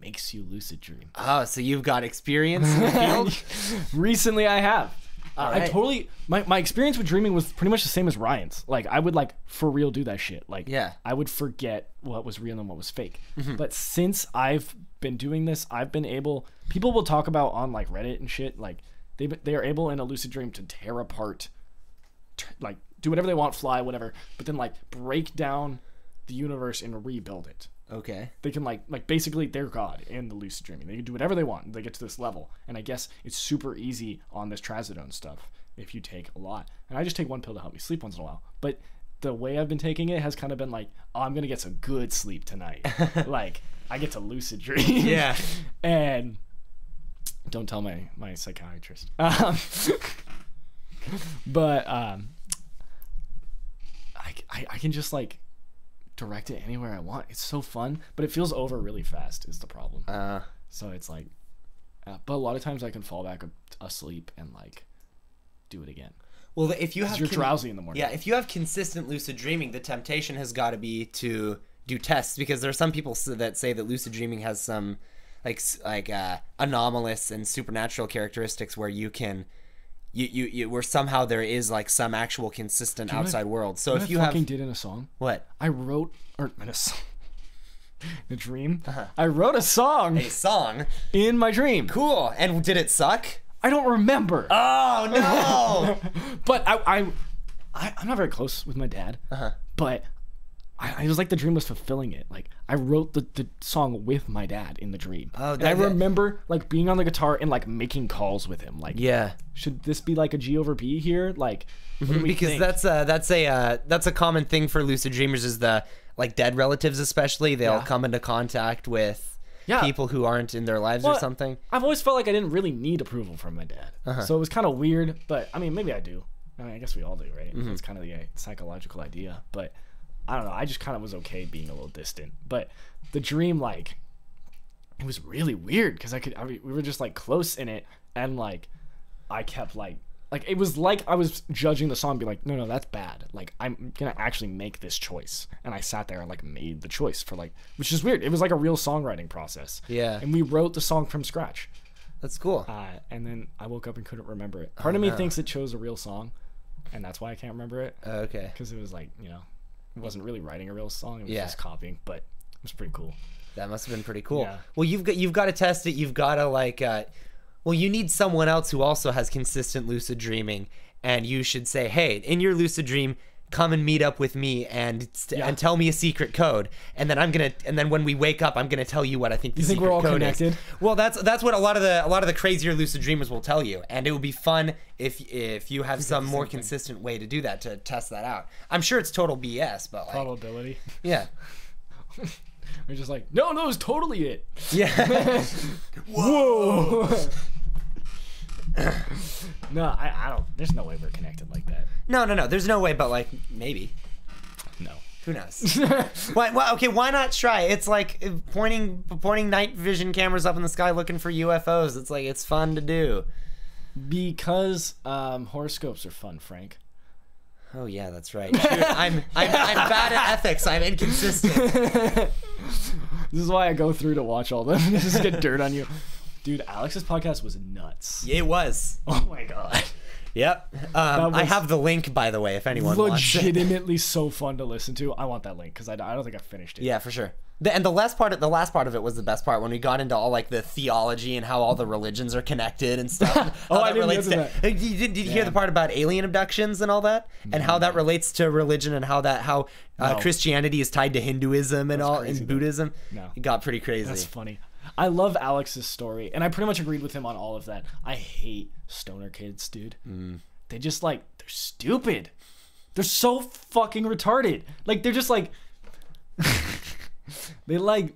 [SPEAKER 2] makes you lucid dream.
[SPEAKER 1] Oh, so you've got experience in the field?
[SPEAKER 2] Recently, I have.
[SPEAKER 1] All
[SPEAKER 2] I
[SPEAKER 1] right.
[SPEAKER 2] totally my, my experience with dreaming was pretty much the same as Ryan's. Like I would like for real do that shit. Like
[SPEAKER 1] Yeah. Mm-hmm.
[SPEAKER 2] I would forget what was real and what was fake. But since I've been doing this, I've been able. People will talk about on like Reddit and shit. Like they they are able in a lucid dream to tear apart, t- like do whatever they want, fly whatever, but then like break down the universe and rebuild it
[SPEAKER 1] okay.
[SPEAKER 2] they can like like basically they're god in the lucid dreaming. They can do whatever they want. They get to this level, and I guess it's super easy on this trazodone stuff if you take a lot. And I just take one pill to help me sleep once in a while. But the way I've been taking it has kind of been like, oh, I'm gonna get some good sleep tonight. like I get to lucid dream.
[SPEAKER 1] Yeah.
[SPEAKER 2] and don't tell my my psychiatrist. Um, but um, I, I I can just like direct it anywhere I want. It's so fun, but it feels over really fast. Is the problem?
[SPEAKER 1] Uh,
[SPEAKER 2] So it's like, uh, but a lot of times I can fall back a- asleep and like do it again.
[SPEAKER 1] well, if you have
[SPEAKER 2] You're
[SPEAKER 1] con-
[SPEAKER 2] drowsy in the morning.
[SPEAKER 1] yeah, if you have consistent lucid dreaming, the temptation has got to be to do tests because there are some people s- that say that lucid dreaming has some like s- like uh, anomalous and supernatural characteristics where you can. You, you, you, where somehow there is like some actual consistent
[SPEAKER 2] what I-
[SPEAKER 1] outside world. So
[SPEAKER 2] What
[SPEAKER 1] if
[SPEAKER 2] I
[SPEAKER 1] you have
[SPEAKER 2] fucking did in a song.
[SPEAKER 1] what
[SPEAKER 2] I wrote or in a song. The dream.
[SPEAKER 1] Uh-huh.
[SPEAKER 2] I wrote a song
[SPEAKER 1] a song,
[SPEAKER 2] in my dream.
[SPEAKER 1] cool, and did it suck?
[SPEAKER 2] I don't remember.
[SPEAKER 1] Oh no! Uh-huh.
[SPEAKER 2] but I, I, I I'm not very close with my dad. But I, it was like the dream was fulfilling it. Like I wrote the, the song with my dad in the dream.
[SPEAKER 1] Oh,
[SPEAKER 2] and
[SPEAKER 1] that-
[SPEAKER 2] I remember like being on the guitar and like making calls with him. Like,
[SPEAKER 1] Yeah.
[SPEAKER 2] should this be like a G over P here? Like, what do we
[SPEAKER 1] Mm-hmm, because
[SPEAKER 2] think?
[SPEAKER 1] that's a that's a uh, that's a common thing for lucid dreamers is the like dead relatives especially they'll come into contact with
[SPEAKER 2] Yeah.
[SPEAKER 1] people who aren't in their lives or
[SPEAKER 2] Well,
[SPEAKER 1] something.
[SPEAKER 2] I've always felt like I didn't really need approval from my dad,
[SPEAKER 1] Uh-huh.
[SPEAKER 2] so it was kind of weird. But I mean, maybe I do. I mean, I guess we all do, right?
[SPEAKER 1] Mm-hmm.
[SPEAKER 2] That's kind of the uh, psychological idea. But I don't know. I just kind of was okay being a little distant. But the dream, like, it was really weird because I could. I, we were just like close in it, and like, I kept like. Like it was like I was judging the song, be like, no, no, that's bad. Like I'm gonna actually make this choice, and I sat there and like made the choice for like, which is weird. It was like a real songwriting process.
[SPEAKER 1] Yeah.
[SPEAKER 2] and we wrote the song from scratch.
[SPEAKER 1] That's cool.
[SPEAKER 2] Uh, and then I woke up and couldn't remember it. Part of me thinks it chose a real song, and that's why I can't remember it
[SPEAKER 1] okay.
[SPEAKER 2] because it was like you know, it wasn't really writing a real song. It was
[SPEAKER 1] Yeah.
[SPEAKER 2] just copying, but it was pretty cool.
[SPEAKER 1] That must have been pretty cool.
[SPEAKER 2] Yeah.
[SPEAKER 1] Well, you've got you've got to test it. You've got to like, uh, well, you need someone else who also has consistent lucid dreaming, and you should say, hey, in your lucid dream, come and meet up with me and st-
[SPEAKER 2] Yeah.
[SPEAKER 1] and tell me a secret code, and then I'm gonna and then when we wake up, I'm gonna tell you what I think. The
[SPEAKER 2] think we're
[SPEAKER 1] secret
[SPEAKER 2] all
[SPEAKER 1] code Is.
[SPEAKER 2] connected?
[SPEAKER 1] Well, that's that's what a lot of the a lot of the crazier lucid dreamers will tell you, and it would be fun if if you have some more consistent way to do that to test that out. I'm sure it's total BS, but like,
[SPEAKER 2] Probability.
[SPEAKER 1] yeah,
[SPEAKER 2] We're just like, no, no, it was totally it.
[SPEAKER 1] yeah.
[SPEAKER 2] Whoa. no, I, I don't. There's no way we're connected like that.
[SPEAKER 1] No, no, no. There's no way, but like maybe.
[SPEAKER 2] No.
[SPEAKER 1] Who knows? why, why, okay, why not try? It's like uh, pointing pointing night vision cameras up in the sky looking for UFOs. It's like it's fun to do.
[SPEAKER 2] because um, horoscopes are fun, Frank.
[SPEAKER 1] Oh yeah, that's right. Shoot, I'm, I'm I'm bad at ethics. I'm inconsistent.
[SPEAKER 2] This is why I go through to watch all them. just get dirt on you. Dude, Alex's podcast was nuts.
[SPEAKER 1] It was.
[SPEAKER 2] Oh my god.
[SPEAKER 1] Yep. Um,
[SPEAKER 2] That
[SPEAKER 1] I
[SPEAKER 2] was-
[SPEAKER 1] have the link by the way, if anyone wants. it.
[SPEAKER 2] Legitimately so fun to listen to. I want that link because I, I don't think I finished it.
[SPEAKER 1] Yeah, for sure. The, and the last part, of, the last part of it was the best part when we got into all like the theology and how all the religions are connected and stuff.
[SPEAKER 2] Oh,
[SPEAKER 1] How
[SPEAKER 2] I didn't listen to
[SPEAKER 1] Did, did you hear the part about alien abductions and all that, and how that relates to religion and how that how uh,
[SPEAKER 2] No.
[SPEAKER 1] Christianity is tied to Hinduism and all and
[SPEAKER 2] crazy, though.
[SPEAKER 1] Buddhism?
[SPEAKER 2] No.
[SPEAKER 1] it got pretty crazy.
[SPEAKER 2] That's funny. I love Alex's story, and I pretty much agreed with him on all of that. I hate stoner kids, dude. They just like they're stupid. They're so fucking retarded. Like they're just like they like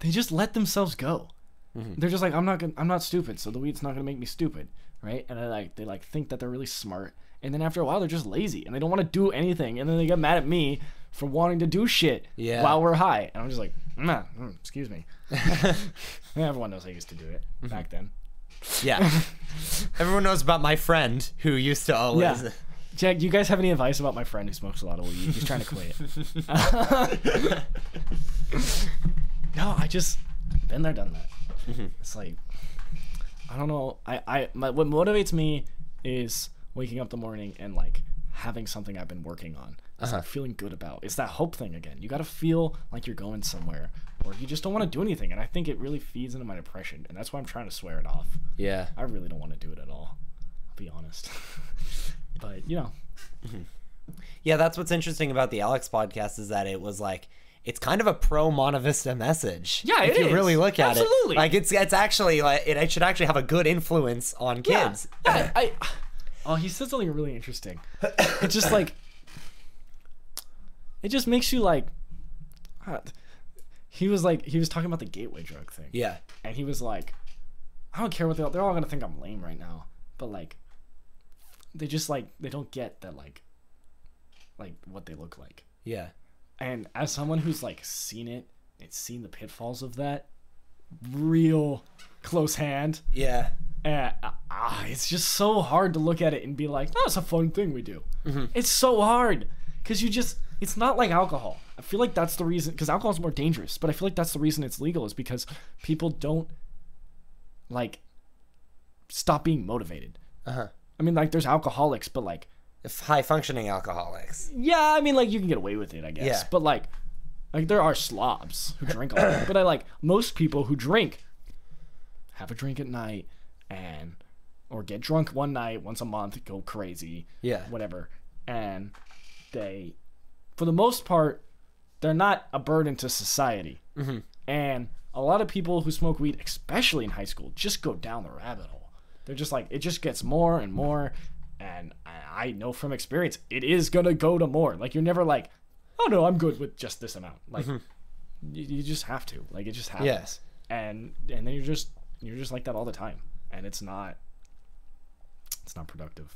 [SPEAKER 2] they just let themselves go. They're just like I'm not gonna, I'm not stupid, so the weed's not gonna make me stupid, right? And I like they like think that they're really smart, and then after a while they're just lazy and they don't want to do anything, and then they get mad at me for wanting to do shit
[SPEAKER 1] Yeah.
[SPEAKER 2] while we're high, and I'm just like, nah, mm, excuse me. And everyone knows I used to do it back then.
[SPEAKER 1] yeah, everyone knows about my friend who used to always.
[SPEAKER 2] Yeah. Jack, do you guys have any advice about my friend who smokes a lot of weed? He's trying to quit. no, I just been there, done that. It's like I don't know. I I my, what motivates me is waking up the morning and like having something I've been working on. It's like feeling good about. It's that hope thing again. You got to feel like you're going somewhere, or you just don't want to do anything. And I think it really feeds into my depression, and that's why I'm trying to swear it off.
[SPEAKER 1] yeah.
[SPEAKER 2] I really don't want to do it at all. I'll be honest. but you know,
[SPEAKER 1] Yeah, that's what's interesting about the Alex podcast is that it was like it's kind of a pro Monovista message.
[SPEAKER 2] Yeah,
[SPEAKER 1] if
[SPEAKER 2] it
[SPEAKER 1] you
[SPEAKER 2] is.
[SPEAKER 1] really look at
[SPEAKER 2] Absolutely.
[SPEAKER 1] it, like it's it's actually like it, it should actually have a good influence on kids.
[SPEAKER 2] Yeah, I, I- oh, he said something really interesting. It just like it just makes you like. uh, He was like he was talking about the gateway drug thing.
[SPEAKER 1] Yeah,
[SPEAKER 2] and he was like, I don't care what they they're all gonna think I'm lame right now, but like, they just like they don't get that like, like what they look like.
[SPEAKER 1] yeah,
[SPEAKER 2] and as someone who's like seen it and seen the pitfalls of that real close hand
[SPEAKER 1] yeah,
[SPEAKER 2] uh, ah, it's just so hard to look at it and be like oh, it's a fun thing we do it's so hard because you just it's not like alcohol i feel like that's the reason because alcohol's more dangerous but i feel like that's the reason it's legal is because people don't like stop being motivated
[SPEAKER 1] uh huh.
[SPEAKER 2] i mean like there's alcoholics but like
[SPEAKER 1] High functioning alcoholics.
[SPEAKER 2] yeah, I mean, like you can get away with it, I guess.
[SPEAKER 1] Yeah.
[SPEAKER 2] But like, like there are slobs who drink a lot. but I like most people who drink have a drink at night and or get drunk one night once a month, go crazy,
[SPEAKER 1] Yeah.
[SPEAKER 2] whatever, and they for the most part, they're not a burden to society. And a lot of people who smoke weed, especially in high school, just go down the rabbit hole. They're just like, it just gets more and more. And I I know from experience, it is going to go to more. Like, you're never like, oh no, I'm good with just this amount. Like, you, you just have to. Like, it just happens.
[SPEAKER 1] Yes.
[SPEAKER 2] And, and then you're just, you're just like that all the time. And it's not, it's not productive.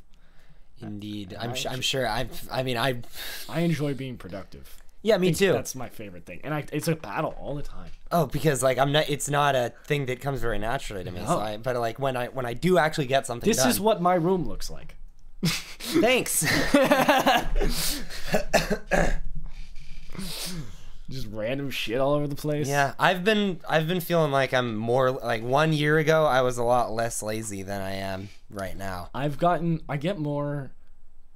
[SPEAKER 1] Indeed, I'm sh- I'm sure. I I mean I.
[SPEAKER 2] I enjoy being productive.
[SPEAKER 1] Yeah, me too.
[SPEAKER 2] That's my favorite thing, and I, it's a battle all the time.
[SPEAKER 1] Oh, because like I'm not. It's not a thing that comes very naturally to me. So
[SPEAKER 2] No.
[SPEAKER 1] I, but like when I when I do actually get something
[SPEAKER 2] This
[SPEAKER 1] done.
[SPEAKER 2] is what my room looks like.
[SPEAKER 1] Thanks.
[SPEAKER 2] Just random shit all over the place.
[SPEAKER 1] yeah, I've been I've been feeling like I'm more like one year ago I was a lot less lazy than I am right now.
[SPEAKER 2] I've gotten, I get more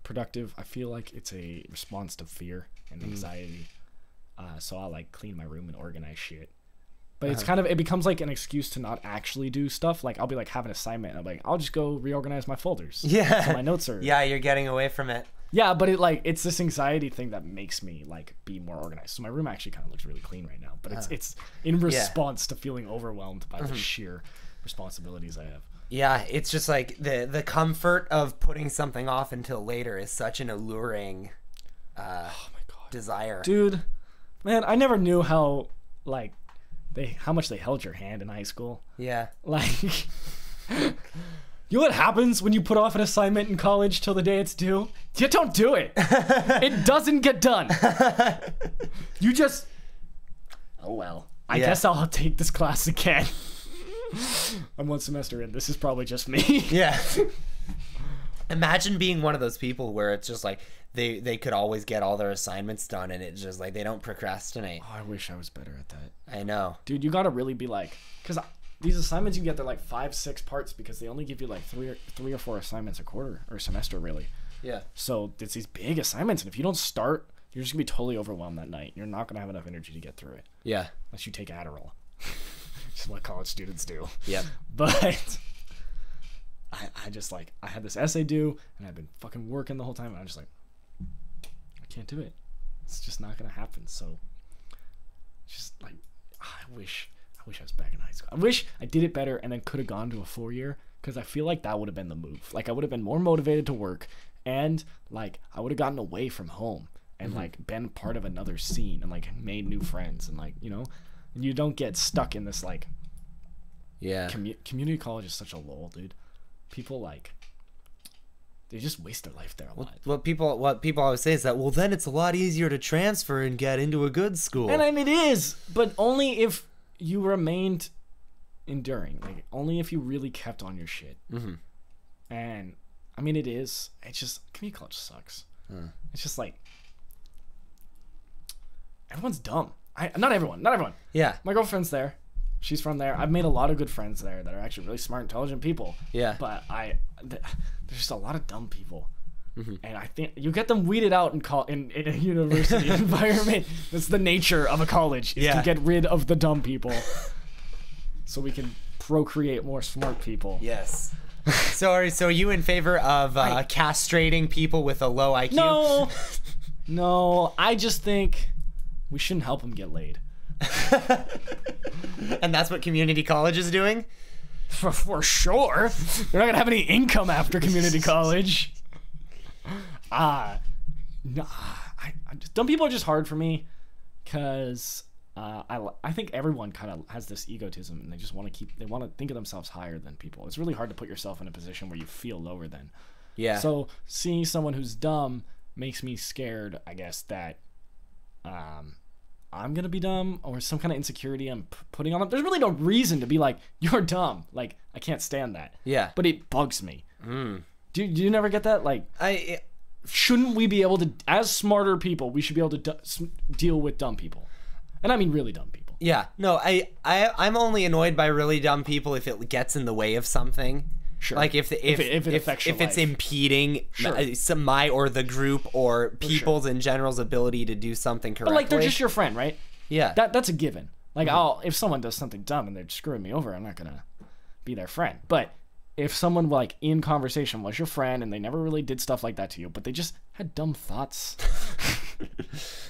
[SPEAKER 2] productive. I feel like it's a response to fear
[SPEAKER 1] Mm.
[SPEAKER 2] and anxiety. Uh, so I like clean my room and organize shit. But
[SPEAKER 1] Uh-huh.
[SPEAKER 2] it's kind of, it becomes like an excuse to not actually do stuff. Like I'll be like have an assignment, and I'm like, I'll just go reorganize my folders.
[SPEAKER 1] Yeah.
[SPEAKER 2] So my notes are.
[SPEAKER 1] Yeah, you're getting away from it.
[SPEAKER 2] Yeah, but it like it's this anxiety thing that makes me like be more organized. So my room actually kind of looks really clean right now, but it's it's in response to feeling overwhelmed by the sheer responsibilities I have.
[SPEAKER 1] Yeah, it's just like the the comfort of putting something off until later is such an alluring
[SPEAKER 2] Oh my god.
[SPEAKER 1] desire.
[SPEAKER 2] Dude, man, I never knew how like they how much they held your hand in high school.
[SPEAKER 1] Yeah.
[SPEAKER 2] Like You know what happens when you put off an assignment in college till the day it's due? You don't do it. it doesn't get done. You just Oh well. I
[SPEAKER 1] Yeah.
[SPEAKER 2] guess I'll take this class again. I'm one semester in. This is probably just me.
[SPEAKER 1] Yeah. Imagine being one of those people where it's just like they they could always get all their assignments done and it's just like they don't procrastinate.
[SPEAKER 2] I wish I was better at that.
[SPEAKER 1] I know.
[SPEAKER 2] Dude, you gotta really be like, because these assignments you get, they're like five, six parts because they only give you like three or, three or four assignments a quarter or a semester, really.
[SPEAKER 1] Yeah.
[SPEAKER 2] So it's these big assignments, and if you don't start, you're just gonna be totally overwhelmed that night. You're not gonna have enough energy to get through it
[SPEAKER 1] Yeah.
[SPEAKER 2] unless you take Adderall, which is what college students do.
[SPEAKER 1] Yep.
[SPEAKER 2] But I, I just like I had this essay due, and I've been fucking working the whole time, and I'm just like, I can't do it. It's just not gonna happen. So, just like, I wish, I wish I was back in high school. I wish I did it better, and then could have gone to a four year, because I feel like that would have been the move. Like I would have been more motivated to work, and like I would have gotten away from home, and like been part of another scene, and like made new friends, and like you know, you don't get stuck in this like
[SPEAKER 1] Yeah.
[SPEAKER 2] commu- community college is such a lull, dude. People like they just waste their life there a lot.
[SPEAKER 1] What people what people always say is that well then it's a lot easier to transfer and get into a good school.
[SPEAKER 2] And I mean, it is, but only if you remained enduring. Like only if you really kept on your shit. Mm-hmm. And I mean, it is. It's just community college sucks. It's just like everyone's dumb. I not everyone, not everyone.
[SPEAKER 1] yeah.
[SPEAKER 2] My girlfriend's there. She's from there. I've made a lot of good friends there that are actually really smart, intelligent people.
[SPEAKER 1] Yeah.
[SPEAKER 2] But I, th- there's just a lot of dumb people.
[SPEAKER 1] Mm-hmm.
[SPEAKER 2] And I think you get them weeded out in, col- in, in a university environment. That's the nature of a college. Is
[SPEAKER 1] Yeah.
[SPEAKER 2] To get rid of the dumb people, so we can procreate more smart people.
[SPEAKER 1] Yes. so are so are you in favor of uh, castrating people with a low IQ?
[SPEAKER 2] No, no. I just think we shouldn't help them get laid.
[SPEAKER 1] and that's what community college is doing?
[SPEAKER 2] For, for sure. You're not gonna have any income after community college. Ah, nah. I, I just, dumb people are just hard for me, cause uh, I li- I think everyone kind of has this egotism and they just want to keep they want to think of themselves higher than people. It's really hard to put yourself in a position where you feel lower than.
[SPEAKER 1] Yeah.
[SPEAKER 2] So seeing someone who's dumb makes me scared. I guess that um, I'm gonna be dumb or some kind of insecurity I'm p- putting on them. There's really no reason to be like you're dumb. Like I can't stand that.
[SPEAKER 1] Yeah.
[SPEAKER 2] But it bugs me. Do, do you never get that? Like,
[SPEAKER 1] I
[SPEAKER 2] shouldn't we be able to, as smarter people, we should be able to du- s- deal with dumb people, and I mean really dumb people.
[SPEAKER 1] yeah. No, I I I'm only annoyed by really dumb people if it gets in the way of something.
[SPEAKER 2] Sure.
[SPEAKER 1] Like if the, if
[SPEAKER 2] it- if it affects your
[SPEAKER 1] if it's
[SPEAKER 2] life.
[SPEAKER 1] impeding
[SPEAKER 2] Sure.
[SPEAKER 1] my, uh, some, my or the group or people's in general's ability to do something correctly.
[SPEAKER 2] But like they're just your friend, right?
[SPEAKER 1] yeah.
[SPEAKER 2] That that's a given. Like
[SPEAKER 1] Mm-hmm.
[SPEAKER 2] I'll if someone does something dumb and they're screwing me over, I'm not gonna be their friend. But if someone like in conversation was your friend and they never really did stuff like that to you, but they just had dumb thoughts,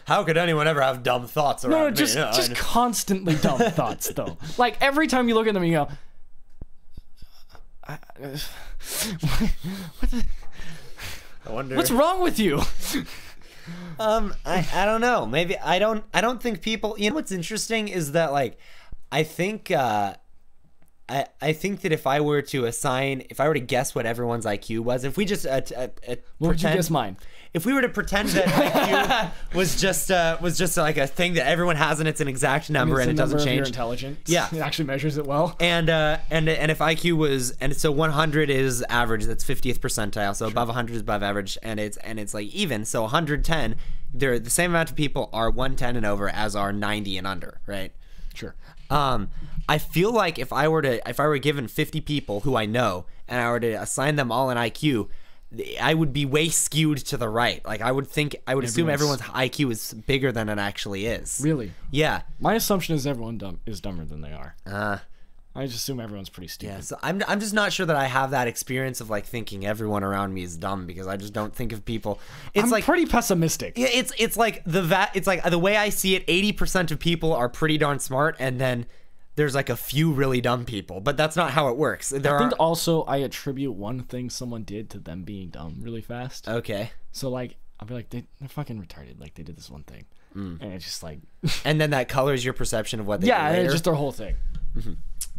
[SPEAKER 1] How could anyone ever have dumb thoughts around
[SPEAKER 2] No, no,
[SPEAKER 1] me?
[SPEAKER 2] just
[SPEAKER 1] Yeah, I
[SPEAKER 2] just
[SPEAKER 1] know.
[SPEAKER 2] constantly dumb thoughts though. Like every time you look at them, you go, I, I- what the,
[SPEAKER 1] I wonder.
[SPEAKER 2] "What's wrong with you?"
[SPEAKER 1] Um, I, I don't know. Maybe I don't I don't think people you know what's interesting is that like I think uh I, I think that if I were to assign, if I were to guess what everyone's IQ was, if we just uh, t- uh, uh,
[SPEAKER 2] What would you
[SPEAKER 1] pretend-
[SPEAKER 2] guess mine?
[SPEAKER 1] if we were to pretend that IQ was just uh, was just like a thing that everyone has and it's an exact number
[SPEAKER 2] It's
[SPEAKER 1] and
[SPEAKER 2] the
[SPEAKER 1] it doesn't
[SPEAKER 2] number of your
[SPEAKER 1] change,
[SPEAKER 2] intelligence.
[SPEAKER 1] Yeah.
[SPEAKER 2] it actually measures it well.
[SPEAKER 1] and uh, and and if IQ was and so 100 is average, that's 50th percentile. So above 100 is above average, and it's and it's like even. So 110, they're the same amount of people are 110 and over as are 90 and under, right?
[SPEAKER 2] Sure.
[SPEAKER 1] Um, I feel like if I were to if I were given 50 people who I know and I were to assign them all an IQ. th- I would be way skewed to the right. Like I would think, I would assume everyone's
[SPEAKER 2] Everyone's-
[SPEAKER 1] IQ is bigger than it actually is.
[SPEAKER 2] Really,
[SPEAKER 1] Yeah.
[SPEAKER 2] my assumption is everyone dumb is dumber than they are.
[SPEAKER 1] Uh,
[SPEAKER 2] I just assume everyone's pretty stupid.
[SPEAKER 1] Yeah, so I'm, I'm just not sure that I have that experience of like thinking everyone around me is dumb because I just don't think of people. It's
[SPEAKER 2] I'm
[SPEAKER 1] like
[SPEAKER 2] pretty pessimistic.
[SPEAKER 1] yeah, it's it's like the va- it's like the way I see it, 80% of people are pretty darn smart and then there's like a few really dumb people, but that's not how it works. There
[SPEAKER 2] I
[SPEAKER 1] are
[SPEAKER 2] think also I attribute one thing someone did to them being dumb really fast.
[SPEAKER 1] Okay.
[SPEAKER 2] So like I'll be like they, they're fucking retarded. Like they did this one thing,
[SPEAKER 1] Mm.
[SPEAKER 2] and it's just like
[SPEAKER 1] And then that colors your perception of what they do
[SPEAKER 2] yeah,
[SPEAKER 1] later. Mm-hmm.
[SPEAKER 2] it's just their whole thing.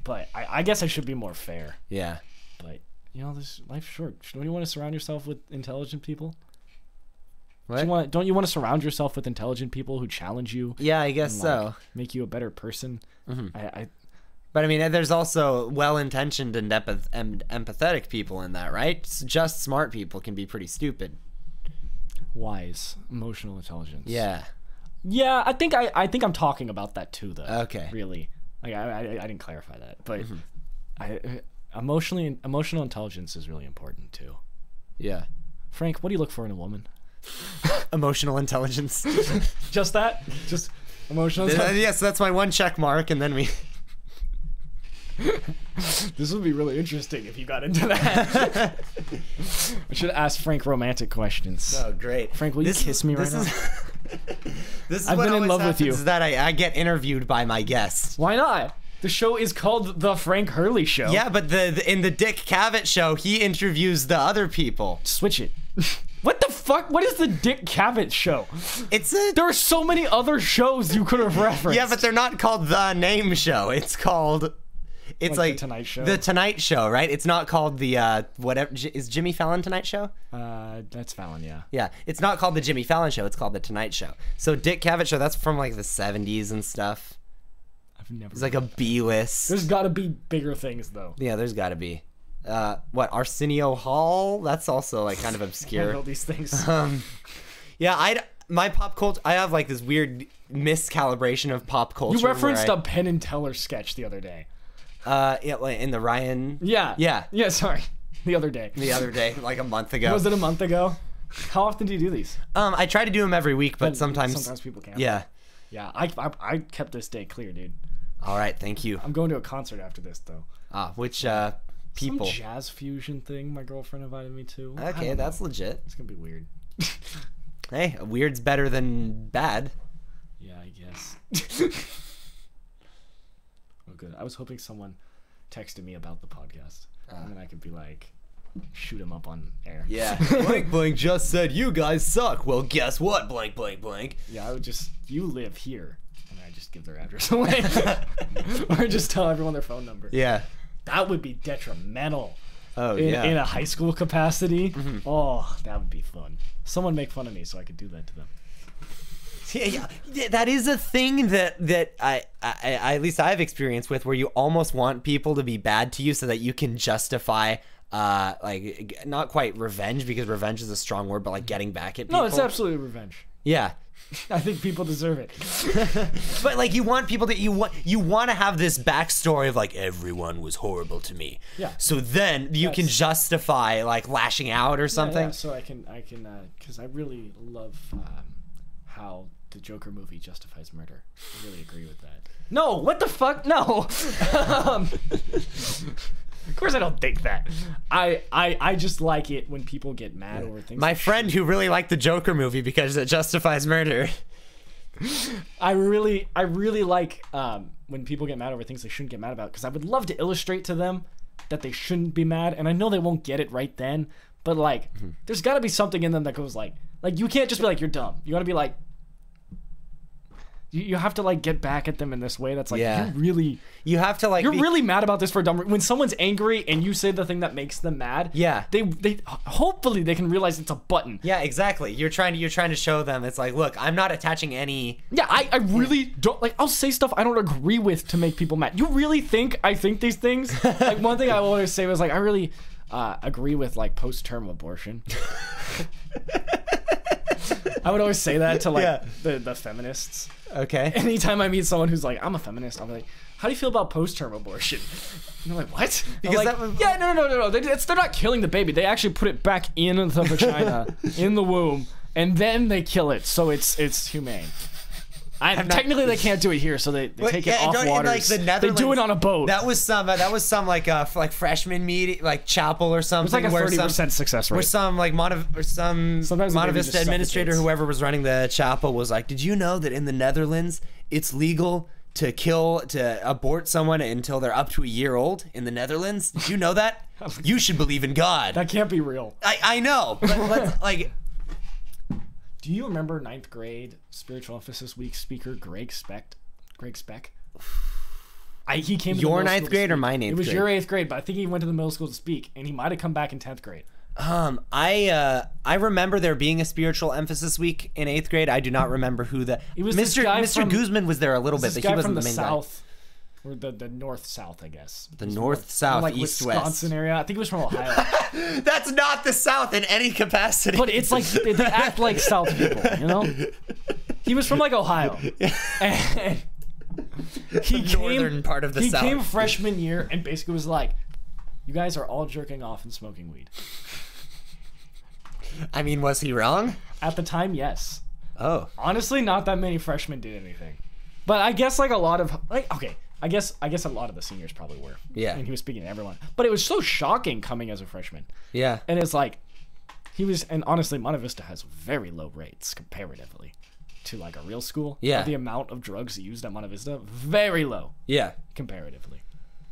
[SPEAKER 2] But I, I guess I should be more fair.
[SPEAKER 1] Yeah.
[SPEAKER 2] But you know, this life's short. Don't you want to surround yourself with intelligent people? Don't
[SPEAKER 1] What?
[SPEAKER 2] you want, don't you want to surround yourself with intelligent people who challenge you?
[SPEAKER 1] Yeah, I guess
[SPEAKER 2] and,
[SPEAKER 1] so. Mm-hmm.
[SPEAKER 2] like, make you a better person. I, I
[SPEAKER 1] But I mean, there's also well-intentioned and empath- em- empathetic people in that, right? S- Just smart people can be pretty stupid.
[SPEAKER 2] wise emotional intelligence.
[SPEAKER 1] Yeah.
[SPEAKER 2] yeah. I think I, I think I'm talking about that too, though.
[SPEAKER 1] Okay. Mm-hmm.
[SPEAKER 2] Really, like I, I, I didn't clarify that, but I, I emotionally emotional intelligence is really important too.
[SPEAKER 1] Yeah.
[SPEAKER 2] Frank, what do you look for in a woman?
[SPEAKER 1] Emotional intelligence.
[SPEAKER 2] Just that? Just emotional
[SPEAKER 1] Uh, yes, that's my one check mark, and then we.
[SPEAKER 2] This would be really interesting if you got into that. I should ask Frank romantic questions.
[SPEAKER 1] Oh, great.
[SPEAKER 2] Frank, will you kiss me right
[SPEAKER 1] this Is, this is
[SPEAKER 2] I've
[SPEAKER 1] what
[SPEAKER 2] been in
[SPEAKER 1] always
[SPEAKER 2] love with
[SPEAKER 1] happens
[SPEAKER 2] you.
[SPEAKER 1] Is that I, I get interviewed by my guest.
[SPEAKER 2] Why not? The show is called The Frank Hurley Show.
[SPEAKER 1] Yeah, but the, the in the Dick Cavett show, he interviews the other people.
[SPEAKER 2] Switch it. what the fuck? What is the Dick Cavett show?
[SPEAKER 1] It's a
[SPEAKER 2] There are so many other shows you could have referenced.
[SPEAKER 1] yeah, but they're not called the name show. It's called. It's
[SPEAKER 2] Like The
[SPEAKER 1] like,
[SPEAKER 2] Tonight Show?
[SPEAKER 1] The Tonight Show, right? It's not called the uh, whatever. J- Is Jimmy Fallon Tonight Show?
[SPEAKER 2] Uh, that's Fallon, yeah.
[SPEAKER 1] Yeah, it's not called the Jimmy Fallon Show. It's called the Tonight Show. So Dick Cavett show. That's from like the '70s and stuff.
[SPEAKER 2] I've never.
[SPEAKER 1] It's like a B list.
[SPEAKER 2] There's gotta be bigger things, though.
[SPEAKER 1] Yeah, there's got to be. Uh, what Arsenio Hall? That's also like kind of
[SPEAKER 2] I know
[SPEAKER 1] obscure.
[SPEAKER 2] these things.
[SPEAKER 1] um, yeah, I my pop culture. I have like this weird miscalibration of pop culture.
[SPEAKER 2] you
[SPEAKER 1] where
[SPEAKER 2] referenced
[SPEAKER 1] I-
[SPEAKER 2] a Penn and Teller sketch the other day.
[SPEAKER 1] uh, yeah, like, in the Ryan
[SPEAKER 2] Yeah.
[SPEAKER 1] Yeah.
[SPEAKER 2] Yeah, sorry. The other day.
[SPEAKER 1] the other day, like a month ago.
[SPEAKER 2] Was it a month ago? How often do you do these?
[SPEAKER 1] um, I try to do them every week, but sometimes,
[SPEAKER 2] sometimes people can't.
[SPEAKER 1] yeah.
[SPEAKER 2] Yeah, I, I, I kept this day clear, dude.
[SPEAKER 1] All right, thank you.
[SPEAKER 2] I'm going to a concert after this, though.
[SPEAKER 1] Ah, which uh, people?
[SPEAKER 2] Some jazz fusion thing my girlfriend invited me to. I
[SPEAKER 1] Okay,
[SPEAKER 2] don't know.
[SPEAKER 1] that's legit.
[SPEAKER 2] It's going to be weird.
[SPEAKER 1] Hey, weird's better than bad.
[SPEAKER 2] Yeah, I guess. oh, good. I was hoping someone texted me about the podcast.
[SPEAKER 1] Ah.
[SPEAKER 2] and then I could be like, shoot him up on air.
[SPEAKER 1] Yeah. blank blank just said you guys suck. Well, guess what? Blank blank blank.
[SPEAKER 2] Yeah, I would just, you live here. And I just give their address away. or just tell everyone their phone number.
[SPEAKER 1] Yeah.
[SPEAKER 2] That would be detrimental.
[SPEAKER 1] Oh
[SPEAKER 2] in,
[SPEAKER 1] yeah. Mm-hmm.
[SPEAKER 2] in a high school capacity. Oh, that would be fun. Someone make fun of me so I could do that to them.
[SPEAKER 1] Yeah, yeah, Th- that is a thing that that I, I, I at least I've experienced with, where you almost want people to be bad to you so that you can justify, uh, like g- not quite revenge because revenge is a strong word, but like getting back at people.
[SPEAKER 2] No, it's absolutely revenge.
[SPEAKER 1] yeah.
[SPEAKER 2] I think people deserve it.
[SPEAKER 1] But like you want people to you want you want to have this backstory of like everyone was horrible to me.
[SPEAKER 2] Yeah.
[SPEAKER 1] So then you can
[SPEAKER 2] Yes.
[SPEAKER 1] justify like lashing out or something.
[SPEAKER 2] Yeah, so I can, I can, because I really love um, how the Joker movie justifies murder. I really agree with that. No, what the fuck? No. um, Of course, I don't think that. I I I just like it when people get mad over things.
[SPEAKER 1] My friend who really liked the Joker movie because it justifies murder.
[SPEAKER 2] I really I really like um, when people get mad over things they shouldn't get mad about because I would love to illustrate to them that they shouldn't be mad, and I know they won't get it right then. But like,
[SPEAKER 1] Mm-hmm.
[SPEAKER 2] there's got to be something in them that goes like, like you can't just be like you're dumb. You got to be like, you, you have to like get back at them in this way. That's like
[SPEAKER 1] Yeah.
[SPEAKER 2] you really
[SPEAKER 1] You have to like.
[SPEAKER 2] You're
[SPEAKER 1] be-
[SPEAKER 2] really mad about this for a dumb. re- When someone's angry and you say the thing that makes them mad,
[SPEAKER 1] Yeah.
[SPEAKER 2] they they hopefully they can realize it's a button.
[SPEAKER 1] Yeah, exactly. You're trying to you're trying to show them it's like, look, I'm not attaching any.
[SPEAKER 2] Yeah, I, I really don't like. I'll say stuff I don't agree with to make people mad. You really think I think these things? like one thing I always say was like I really uh, agree with like post term abortion. I would always say that to like
[SPEAKER 1] Yeah.
[SPEAKER 2] the, the feminists.
[SPEAKER 1] Okay.
[SPEAKER 2] Anytime I meet someone who's like, I'm a feminist, I'll be like, How do you feel about post term abortion? And they're like, What? I'm
[SPEAKER 1] Because
[SPEAKER 2] like,
[SPEAKER 1] that would-
[SPEAKER 2] yeah, no, no, no, no. They, it's, they're not killing the baby. They actually put it back in the vagina, in the womb, and then they kill it. So it's it's humane. I,
[SPEAKER 1] not-
[SPEAKER 2] technically, they can't do it here, so they, they
[SPEAKER 1] But
[SPEAKER 2] take
[SPEAKER 1] yeah,
[SPEAKER 2] it
[SPEAKER 1] and
[SPEAKER 2] off
[SPEAKER 1] don't- and,
[SPEAKER 2] waters.
[SPEAKER 1] like, the
[SPEAKER 2] they do it
[SPEAKER 1] Netherlands-
[SPEAKER 2] on a boat.
[SPEAKER 1] That was some uh, that was some like uh f- like freshman meeting like chapel or something
[SPEAKER 2] it's like a
[SPEAKER 1] where
[SPEAKER 2] thirty
[SPEAKER 1] some
[SPEAKER 2] percent success
[SPEAKER 1] where
[SPEAKER 2] rate.
[SPEAKER 1] some like Montev- or some
[SPEAKER 2] Sometimes the
[SPEAKER 1] Monte
[SPEAKER 2] baby
[SPEAKER 1] Vista
[SPEAKER 2] just
[SPEAKER 1] administrator
[SPEAKER 2] suffocates.
[SPEAKER 1] whoever was running the chapel was like, "Did you know that in the Netherlands it's legal to kill to abort someone until they're up to a year old in the Netherlands? Did you know that? you should believe in God."
[SPEAKER 2] That can't be real.
[SPEAKER 1] I I know, but let's like
[SPEAKER 2] Do you remember ninth grade spiritual emphasis week speaker Greg Speck? Greg Speck. I, he came. To the
[SPEAKER 1] Your
[SPEAKER 2] middle
[SPEAKER 1] ninth
[SPEAKER 2] school to
[SPEAKER 1] grade or
[SPEAKER 2] speak.
[SPEAKER 1] my ninth
[SPEAKER 2] It was
[SPEAKER 1] grade?
[SPEAKER 2] your eighth grade, but I think he went to the middle school to speak, and he might have come back in tenth grade.
[SPEAKER 1] Um, I uh, I remember there being a spiritual emphasis week in eighth grade. I do not remember who the
[SPEAKER 2] It was
[SPEAKER 1] Mr.
[SPEAKER 2] this guy
[SPEAKER 1] Mr.
[SPEAKER 2] from-
[SPEAKER 1] Guzman was there a little bit,
[SPEAKER 2] This
[SPEAKER 1] but
[SPEAKER 2] guy
[SPEAKER 1] he wasn't
[SPEAKER 2] from
[SPEAKER 1] the,
[SPEAKER 2] the
[SPEAKER 1] main
[SPEAKER 2] south, or the, the north south, I guess.
[SPEAKER 1] guy. The north, south,
[SPEAKER 2] From, like
[SPEAKER 1] east,
[SPEAKER 2] Wisconsin area. I think it was from Ohio,
[SPEAKER 1] west. That's not the south in any capacity.
[SPEAKER 2] but it's like they, they act like South people, you know. He was from like Ohio. And he
[SPEAKER 1] The northern part of the
[SPEAKER 2] he
[SPEAKER 1] South.
[SPEAKER 2] came freshman year and basically was like, "You guys are all jerking off and smoking weed."
[SPEAKER 1] I mean, was he wrong?
[SPEAKER 2] At the time, yes.
[SPEAKER 1] Oh,
[SPEAKER 2] Honestly, not that many freshmen did anything. But I guess like a lot of like okay, I guess I guess a lot of the seniors probably were.
[SPEAKER 1] Yeah.
[SPEAKER 2] And he was speaking to everyone. But it was so shocking coming as a freshman.
[SPEAKER 1] yeah.
[SPEAKER 2] And it's like he was and honestly Monte Vista has very low rates comparatively to like a real school.
[SPEAKER 1] Yeah.
[SPEAKER 2] The amount of drugs used at Monte Vista, very low
[SPEAKER 1] Yeah.
[SPEAKER 2] comparatively.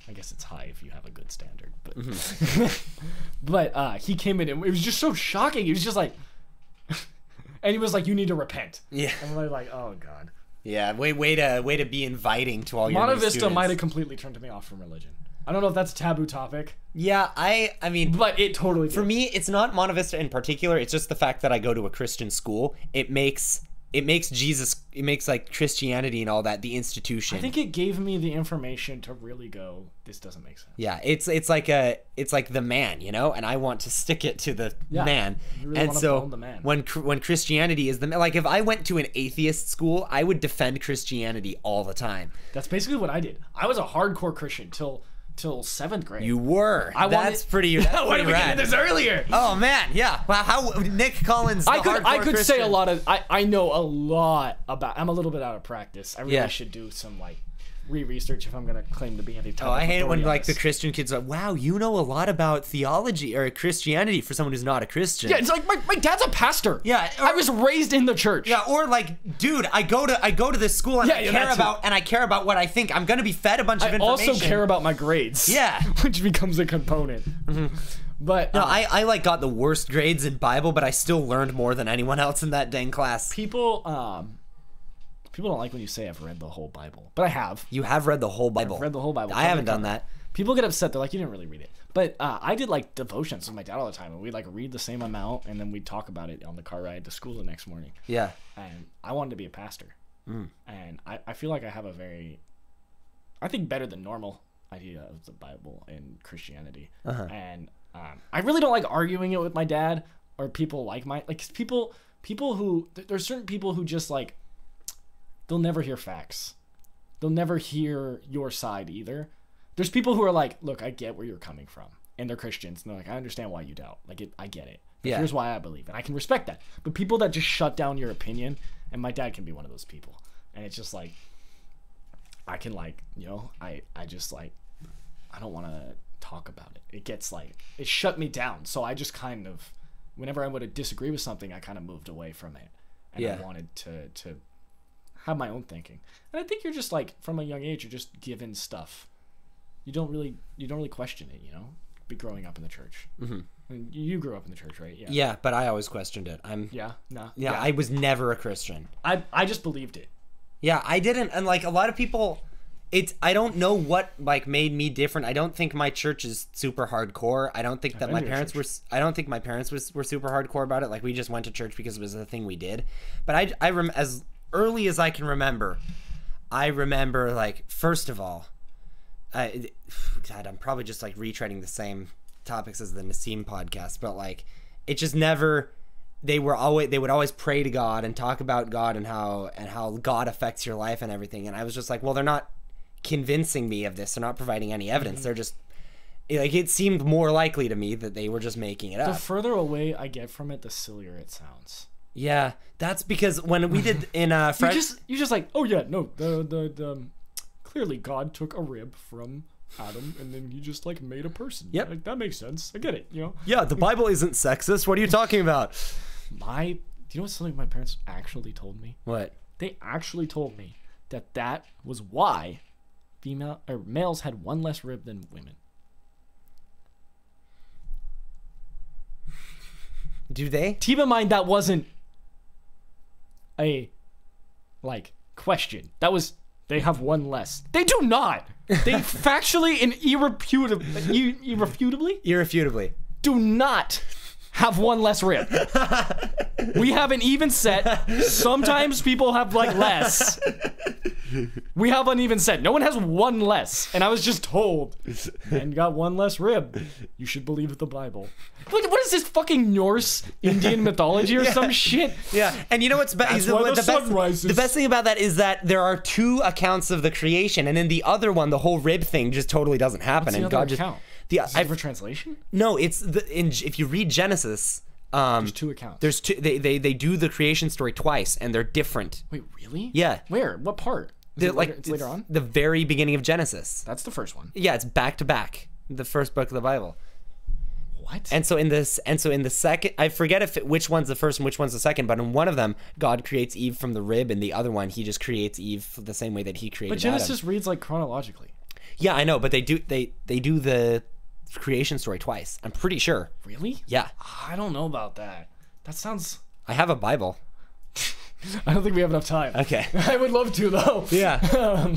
[SPEAKER 2] I guess it's high if you have a good standard, but
[SPEAKER 1] Mm-hmm.
[SPEAKER 2] but uh, he came in and it was just so shocking. He was just like, and he was like, "You need to repent."
[SPEAKER 1] Yeah.
[SPEAKER 2] And we're like, "Oh God."
[SPEAKER 1] Yeah. Way way to way to be inviting to all your new
[SPEAKER 2] Monta Vista
[SPEAKER 1] students.
[SPEAKER 2] might have completely turned me off from religion. I don't know if that's a taboo topic,
[SPEAKER 1] Yeah, I I mean
[SPEAKER 2] but it totally
[SPEAKER 1] For me, it's not Monte Vista in particular. It's just the fact that I go to a Christian school. It makes it makes Jesus it makes like Christianity and all that the institution.
[SPEAKER 2] I think it gave me the information to really go. This doesn't make sense.
[SPEAKER 1] yeah, it's it's like a it's like the man, you know, and I want to stick it to the
[SPEAKER 2] Yeah,
[SPEAKER 1] man.
[SPEAKER 2] you really
[SPEAKER 1] and
[SPEAKER 2] wanna
[SPEAKER 1] so
[SPEAKER 2] bone the man.
[SPEAKER 1] when cr- when Christianity is the ma- like if I went to an atheist school, I would defend Christianity all the time.
[SPEAKER 2] That's basically what I did. I was a hardcore Christian till till seventh grade.
[SPEAKER 1] You were.
[SPEAKER 2] I wanted-
[SPEAKER 1] that's pretty. That's
[SPEAKER 2] Why
[SPEAKER 1] pretty
[SPEAKER 2] did we get
[SPEAKER 1] rad.
[SPEAKER 2] into this earlier?
[SPEAKER 1] Oh man, yeah. Wow, how Nick Collins. The
[SPEAKER 2] I could I
[SPEAKER 1] hardcore
[SPEAKER 2] could say a
[SPEAKER 1] Christian.
[SPEAKER 2] lot of I, I know a lot about I'm a little bit out of practice. I really
[SPEAKER 1] Yeah.
[SPEAKER 2] should do some like re-research if I'm gonna claim to be any type
[SPEAKER 1] Oh,
[SPEAKER 2] of
[SPEAKER 1] I hate it when
[SPEAKER 2] authority on
[SPEAKER 1] like the
[SPEAKER 2] this.
[SPEAKER 1] Christian kids are like, "Wow, you know a lot about theology or Christianity for someone who's not a Christian."
[SPEAKER 2] Yeah, it's like my, my dad's a pastor.
[SPEAKER 1] Yeah, or-
[SPEAKER 2] I was raised in the church.
[SPEAKER 1] Yeah, or like, dude, I go to I go to this school and
[SPEAKER 2] Yeah,
[SPEAKER 1] I
[SPEAKER 2] yeah,
[SPEAKER 1] care
[SPEAKER 2] that's
[SPEAKER 1] about and I care about what I think. I'm gonna be fed a bunch of
[SPEAKER 2] I
[SPEAKER 1] information.
[SPEAKER 2] also care about my grades.
[SPEAKER 1] Yeah. Mm-hmm.
[SPEAKER 2] which becomes a component. But
[SPEAKER 1] No,
[SPEAKER 2] uh,
[SPEAKER 1] I, I like got the worst grades in Bible, but I still learned more than anyone else in that dang class.
[SPEAKER 2] people um people don't like when you say I've read the whole Bible, but I have.
[SPEAKER 1] You have read the whole Bible.
[SPEAKER 2] read the whole Bible.
[SPEAKER 1] I haven't
[SPEAKER 2] Cover to
[SPEAKER 1] done
[SPEAKER 2] cover.
[SPEAKER 1] that.
[SPEAKER 2] People get upset. They're like, you didn't really read it. But uh, I did like devotions with my dad all the time, and we like read the same amount, and then we'd talk about it on the car ride to school the next morning.
[SPEAKER 1] Yeah.
[SPEAKER 2] And I wanted to be a pastor,
[SPEAKER 1] Hmm.
[SPEAKER 2] and I, I feel like I have a very, I think better than normal idea of the Bible and Christianity.
[SPEAKER 1] Uh-huh.
[SPEAKER 2] And um, I really don't like arguing it with my dad or people like my like 'cause people people who th- there's certain people who just like they'll never hear facts they'll never hear your side either. There's people who are like, look, I get where you're coming from. And they're Christians. And they're like, I understand why you doubt. Like, it, I get it. But
[SPEAKER 1] Yeah.
[SPEAKER 2] Here's why I believe. And I can respect that. But people that just shut down your opinion, and my dad can be one of those people. And it's just like, I can, like, you know, I, I just, like, I don't want to talk about it. It gets like it shut me down. So I just kind of, whenever I would disagree with something, I kind of moved away from it, and
[SPEAKER 1] Yeah.
[SPEAKER 2] I wanted to to have my own thinking. And I think you're just like from a young age, you're just given stuff. You don't really you don't really question it. You know, be growing up in the church. Mm-hmm. And you- you grew up in the church, right? Yeah.
[SPEAKER 1] Yeah, but I always questioned it. I'm
[SPEAKER 2] Yeah. Nah.
[SPEAKER 1] yeah, I was never a Christian.
[SPEAKER 2] I I just believed it.
[SPEAKER 1] Yeah, I didn't and like a lot of people it's I don't know what like made me different. I don't think my church is super hardcore. I don't think that
[SPEAKER 2] been
[SPEAKER 1] my
[SPEAKER 2] to your
[SPEAKER 1] parents
[SPEAKER 2] church.
[SPEAKER 1] were s- I don't think my parents was were super hardcore about it. Like we just went to church because it was the thing we did. But I I rem- as early as I can remember, I remember like first of all, I God, I'm probably just like retreading the same topics as the Nassim podcast, but like it just never they were always they would always pray to God and talk about God and how and how God affects your life and everything. And I was just like, well, they're not convincing me of this. They're not providing any
[SPEAKER 2] Mm-hmm.
[SPEAKER 1] evidence. They're just like it seemed more likely to me that they were just making it
[SPEAKER 2] The
[SPEAKER 1] up.
[SPEAKER 2] further away I get from it, the sillier it sounds.
[SPEAKER 1] yeah, that's because when we did in uh,
[SPEAKER 2] You
[SPEAKER 1] French,
[SPEAKER 2] just you just like oh yeah no the the, the um, clearly God took a rib from Adam and then he just like made a person.
[SPEAKER 1] Yep.
[SPEAKER 2] like, that makes sense. I get it. You know
[SPEAKER 1] yeah, the Bible isn't sexist. What are you talking about?
[SPEAKER 2] my do you know what's something my parents actually told me?
[SPEAKER 1] What?
[SPEAKER 2] They actually told me that that was why female or males had one less rib than women.
[SPEAKER 1] Do they?
[SPEAKER 2] Keep in mind that wasn't a like question. That was they have one less. They do not. They factually and irreputably, ir- irrefutably
[SPEAKER 1] Irrefutably.
[SPEAKER 2] do not have one less rib. we have an even set. Sometimes people have like less. We have an even set. No one has one less. And I was just told, and got one less rib. You should believe the Bible. What, what is this fucking Norse Indian mythology or some shit?
[SPEAKER 1] Yeah, and you know what's be- is the,
[SPEAKER 2] why the
[SPEAKER 1] the
[SPEAKER 2] sun
[SPEAKER 1] best?
[SPEAKER 2] rises.
[SPEAKER 1] The best thing about that is that there are two accounts of the creation, and in the other one, the whole rib thing just totally doesn't happen,
[SPEAKER 2] the
[SPEAKER 1] and
[SPEAKER 2] other
[SPEAKER 1] God just
[SPEAKER 2] account?
[SPEAKER 1] the
[SPEAKER 2] Is
[SPEAKER 1] I,
[SPEAKER 2] it for translation?
[SPEAKER 1] no, it's the in, if you read Genesis, um, there's
[SPEAKER 2] Two accounts.
[SPEAKER 1] There's two. They, they they do the creation story twice, and they're different.
[SPEAKER 2] Wait, really?
[SPEAKER 1] Yeah.
[SPEAKER 2] Where? What part? Is
[SPEAKER 1] They're
[SPEAKER 2] it
[SPEAKER 1] like
[SPEAKER 2] later, it's later on.
[SPEAKER 1] the very beginning of Genesis.
[SPEAKER 2] That's the first one.
[SPEAKER 1] Yeah, it's back to back, the first book of the Bible.
[SPEAKER 2] What?
[SPEAKER 1] And so in this, and so in the second, I forget if it, which one's the first and which one's the second, but in one of them, God creates Eve from the rib, and the other one, He just creates Eve the same way that He created.
[SPEAKER 2] but Genesis
[SPEAKER 1] Adam.
[SPEAKER 2] reads like chronologically.
[SPEAKER 1] Yeah, I know, but they do they they do the creation story twice. I'm pretty sure.
[SPEAKER 2] Really?
[SPEAKER 1] Yeah,
[SPEAKER 2] I don't know about that. That sounds.
[SPEAKER 1] I have a Bible.
[SPEAKER 2] I don't think we have enough time.
[SPEAKER 1] Okay.
[SPEAKER 2] I would love to though.
[SPEAKER 1] Yeah.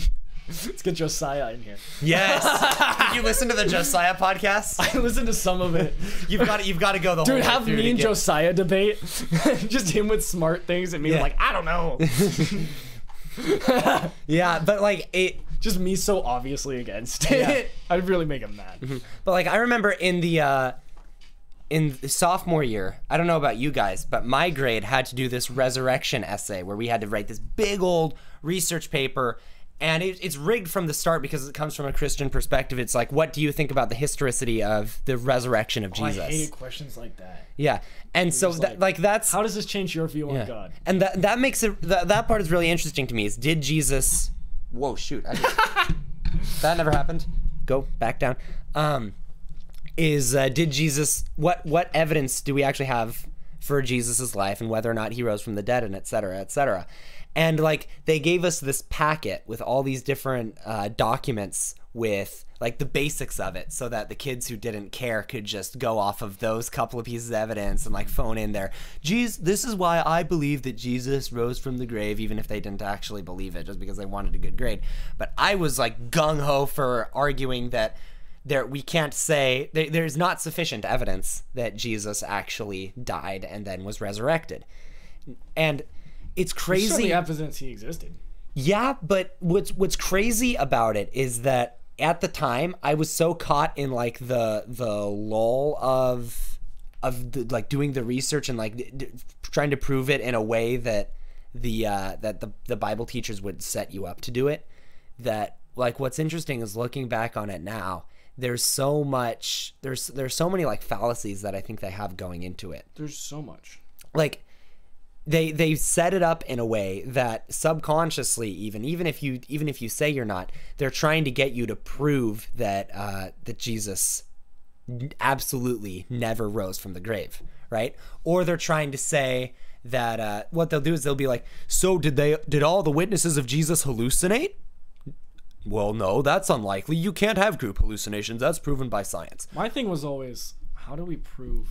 [SPEAKER 2] Um, let's get Josiah in here.
[SPEAKER 1] Yes. Did you listen to the Josiah podcast?
[SPEAKER 2] I listened to some of it.
[SPEAKER 1] You've got you've got to go the
[SPEAKER 2] Dude, have me and Josiah debate. Just him with smart things and me
[SPEAKER 1] Yeah.
[SPEAKER 2] like, I don't know.
[SPEAKER 1] Yeah, but like it.
[SPEAKER 2] Just me so obviously against it.
[SPEAKER 1] Yeah. Mm-hmm.
[SPEAKER 2] I'd really make him mad.
[SPEAKER 1] But like I remember in the uh in the sophomore year, I don't know about you guys, but my grade had to do this resurrection essay where we had to write this big old research paper and it, it's rigged from the start because it comes from a Christian perspective. It's like, what do you think about the historicity of the resurrection of Jesus?
[SPEAKER 2] Oh, I hate questions like that.
[SPEAKER 1] yeah, and so
[SPEAKER 2] just
[SPEAKER 1] that,
[SPEAKER 2] like,
[SPEAKER 1] like that's
[SPEAKER 2] How does this change your view
[SPEAKER 1] yeah.
[SPEAKER 2] on God?
[SPEAKER 1] and that that makes it that, that part is really interesting to me. Is did Jesus? Whoa, shoot! I just- that never happened. Go back down. Um, is uh, did Jesus? What what evidence do we actually have for Jesus's life and whether or not he rose from the dead and et cetera, et cetera? And like they gave us this packet with all these different uh, documents with like the basics of it so that the kids who didn't care could just go off of those couple of pieces of evidence and like phone in there jesus this is why i believe that jesus rose from the grave even if they didn't actually believe it just because they wanted a good grade but i was like gung-ho for arguing that there we can't say there, there's not sufficient evidence that jesus actually died and then was resurrected and it's crazy
[SPEAKER 2] Certainly evidence he existed.
[SPEAKER 1] yeah, but what's what's crazy about it is that at the time I was so caught in like the the lull of of the, like doing the research and like d- d- trying to prove it in a way that the uh, that the the Bible teachers would set you up to do it that like what's interesting is looking back on it now there's so much there's there's so many like fallacies that I think they have going into it
[SPEAKER 2] There's so much.
[SPEAKER 1] like they they set it up in a way that subconsciously even even if you even if you say you're not they're trying to get you to prove that uh that Jesus absolutely
[SPEAKER 2] Hmm.
[SPEAKER 1] never rose from the grave right or they're trying to say that uh what they'll do is they'll be like so did they did all the witnesses of Jesus hallucinate well no that's unlikely you can't have group hallucinations that's proven by science
[SPEAKER 2] My thing was always, how do we prove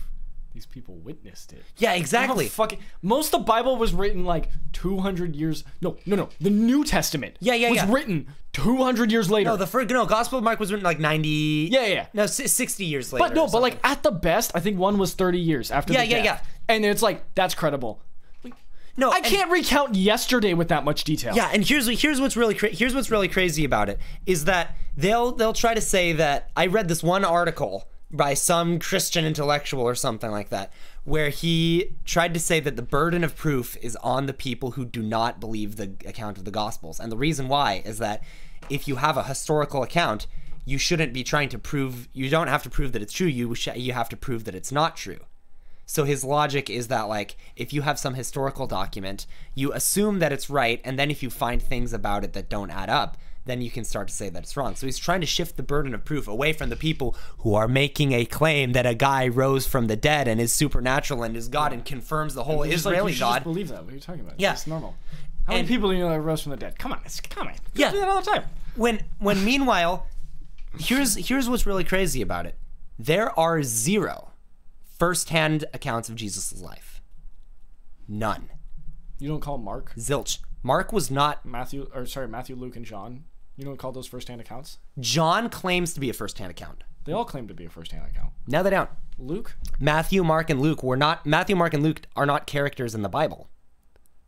[SPEAKER 2] these people witnessed it?
[SPEAKER 1] yeah
[SPEAKER 2] How
[SPEAKER 1] exactly
[SPEAKER 2] fucking most of the Bible was written like 200 years. No, no, no. The New Testament.
[SPEAKER 1] Yeah, yeah,
[SPEAKER 2] was
[SPEAKER 1] yeah.
[SPEAKER 2] written 200 years later.
[SPEAKER 1] no the first no gospel of mark was written like 90
[SPEAKER 2] Oh, yeah, yeah, yeah.
[SPEAKER 1] No, si- sixty years later.
[SPEAKER 2] But no,
[SPEAKER 1] or
[SPEAKER 2] but like at the best, I think one was 30 years after.
[SPEAKER 1] Yeah,
[SPEAKER 2] the
[SPEAKER 1] yeah,
[SPEAKER 2] death. And it's like that's credible.
[SPEAKER 1] something. no,
[SPEAKER 2] I
[SPEAKER 1] and-
[SPEAKER 2] can't recount yesterday with that much detail.
[SPEAKER 1] Yeah, and here's here's what's really cra- here's what's really crazy about it is that they'll they'll try to say that I read this one article by some Christian intellectual or something like that where he tried to say that the burden of proof is on the people who do not believe the account of the gospels. And the reason why is that if you have a historical account, you shouldn't be trying to prove you don't have to prove that it's true, you sh- you have to prove that it's not true. So his logic is that like if you have some historical document, you assume that it's right, and then if you find things about it that don't add up, then you can start to say that it's wrong. So he's trying to shift the burden of proof away from the people who are making a claim that a guy rose from the dead and is supernatural and is God and confirms the whole
[SPEAKER 2] It's like,
[SPEAKER 1] Israeli
[SPEAKER 2] you should
[SPEAKER 1] God.
[SPEAKER 2] Just believe that. What are you talking about?
[SPEAKER 1] Yeah.
[SPEAKER 2] It's normal. How
[SPEAKER 1] And-
[SPEAKER 2] many people do you know that rose from the dead? Come on, it's, come on. People
[SPEAKER 1] Yeah.
[SPEAKER 2] do that all the time.
[SPEAKER 1] when when meanwhile here's here's what's really crazy about it there are zero first-hand accounts of jesus' life none
[SPEAKER 2] You don't call Mark,
[SPEAKER 1] zilch mark was not
[SPEAKER 2] Matthew, or sorry, Matthew, Luke, and John. You don't call those first-hand accounts.
[SPEAKER 1] john claims to be a first-hand account
[SPEAKER 2] They all claim to be a first-hand account.
[SPEAKER 1] no they don't
[SPEAKER 2] Luke,
[SPEAKER 1] matthew mark and luke were not matthew mark and luke are not characters in the bible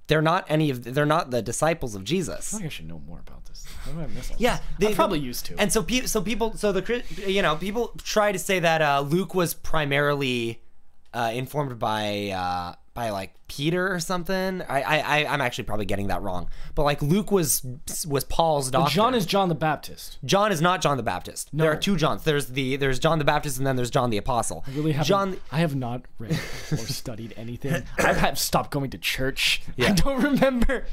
[SPEAKER 1] they're not any of they're not the disciples of jesus
[SPEAKER 2] I think I should know more about this. How did I miss all
[SPEAKER 1] Yeah,
[SPEAKER 2] this?
[SPEAKER 1] they-
[SPEAKER 2] I probably used to.
[SPEAKER 1] And so, pe- so people, so the Chri- you know people try to say that uh, Luke was primarily uh, informed by uh, by like Peter or something. I, I I I'm actually probably getting that wrong, but like Luke was was Paul's doctor.
[SPEAKER 2] John is John the Baptist.
[SPEAKER 1] John is not John the Baptist. There are two Johns. There's the there's John the Baptist and then there's John the Apostle.
[SPEAKER 2] Really haven't,
[SPEAKER 1] John.
[SPEAKER 2] I have not read or studied anything. I have stopped going to church. I don't remember.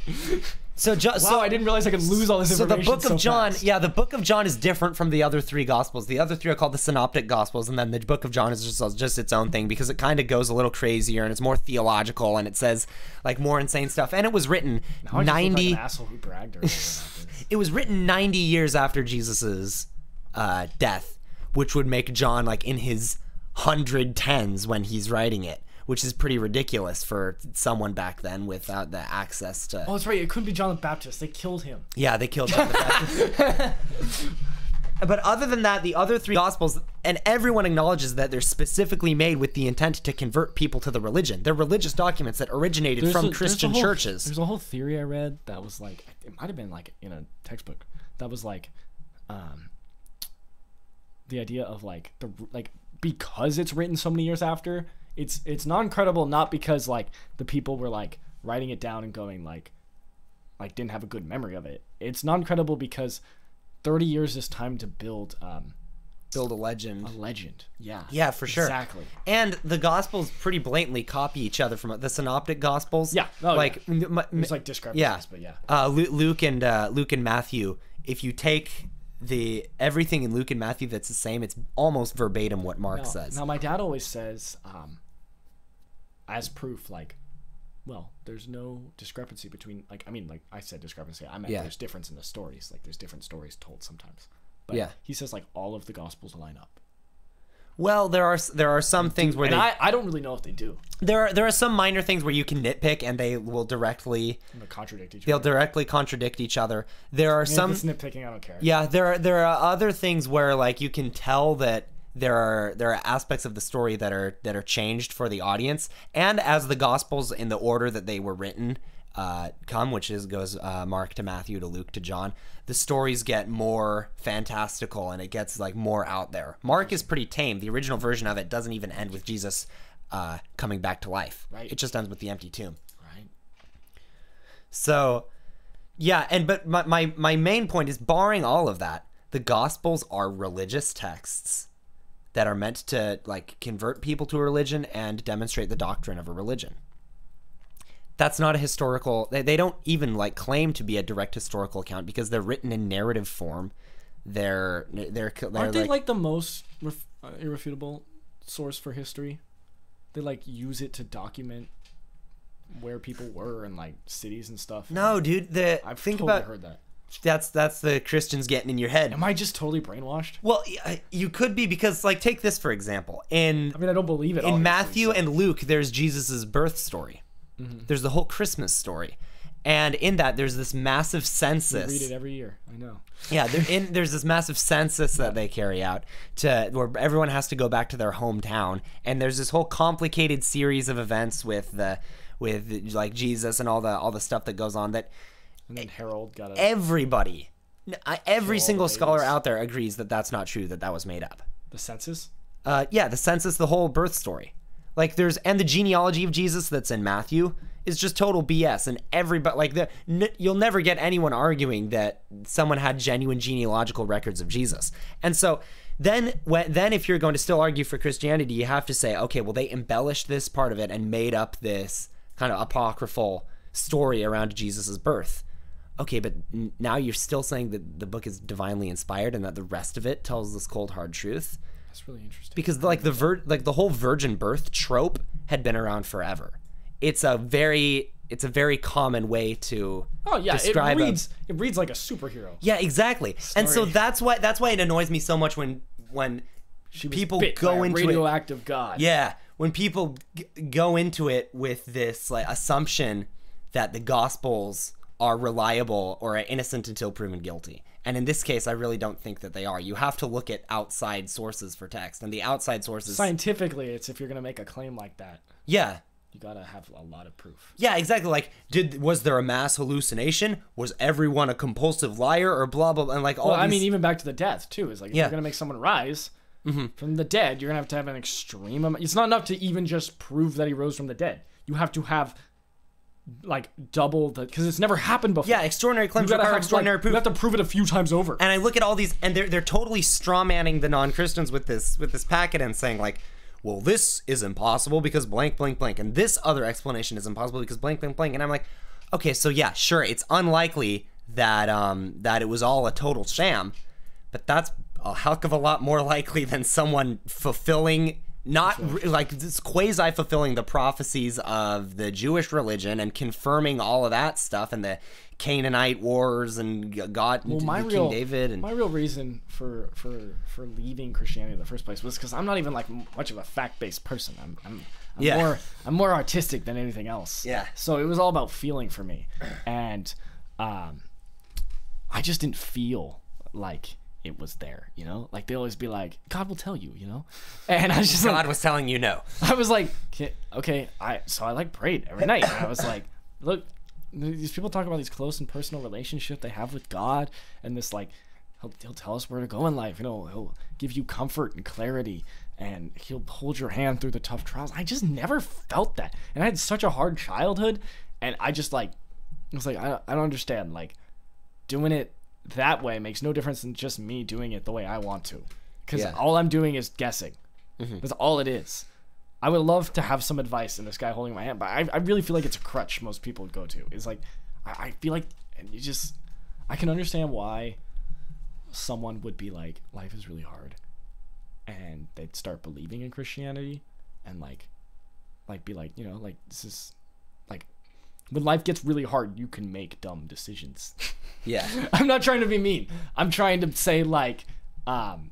[SPEAKER 1] So John.
[SPEAKER 2] Wow,
[SPEAKER 1] so
[SPEAKER 2] I didn't realize I could lose all this
[SPEAKER 1] so the
[SPEAKER 2] information.
[SPEAKER 1] book of
[SPEAKER 2] so
[SPEAKER 1] John,
[SPEAKER 2] fast.
[SPEAKER 1] yeah, the book of John is different from the other three gospels. The other three are called the synoptic gospels, and then the book of John is just just its own thing because it kind of goes a little crazier and it's more theological and it says like more insane stuff. And it was written
[SPEAKER 2] I just look like
[SPEAKER 1] ninety.
[SPEAKER 2] an asshole who bragged earlier about this.
[SPEAKER 1] it was written ninety years after Jesus's uh, death, which would make John like in his hundred tens when he's writing it. Which is pretty ridiculous for someone back then without the access to.
[SPEAKER 2] Oh, that's right. It couldn't be John the Baptist. They killed him.
[SPEAKER 1] Yeah, they killed John the Baptist. but other than that, the other three gospels, and everyone acknowledges that they're specifically made with the intent to convert people to the religion. They're religious documents that originated
[SPEAKER 2] There's
[SPEAKER 1] from
[SPEAKER 2] a- there's a
[SPEAKER 1] Christian
[SPEAKER 2] whole-
[SPEAKER 1] churches.
[SPEAKER 2] There's a whole theory I read that was like it might have been like in a textbook that was like um the idea of like the like because it's written so many years after it's it's non credible not because like the people were like writing it down and going like like didn't have a good memory of it it's non credible because 30 years is time to build um
[SPEAKER 1] Build a legend.
[SPEAKER 2] a legend yeah
[SPEAKER 1] Yeah, for sure.
[SPEAKER 2] exactly
[SPEAKER 1] And the gospels pretty blatantly copy each other from the synoptic gospels.
[SPEAKER 2] Yeah. Oh,
[SPEAKER 1] like
[SPEAKER 2] yeah.
[SPEAKER 1] m- m-
[SPEAKER 2] it's like discrepancies
[SPEAKER 1] Yeah.
[SPEAKER 2] but yeah
[SPEAKER 1] uh, Lu- Luke and uh, Luke and Matthew. If you take the everything in Luke and Matthew that's the same, it's almost verbatim what Mark
[SPEAKER 2] Now-
[SPEAKER 1] says.
[SPEAKER 2] Oh, Now, my dad always says, um, as proof, like, well, there's no discrepancy between, like, I mean, like I said, discrepancy. I meant
[SPEAKER 1] Yeah.
[SPEAKER 2] there's difference in the stories. Like, there's different stories told sometimes. But
[SPEAKER 1] Yeah.
[SPEAKER 2] he says like all of the gospels line up,
[SPEAKER 1] Well, there are s- there are some things where
[SPEAKER 2] and
[SPEAKER 1] they
[SPEAKER 2] I, I don't really know if they do.
[SPEAKER 1] there are there are some minor things where you can nitpick and they will directly
[SPEAKER 2] I'm gonna contradict each
[SPEAKER 1] they'll
[SPEAKER 2] other.
[SPEAKER 1] directly contradict each other. There are
[SPEAKER 2] Some
[SPEAKER 1] some
[SPEAKER 2] nitpicking, I don't care.
[SPEAKER 1] yeah, there are there are other things where like you can tell that there are there are aspects of the story that are that are changed for the audience and as the gospels in the order that they were written uh, come which is goes uh, Mark to Matthew to Luke to John the stories get more fantastical and it gets like more out there Mark is pretty tame the original version of it doesn't even end with Jesus uh, coming back to life
[SPEAKER 2] Right.
[SPEAKER 1] it just ends with the empty tomb
[SPEAKER 2] Right.
[SPEAKER 1] so, yeah, and but my, my my main point is barring all of that, the gospels are religious texts that are meant to like convert people to a religion and demonstrate the doctrine of a religion. that's not a historical. They, they don't even like claim to be a direct historical account because they're written in narrative form. They're they're, they're
[SPEAKER 2] Aren't they
[SPEAKER 1] like,
[SPEAKER 2] like, the most ref- uh, irrefutable source for history? They like use it to document where people were and like cities and stuff.
[SPEAKER 1] no, dude. The
[SPEAKER 2] I've
[SPEAKER 1] think
[SPEAKER 2] totally
[SPEAKER 1] about
[SPEAKER 2] heard that.
[SPEAKER 1] that's that's the Christians getting in your head.
[SPEAKER 2] Am I just totally brainwashed?
[SPEAKER 1] well, y- uh, you could be because like take this for example. In
[SPEAKER 2] I mean, I don't believe it.
[SPEAKER 1] in Matthew
[SPEAKER 2] obviously, so- Mm-hmm.
[SPEAKER 1] and Luke, there's Jesus' birth story. There's the whole Christmas story. And in that, there's this massive census.
[SPEAKER 2] read it every year. I know.
[SPEAKER 1] Yeah, there- in, there's this massive census that they carry out to where everyone has to go back to their hometown, and there's this whole complicated series of events with the with like Jesus and all the all the stuff that goes on that
[SPEAKER 2] And
[SPEAKER 1] Eh,
[SPEAKER 2] then Harold got a,
[SPEAKER 1] everybody, n- I- every
[SPEAKER 2] Kill all
[SPEAKER 1] single
[SPEAKER 2] the
[SPEAKER 1] scholar
[SPEAKER 2] babies.
[SPEAKER 1] out there agrees that that's not true, that that was made up.
[SPEAKER 2] the census.
[SPEAKER 1] Uh, yeah, the census, the whole birth story, like there's and the genealogy of Jesus that's in Matthew is just total BS, and everybody like the n- you'll never get anyone arguing that someone had genuine genealogical records of Jesus, and so. Then, when, then, if you're going to still argue for Christianity, you have to say, okay, well, they embellished this part of it and made up this kind of apocryphal story around Jesus' birth. Okay, but n- now you're still saying that the book is divinely inspired and that the rest of it tells this cold, hard truth
[SPEAKER 2] That's really interesting.
[SPEAKER 1] because like the vir- like the whole virgin birth trope had been around forever. It's a very it's a very common way to
[SPEAKER 2] oh yeah, it
[SPEAKER 1] describe a-
[SPEAKER 2] reads. It reads like a superhero.
[SPEAKER 1] yeah exactly. And so
[SPEAKER 2] Sorry.
[SPEAKER 1] that's why that's why it annoys me so much when when
[SPEAKER 2] She was
[SPEAKER 1] people
[SPEAKER 2] bit
[SPEAKER 1] go
[SPEAKER 2] by a
[SPEAKER 1] into it
[SPEAKER 2] radioactive god.
[SPEAKER 1] yeah, when people g- go into it with this like assumption that the gospels are reliable or are innocent until proven guilty. And in this case, I really don't think that they are. You have to look at outside sources for text, and the outside sources.
[SPEAKER 2] Scientifically, it's if you're gonna make a claim like that,
[SPEAKER 1] yeah,
[SPEAKER 2] you gotta have a lot of proof.
[SPEAKER 1] Yeah, exactly. Like, did was there a mass hallucination? Was everyone a compulsive liar or blah blah? blah and like all.
[SPEAKER 2] Well, I
[SPEAKER 1] these-
[SPEAKER 2] mean, even back to the death too. Is like if
[SPEAKER 1] Yeah. Mm-hmm.
[SPEAKER 2] you're gonna make someone rise from the dead, you're gonna have to have an extreme amount. It's not enough to even just prove that he rose from the dead. You have to have like double the because it's never happened before.
[SPEAKER 1] yeah, extraordinary claims
[SPEAKER 2] you gotta
[SPEAKER 1] require
[SPEAKER 2] have
[SPEAKER 1] extraordinary
[SPEAKER 2] like,
[SPEAKER 1] proof.
[SPEAKER 2] You have to prove it a few times over.
[SPEAKER 1] and I look at all these, and they're they're totally straw manning the non Christians with this with this packet and saying like, well, this is impossible because blank blank blank, and this other explanation is impossible because blank blank blank, and I'm like, okay, so yeah, sure, it's unlikely that um that it was all a total sham, but that's a heck of a lot more likely than someone fulfilling not re- like this quasi fulfilling the prophecies of the Jewish religion and confirming all of that stuff and the Canaanite wars and g- God
[SPEAKER 2] Well, my
[SPEAKER 1] King
[SPEAKER 2] real
[SPEAKER 1] David and
[SPEAKER 2] my real reason for for for leaving Christianity in the first place was because I'm not even like m- much of a fact based person. I'm I'm, I'm
[SPEAKER 1] Yeah.
[SPEAKER 2] more I'm more artistic than anything else.
[SPEAKER 1] Yeah.
[SPEAKER 2] So it was all about feeling for me, and um, I just didn't feel like it was there. You know, like they always be like, God will tell you. You know, and I was just like,
[SPEAKER 1] God was telling you no.
[SPEAKER 2] I was like, "K- okay, I so I like prayed every night. And I was like, look, these people talk about these close and personal relationship they have with God, and this like, he'll, he'll tell us where to go in life. You know, he'll give you comfort and clarity, and he'll hold your hand through the tough trials. I just never felt that, and I had such a hard childhood, and I just like, I was like, I, I don't understand. Like, doing it that way makes no difference than just me doing it the way I want to, because
[SPEAKER 1] Yeah.
[SPEAKER 2] all I'm doing is guessing. That's all it is. I would love to have some advice in this guy holding my hand, but I, I really feel like it's a crutch most people go to. It's like, I, I feel like and you just, I can understand why someone would be like, life is really hard, and they'd start believing in Christianity, and like, like be like, you know, like this is, like, when life gets really hard, you can make dumb decisions.
[SPEAKER 1] Yeah.
[SPEAKER 2] I'm not trying to be mean. I'm trying to say like, um,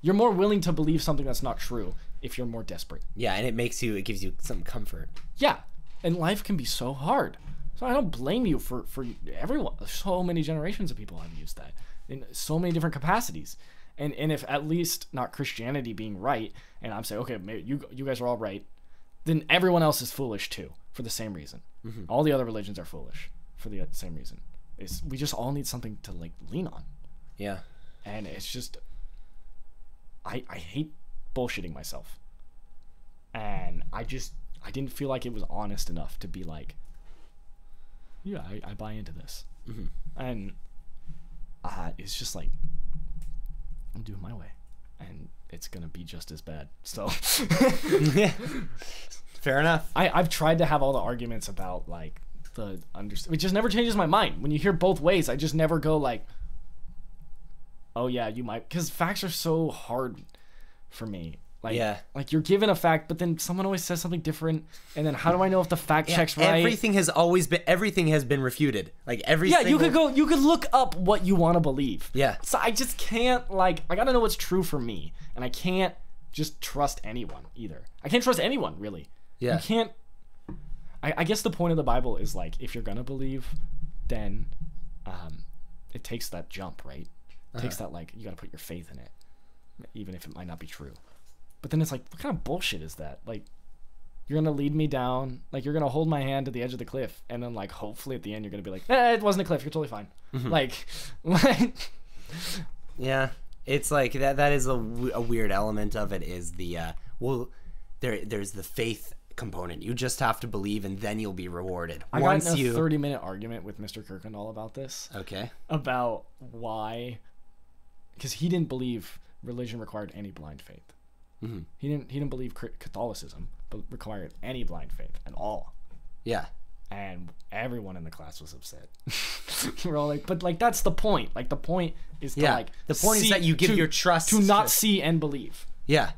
[SPEAKER 2] you're more willing to believe something that's not true if you're more desperate.
[SPEAKER 1] Yeah, and it makes you it gives you some comfort.
[SPEAKER 2] Yeah, and life can be so hard. So I don't blame you for for everyone. So many generations of people have used that in so many different capacities. And and if at least not Christianity being right, and I'm saying okay, maybe you you guys are all right, then everyone else is foolish too for the same reason. All the other religions are foolish for the same reason. It's, we just all need something to like lean on
[SPEAKER 1] Yeah.
[SPEAKER 2] and it's just I I hate bullshitting myself. And I just I didn't feel like it was honest enough to be like, yeah, I, I buy into this, and uh, it's just like I'm doing my way, and it's gonna be just as bad. So
[SPEAKER 1] Fair enough.
[SPEAKER 2] I, I've tried to have all the arguments about like the under it just never changes my mind. When you hear both ways, I just never go like, oh yeah, you might because facts are so hard for me. Like,
[SPEAKER 1] Yeah.
[SPEAKER 2] like you're given a fact, but then someone always says something different, and then how do I know if the fact checks right?
[SPEAKER 1] Everything has always been everything has been refuted. Like every
[SPEAKER 2] yeah, you
[SPEAKER 1] single-
[SPEAKER 2] could go, you could look up what you want to believe.
[SPEAKER 1] Yeah.
[SPEAKER 2] So I just can't like, I gotta know what's true for me, and I can't just trust anyone either. I can't trust anyone really.
[SPEAKER 1] Yeah.
[SPEAKER 2] You can't. I, I guess the point of the Bible is like, if you're gonna believe, then um, it takes that jump, right? It takes that like, you gotta put your faith in it, even if it might not be true. But then it's like, what kind of bullshit is that? Like, you're gonna lead me down, like you're gonna hold my hand to the edge of the cliff, and then like, hopefully at the end you're gonna be like, eh, it wasn't a cliff, you're totally fine. Like, like,
[SPEAKER 1] Yeah, it's like that. That is a, w- a weird element of it. Is the uh, well, there there's the faith component. You just have to believe, and then you'll be rewarded.
[SPEAKER 2] I got
[SPEAKER 1] Once
[SPEAKER 2] in a
[SPEAKER 1] you
[SPEAKER 2] 30 minute argument with Mr. Kirkland all about this.
[SPEAKER 1] okay,
[SPEAKER 2] about why because he didn't believe religion required any blind faith
[SPEAKER 1] Mm-hmm.
[SPEAKER 2] he didn't he didn't believe Cr- catholicism but required any blind faith at all
[SPEAKER 1] yeah,
[SPEAKER 2] and everyone in the class was upset we're all like but like that's the point like the point is to
[SPEAKER 1] Yeah.
[SPEAKER 2] like
[SPEAKER 1] The point is
[SPEAKER 2] see-
[SPEAKER 1] that you give
[SPEAKER 2] to-
[SPEAKER 1] your trust
[SPEAKER 2] to not
[SPEAKER 1] to-
[SPEAKER 2] see and believe
[SPEAKER 1] yeah.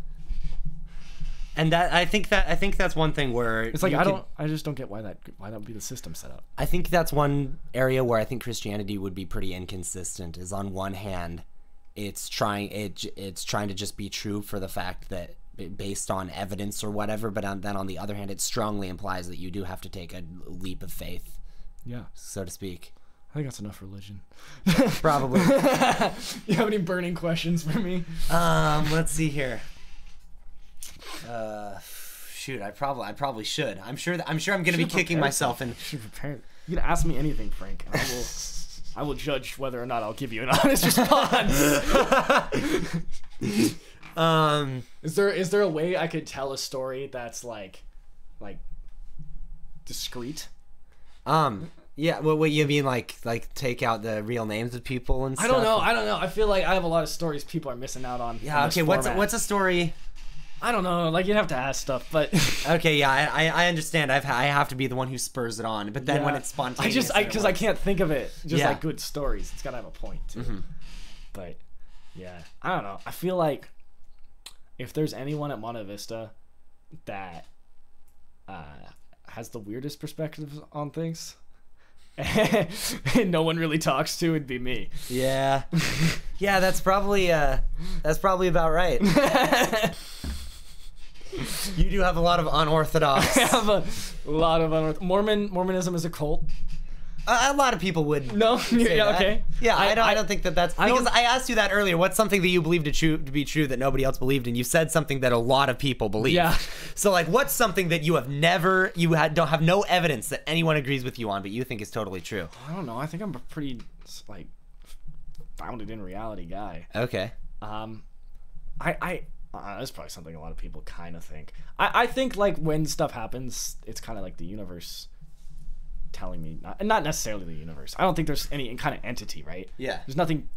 [SPEAKER 1] And that I think that I think that's one thing where
[SPEAKER 2] it's like i don't i just don't get why that why that would be the system set up
[SPEAKER 1] I think that's one area where I think Christianity would be pretty inconsistent. Is on one hand, it's trying it j- it's trying to just be true for the fact that b- based on evidence or whatever, but on, then on the other hand, it strongly implies that you do have to take a leap of faith,
[SPEAKER 2] yeah
[SPEAKER 1] so to speak.
[SPEAKER 2] i think that's enough religion
[SPEAKER 1] Probably.
[SPEAKER 2] you have any burning questions for me
[SPEAKER 1] um, let's see here. Uh, shoot, I probably I probably should. I'm sure that, I'm sure I'm gonna be
[SPEAKER 2] Should've
[SPEAKER 1] kicking
[SPEAKER 2] prepared
[SPEAKER 1] myself and
[SPEAKER 2] should prepare. You can ask me anything, Frank. and I will. I will judge whether or not I'll give you an honest response.
[SPEAKER 1] um.
[SPEAKER 2] is there is there a way I could tell a story that's like, like, discreet?
[SPEAKER 1] Um. Yeah. What? What you mean? Like, like take out the real names of people and
[SPEAKER 2] I
[SPEAKER 1] stuff.
[SPEAKER 2] don't know. I don't know. I feel like I have a lot of stories people are missing out on.
[SPEAKER 1] Yeah. Okay. What's a, what's
[SPEAKER 2] I
[SPEAKER 1] a story?
[SPEAKER 2] I don't know. Like you'd have to ask stuff, but
[SPEAKER 1] Okay. Yeah. I I, I understand. I've ha- I have to be the one who spurs it on. But then when
[SPEAKER 2] Yeah.
[SPEAKER 1] it's spontaneous,
[SPEAKER 2] I just
[SPEAKER 1] then
[SPEAKER 2] I
[SPEAKER 1] it
[SPEAKER 2] because I
[SPEAKER 1] works.
[SPEAKER 2] can't think of it. Just
[SPEAKER 1] Yeah. Mm-hmm.
[SPEAKER 2] like good stories, it's gotta have a point too. But yeah, I don't know. I feel like if there's anyone at Monte Vista that uh, has the weirdest perspectives on things. and no one really talks to it'd be me.
[SPEAKER 1] Yeah. yeah. That's probably uh. That's probably about right. you do have a lot of unorthodox.
[SPEAKER 2] I have a lot of unorth- Mormon Mormonism is a cult.
[SPEAKER 1] a, a lot of people would.
[SPEAKER 2] No,
[SPEAKER 1] say
[SPEAKER 2] yeah,
[SPEAKER 1] that.
[SPEAKER 2] okay.
[SPEAKER 1] Yeah, I, don't. I, don't think that that's
[SPEAKER 2] I don't-
[SPEAKER 1] because I asked you that earlier. What's something that you believe to, true, to be true that nobody else believed, and you said something that a lot of people believe.
[SPEAKER 2] Yeah.
[SPEAKER 1] So like, what's something that you have never, you had, don't have no evidence that anyone agrees with you on, but you think is totally true?
[SPEAKER 2] I don't know. I think I'm a pretty like founded in reality guy.
[SPEAKER 1] Okay.
[SPEAKER 2] Um, I, I, uh, that's probably something a lot of people kind of think. I, I think like when stuff happens, it's kind of like the universe telling me, not, and not necessarily the universe. I don't think there's any kind of entity, right?
[SPEAKER 1] Yeah.
[SPEAKER 2] There's nothing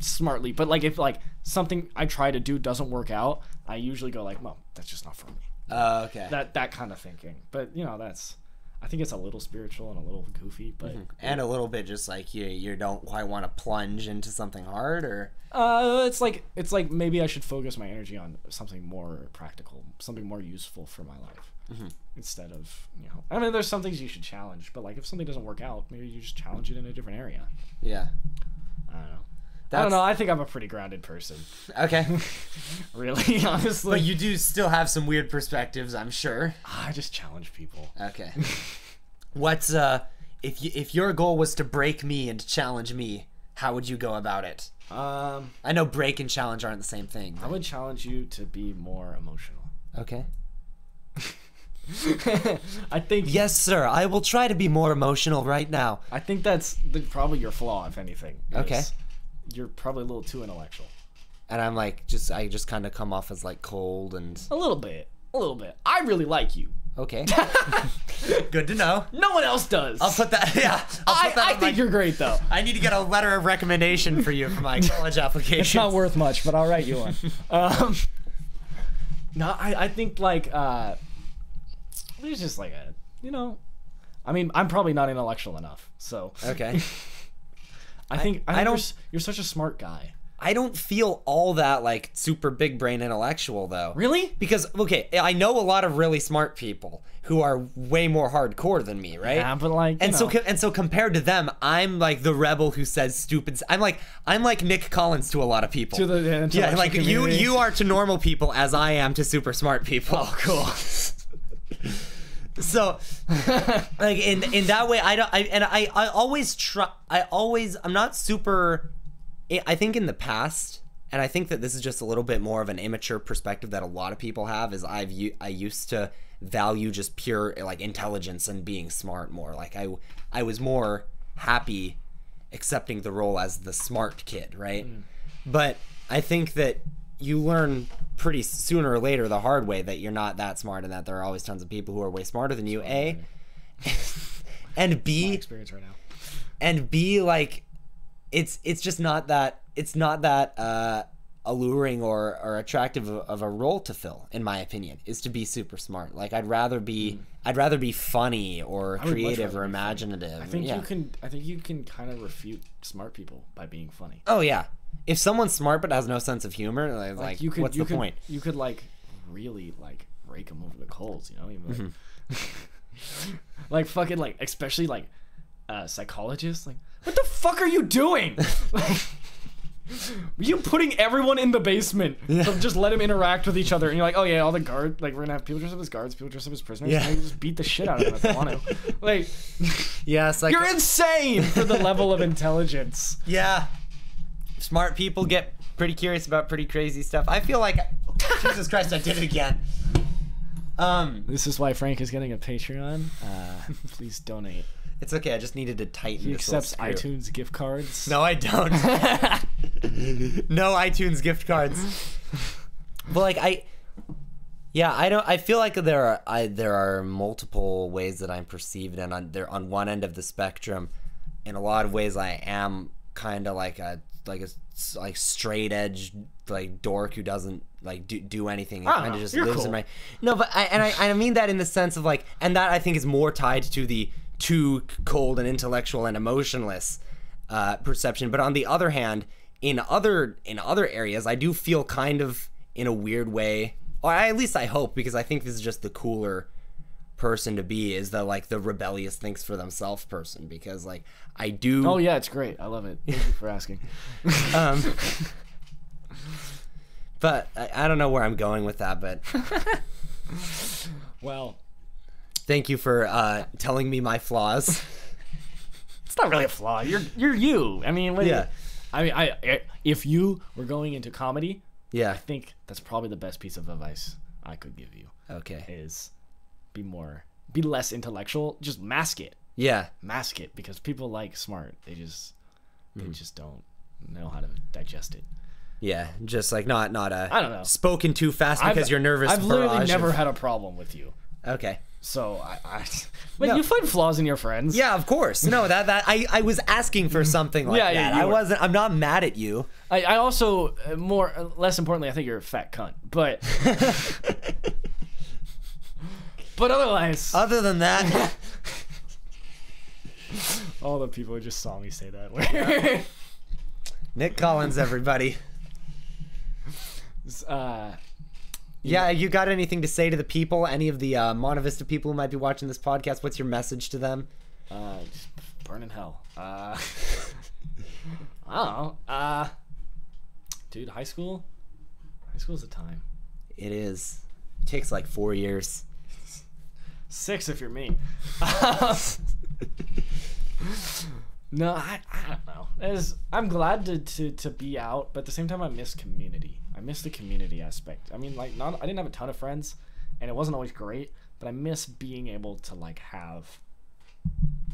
[SPEAKER 2] smartly, but like if like something I try to do doesn't work out, I usually go like, well, that's just not for me.
[SPEAKER 1] Uh, okay.
[SPEAKER 2] That that kind of thinking. But you know, that's. I think it's a little spiritual and a little goofy, but
[SPEAKER 1] and a little bit just like you, you don't quite want to plunge into something hard, or
[SPEAKER 2] Uh, it's like it's like maybe I should focus my energy on something more practical, something more useful for my life,
[SPEAKER 1] Mm-hmm.
[SPEAKER 2] instead of you know. I mean, there's some things you should challenge, but like if something doesn't work out, maybe you just challenge it in a different area.
[SPEAKER 1] yeah.
[SPEAKER 2] I don't know. I
[SPEAKER 1] That's-
[SPEAKER 2] don't know. I think I'm a pretty grounded person,
[SPEAKER 1] Okay.
[SPEAKER 2] really, honestly. Ah,
[SPEAKER 1] but you do still have some weird perspectives, I'm sure.
[SPEAKER 2] I just challenge people.
[SPEAKER 1] Okay. What's uh if you if your goal was to break me and challenge me, how would you go about it?
[SPEAKER 2] Um,
[SPEAKER 1] I know break and challenge aren't the same thing.
[SPEAKER 2] I would challenge you to be more emotional.
[SPEAKER 1] Okay.
[SPEAKER 2] I think
[SPEAKER 1] Yes, sir. I will try to be more emotional right now.
[SPEAKER 2] I think that's the, probably your flaw, if anything. is
[SPEAKER 1] Okay.
[SPEAKER 2] You're probably a little too intellectual.
[SPEAKER 1] And I'm like just I just kind of come off as like cold and
[SPEAKER 2] A little bit. A little bit. I really like you.
[SPEAKER 1] okay. Good to know.
[SPEAKER 2] No one else does.
[SPEAKER 1] I'll put that yeah. I'll
[SPEAKER 2] I,
[SPEAKER 1] put that
[SPEAKER 2] I
[SPEAKER 1] on
[SPEAKER 2] think
[SPEAKER 1] my-
[SPEAKER 2] you're great though.
[SPEAKER 1] I need to get a letter of recommendation for you for my college application.
[SPEAKER 2] It's not worth much, but I'll write you one. um, no, I, I think like uh, He's just like a, you know, I mean, I'm probably not intellectual enough, so
[SPEAKER 1] Okay.
[SPEAKER 2] I think I,
[SPEAKER 1] I
[SPEAKER 2] think
[SPEAKER 1] don't-
[SPEAKER 2] You're, s- you're such a smart guy.
[SPEAKER 1] I don't feel all that like super big brain intellectual though.
[SPEAKER 2] Really?
[SPEAKER 1] Because okay, I know a lot of really smart people who are way more hardcore than me, right?
[SPEAKER 2] Yeah, but like, you
[SPEAKER 1] and so
[SPEAKER 2] know.
[SPEAKER 1] co- and so compared to them, I'm like the rebel who says stupid. s- I'm like I'm like Nick Collins to a lot of people.
[SPEAKER 2] To the- the
[SPEAKER 1] yeah,
[SPEAKER 2] intellectual
[SPEAKER 1] like
[SPEAKER 2] community. Oh,
[SPEAKER 1] you you are to normal people as I am to super smart people. cool. so like in in that way i don't I, and i i always try i always i'm not super I- i think in the past and i think that this is just a little bit more of an immature perspective that a lot of people have is i've u- i used to value just pure like intelligence and being smart more like i i was more happy accepting the role as the smart kid right but i think that you learn pretty sooner or later the hard way that you're not that smart and that there are always tons of people who are way smarter than you a and b
[SPEAKER 2] experience right now.
[SPEAKER 1] and b like it's it's just not that it's not that uh alluring or or attractive of, of a role to fill in my opinion is to be super smart like i'd rather be i'd rather be funny or
[SPEAKER 2] Hmm. much
[SPEAKER 1] creative
[SPEAKER 2] rather
[SPEAKER 1] or
[SPEAKER 2] be funny.
[SPEAKER 1] imaginative
[SPEAKER 2] I think
[SPEAKER 1] yeah.
[SPEAKER 2] you can. I think you can kind of refute smart people by being funny.
[SPEAKER 1] oh yeah if someone's smart but has no sense of humor like, like,
[SPEAKER 2] you could.
[SPEAKER 1] what's
[SPEAKER 2] you
[SPEAKER 1] the
[SPEAKER 2] could,
[SPEAKER 1] point
[SPEAKER 2] You could like really like rake them over the coals. You know, You'd be like,
[SPEAKER 1] Mm-hmm.
[SPEAKER 2] like fucking like especially like uh, psychologists. Like, what the fuck are you doing? Like, Were you putting everyone in the basement? So just let them interact with each other, and you're like, oh yeah, all the guard, like we're gonna have people dressed up as guards, people dressed up as prisoners.
[SPEAKER 1] Yeah.
[SPEAKER 2] and they just beat the shit out of them if they want to. Like,
[SPEAKER 1] yeah like uh,
[SPEAKER 2] you're insane for the level of intelligence.
[SPEAKER 1] Yeah. Smart people get pretty curious about pretty crazy stuff. I feel like Jesus Christ, I did it again. Um,
[SPEAKER 2] This is why Frank is getting a Patreon. Uh, please donate.
[SPEAKER 1] it's okay. I just needed to tighten.
[SPEAKER 2] He
[SPEAKER 1] this little
[SPEAKER 2] accepts
[SPEAKER 1] screw.
[SPEAKER 2] iTunes gift cards.
[SPEAKER 1] No, I don't. no iTunes gift cards. But like I, yeah, I don't. I feel like there are I, there are multiple ways that I'm perceived, and on there on one end of the spectrum, in a lot of ways, I am kind of like a like a s- like straight edge like dork who doesn't like do, do anything and
[SPEAKER 2] don't
[SPEAKER 1] kind of
[SPEAKER 2] know.
[SPEAKER 1] just
[SPEAKER 2] Ah, You're
[SPEAKER 1] lives in
[SPEAKER 2] cool.
[SPEAKER 1] my no but I, and I, I mean that in the sense of like and that i think is more tied to the too cold and intellectual and emotionless uh, perception but on the other hand in other in other areas i do feel kind of in a weird way or I, at least i hope because i think this is just the cooler person to be is the like the rebellious thinks for themselves person because like i do
[SPEAKER 2] Oh yeah, it's great. I love it. Thank you for asking.
[SPEAKER 1] um, but I, I don't know where I'm going with that. But
[SPEAKER 2] Well,
[SPEAKER 1] thank you for uh, telling me my flaws.
[SPEAKER 2] it's not really a flaw. You're you're you. I mean, what
[SPEAKER 1] Yeah.
[SPEAKER 2] I mean, I, I if you were going into comedy,
[SPEAKER 1] Yeah.
[SPEAKER 2] I think that's probably the best piece of advice I could give you
[SPEAKER 1] Okay.
[SPEAKER 2] is be more, be less intellectual. Just mask it,
[SPEAKER 1] Yeah.
[SPEAKER 2] mask it, because people like smart. They just they
[SPEAKER 1] Mm.
[SPEAKER 2] just don't know how to digest it.
[SPEAKER 1] Yeah. Just like not not a.
[SPEAKER 2] I don't know.
[SPEAKER 1] Spoken too fast because you're nervous.
[SPEAKER 2] I've literally
[SPEAKER 1] barrage
[SPEAKER 2] never
[SPEAKER 1] of-
[SPEAKER 2] had a problem with you.
[SPEAKER 1] okay.
[SPEAKER 2] So I, I but
[SPEAKER 1] No.
[SPEAKER 2] you find flaws in your friends.
[SPEAKER 1] Yeah, of course. No, that that I, I was asking for something like
[SPEAKER 2] Mm. Yeah, yeah,
[SPEAKER 1] that.
[SPEAKER 2] you
[SPEAKER 1] I
[SPEAKER 2] were.
[SPEAKER 1] wasn't. I'm not mad at you.
[SPEAKER 2] I, I also uh, more uh, less importantly, I think you're a fat cunt. But but otherwise,
[SPEAKER 1] Other than that,
[SPEAKER 2] all the people who just saw me say that. were-
[SPEAKER 1] Nick Collins, everybody.
[SPEAKER 2] uh,
[SPEAKER 1] Yeah, you got anything to say to the people? Any of the uh, Monta Vista people who might be watching this podcast? What's your message to them?
[SPEAKER 2] uh, just burn in hell. Uh, I don't know. Uh, dude, high school. High school's a time.
[SPEAKER 1] It is. It takes like four years.
[SPEAKER 2] Six if you're me. Um, no, I, I don't know. As I'm glad to, to, to be out, but at the same time, I miss community. I miss the community aspect. I mean, like, not I didn't have a ton of friends, and it wasn't always great, but I miss being able to like have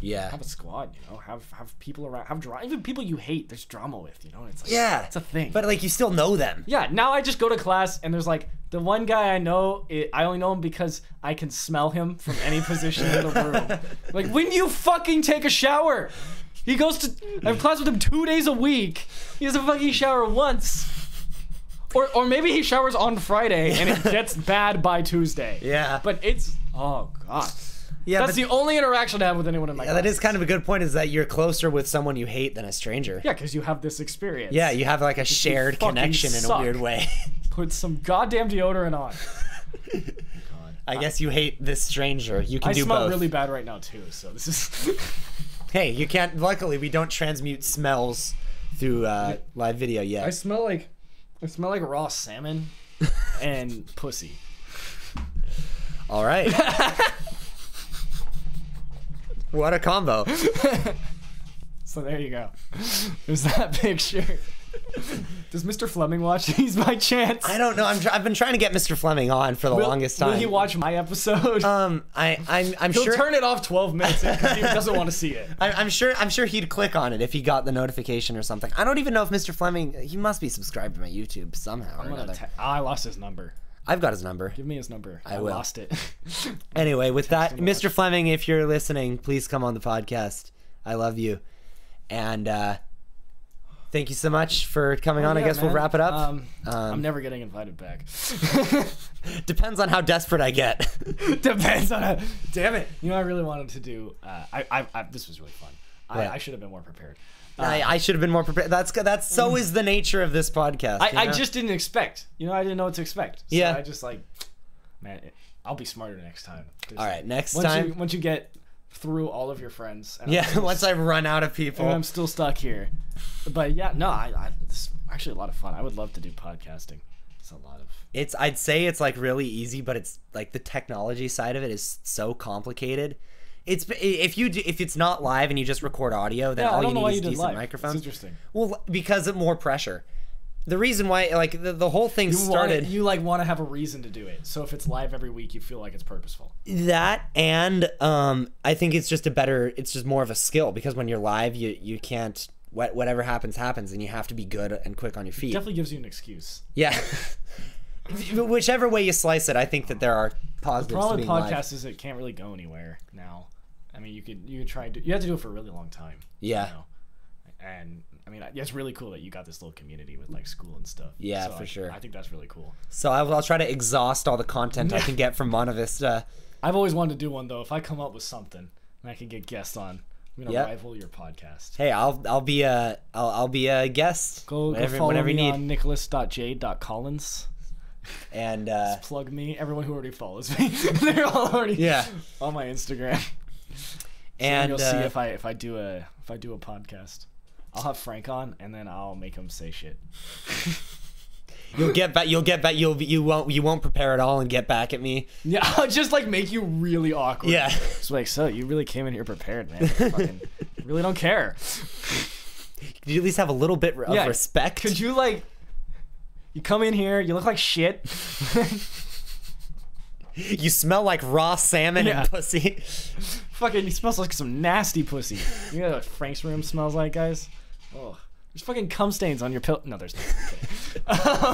[SPEAKER 1] Yeah.
[SPEAKER 2] have a squad, you know, have have people around, have drama, even people you hate. There's drama with, you know. It's like,
[SPEAKER 1] Yeah.
[SPEAKER 2] it's a thing.
[SPEAKER 1] But like you still know them.
[SPEAKER 2] Yeah, now I just go to class and there's like the one guy I know. It, I only know him because I can smell him from any position in the room. Like when do you fucking take a shower, he goes to. I have class with him two days a week. He doesn't fucking shower once. Or, or maybe he showers on Friday and it gets bad by Tuesday.
[SPEAKER 1] Yeah.
[SPEAKER 2] But it's oh god.
[SPEAKER 1] yeah,
[SPEAKER 2] That's
[SPEAKER 1] but-
[SPEAKER 2] the only interaction I have with anyone in my
[SPEAKER 1] yeah, that is kind of a good point. Is that you're closer with someone you hate than a stranger?
[SPEAKER 2] Yeah, because you have this experience.
[SPEAKER 1] Yeah, you have like a shared
[SPEAKER 2] fucking
[SPEAKER 1] connection in a
[SPEAKER 2] suck.
[SPEAKER 1] weird way.
[SPEAKER 2] Put some goddamn deodorant on.
[SPEAKER 1] I guess you hate this stranger. You can
[SPEAKER 2] I
[SPEAKER 1] do
[SPEAKER 2] smell
[SPEAKER 1] both.
[SPEAKER 2] really bad right now too, so this is
[SPEAKER 1] Hey, you can't. Luckily, we don't transmute smells through uh, live video yet.
[SPEAKER 2] I smell like I smell like raw salmon and pussy.
[SPEAKER 1] All right. what a combo.
[SPEAKER 2] So there you go. There's that picture. Does Mr. Fleming watch these by chance?
[SPEAKER 1] I don't know. I'm tr- I've been trying to get Mr. Fleming on for the
[SPEAKER 2] Will-
[SPEAKER 1] longest time.
[SPEAKER 2] Will he watch my episode?
[SPEAKER 1] Um, I, I'm, I'm
[SPEAKER 2] He'll
[SPEAKER 1] sure.
[SPEAKER 2] turn it off 12 minutes in 'cause he doesn't want to see it.
[SPEAKER 1] I, I'm sure. I'm sure he'd click on it if he got the notification or something. I don't even know if Mr. Fleming. He must be subscribed to my YouTube somehow. Or
[SPEAKER 2] I'm gonna
[SPEAKER 1] another.
[SPEAKER 2] te- I lost his number.
[SPEAKER 1] I've got his number.
[SPEAKER 2] Give me his number. I,
[SPEAKER 1] will.
[SPEAKER 2] lost it.
[SPEAKER 1] Anyway, with that,
[SPEAKER 2] him
[SPEAKER 1] Mr. Fleming, if you're listening, please come on the podcast. I love you, and uh, thank you so much for coming on. I
[SPEAKER 2] Oh, Yeah,
[SPEAKER 1] guess we'll
[SPEAKER 2] man.
[SPEAKER 1] wrap it up.
[SPEAKER 2] Um, I'm
[SPEAKER 1] Um,
[SPEAKER 2] never getting invited back.
[SPEAKER 1] Depends on how desperate I get.
[SPEAKER 2] Depends on a. Damn it! You know, I really wanted to do. Uh, I, I, I, this was really fun. I,
[SPEAKER 1] Right.
[SPEAKER 2] I should have been more prepared. Uh,
[SPEAKER 1] I, I should have been more prepared. That's that's so is the nature of this podcast.
[SPEAKER 2] I,
[SPEAKER 1] you
[SPEAKER 2] I
[SPEAKER 1] know?
[SPEAKER 2] just didn't expect. You know, I didn't know what to expect. So
[SPEAKER 1] Yeah.
[SPEAKER 2] I just like, man, it, I'll be smarter next time. Just-
[SPEAKER 1] all right. Next
[SPEAKER 2] Once
[SPEAKER 1] time,
[SPEAKER 2] you once you get through all of your friends. And
[SPEAKER 1] yeah. Once I run out of people,
[SPEAKER 2] I'm still stuck here. But yeah, no, I, I this is actually a lot of fun. I would love to do podcasting. It's a lot of.
[SPEAKER 1] it's I'd say it's like really easy, but it's like the technology side of it is so complicated. It's if you do, if it's not live and you just record audio, then
[SPEAKER 2] Yeah, I
[SPEAKER 1] all
[SPEAKER 2] don't
[SPEAKER 1] you
[SPEAKER 2] know
[SPEAKER 1] need
[SPEAKER 2] why
[SPEAKER 1] is
[SPEAKER 2] you did
[SPEAKER 1] decent
[SPEAKER 2] live.
[SPEAKER 1] microphones.
[SPEAKER 2] It's interesting.
[SPEAKER 1] Well, because of more pressure. The reason why, like the, the whole thing
[SPEAKER 2] You
[SPEAKER 1] started
[SPEAKER 2] Want, you like want to have a reason to do it. So if it's live every week, you feel like it's purposeful.
[SPEAKER 1] that, and um, I think it's just a better, it's just more of a skill because when you're live, you you can't what whatever happens happens, and you have to be good and quick on your feet.
[SPEAKER 2] Definitely gives you an excuse.
[SPEAKER 1] Yeah. Whichever way you slice it, I think that there are positives. to
[SPEAKER 2] Problem with
[SPEAKER 1] being live.
[SPEAKER 2] podcasts is it can't really go anywhere now. I mean, you could you could try and do. You have to do it for a really long time.
[SPEAKER 1] Yeah.
[SPEAKER 2] You know? And I mean, I- it's really cool that you got this little community with like school and stuff.
[SPEAKER 1] Yeah,
[SPEAKER 2] So
[SPEAKER 1] for
[SPEAKER 2] I-
[SPEAKER 1] sure.
[SPEAKER 2] I think that's really cool.
[SPEAKER 1] So I will, I'll try to exhaust all the content I can get from Monta Vista.
[SPEAKER 2] I've always wanted to do one though. If I come up with something and I can get guests on, I'm gonna
[SPEAKER 1] Yeah.
[SPEAKER 2] rival your podcast.
[SPEAKER 1] Hey, I'll I'll be a I'll, I'll be a guest
[SPEAKER 2] Go, go
[SPEAKER 1] whenever,
[SPEAKER 2] follow
[SPEAKER 1] whenever you
[SPEAKER 2] me
[SPEAKER 1] need.
[SPEAKER 2] on nicholas.j.collins.
[SPEAKER 1] And uh,
[SPEAKER 2] Plug me. Everyone who already follows me, they're all already
[SPEAKER 1] yeah,
[SPEAKER 2] on my Instagram.
[SPEAKER 1] and
[SPEAKER 2] And you'll see
[SPEAKER 1] uh,
[SPEAKER 2] if I if I do a if I do a podcast, I'll have Frank on and then I'll make him say shit.
[SPEAKER 1] you'll get back. You'll get back. You'll be- you won't you won't prepare at all and get back at me.
[SPEAKER 2] Yeah, I'll just like make you really awkward.
[SPEAKER 1] Yeah.
[SPEAKER 2] It's like, so you really came in here prepared, man. Fucking, really don't care.
[SPEAKER 1] Could you at least have a little bit of
[SPEAKER 2] Yeah,
[SPEAKER 1] respect?
[SPEAKER 2] Could you like? You come in here, you look like shit.
[SPEAKER 1] You smell like raw salmon
[SPEAKER 2] Yeah.
[SPEAKER 1] and pussy.
[SPEAKER 2] fucking he smells like some nasty pussy. You know what Frank's room smells like, guys? Oh, there's fucking cum stains on your pillow. No, there's not.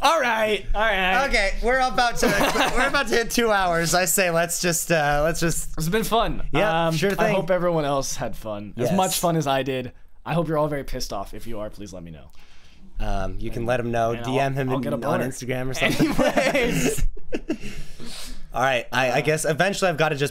[SPEAKER 2] all right, all right.
[SPEAKER 1] Okay, we're about to we're about to hit two hours. I say let's just uh, let's just
[SPEAKER 2] It's been fun. Um,
[SPEAKER 1] Yeah, sure
[SPEAKER 2] I
[SPEAKER 1] thing.
[SPEAKER 2] hope everyone else had fun.
[SPEAKER 1] Yes.
[SPEAKER 2] As much fun as I did. I hope you're all very pissed off. If you are, please let me know.
[SPEAKER 1] um, you can let him know,
[SPEAKER 2] And I'll-
[SPEAKER 1] DM him
[SPEAKER 2] I'll
[SPEAKER 1] in-
[SPEAKER 2] get a
[SPEAKER 1] on
[SPEAKER 2] boner.
[SPEAKER 1] Instagram or something.
[SPEAKER 2] Anyways,
[SPEAKER 1] All right, I, I guess eventually I've got to just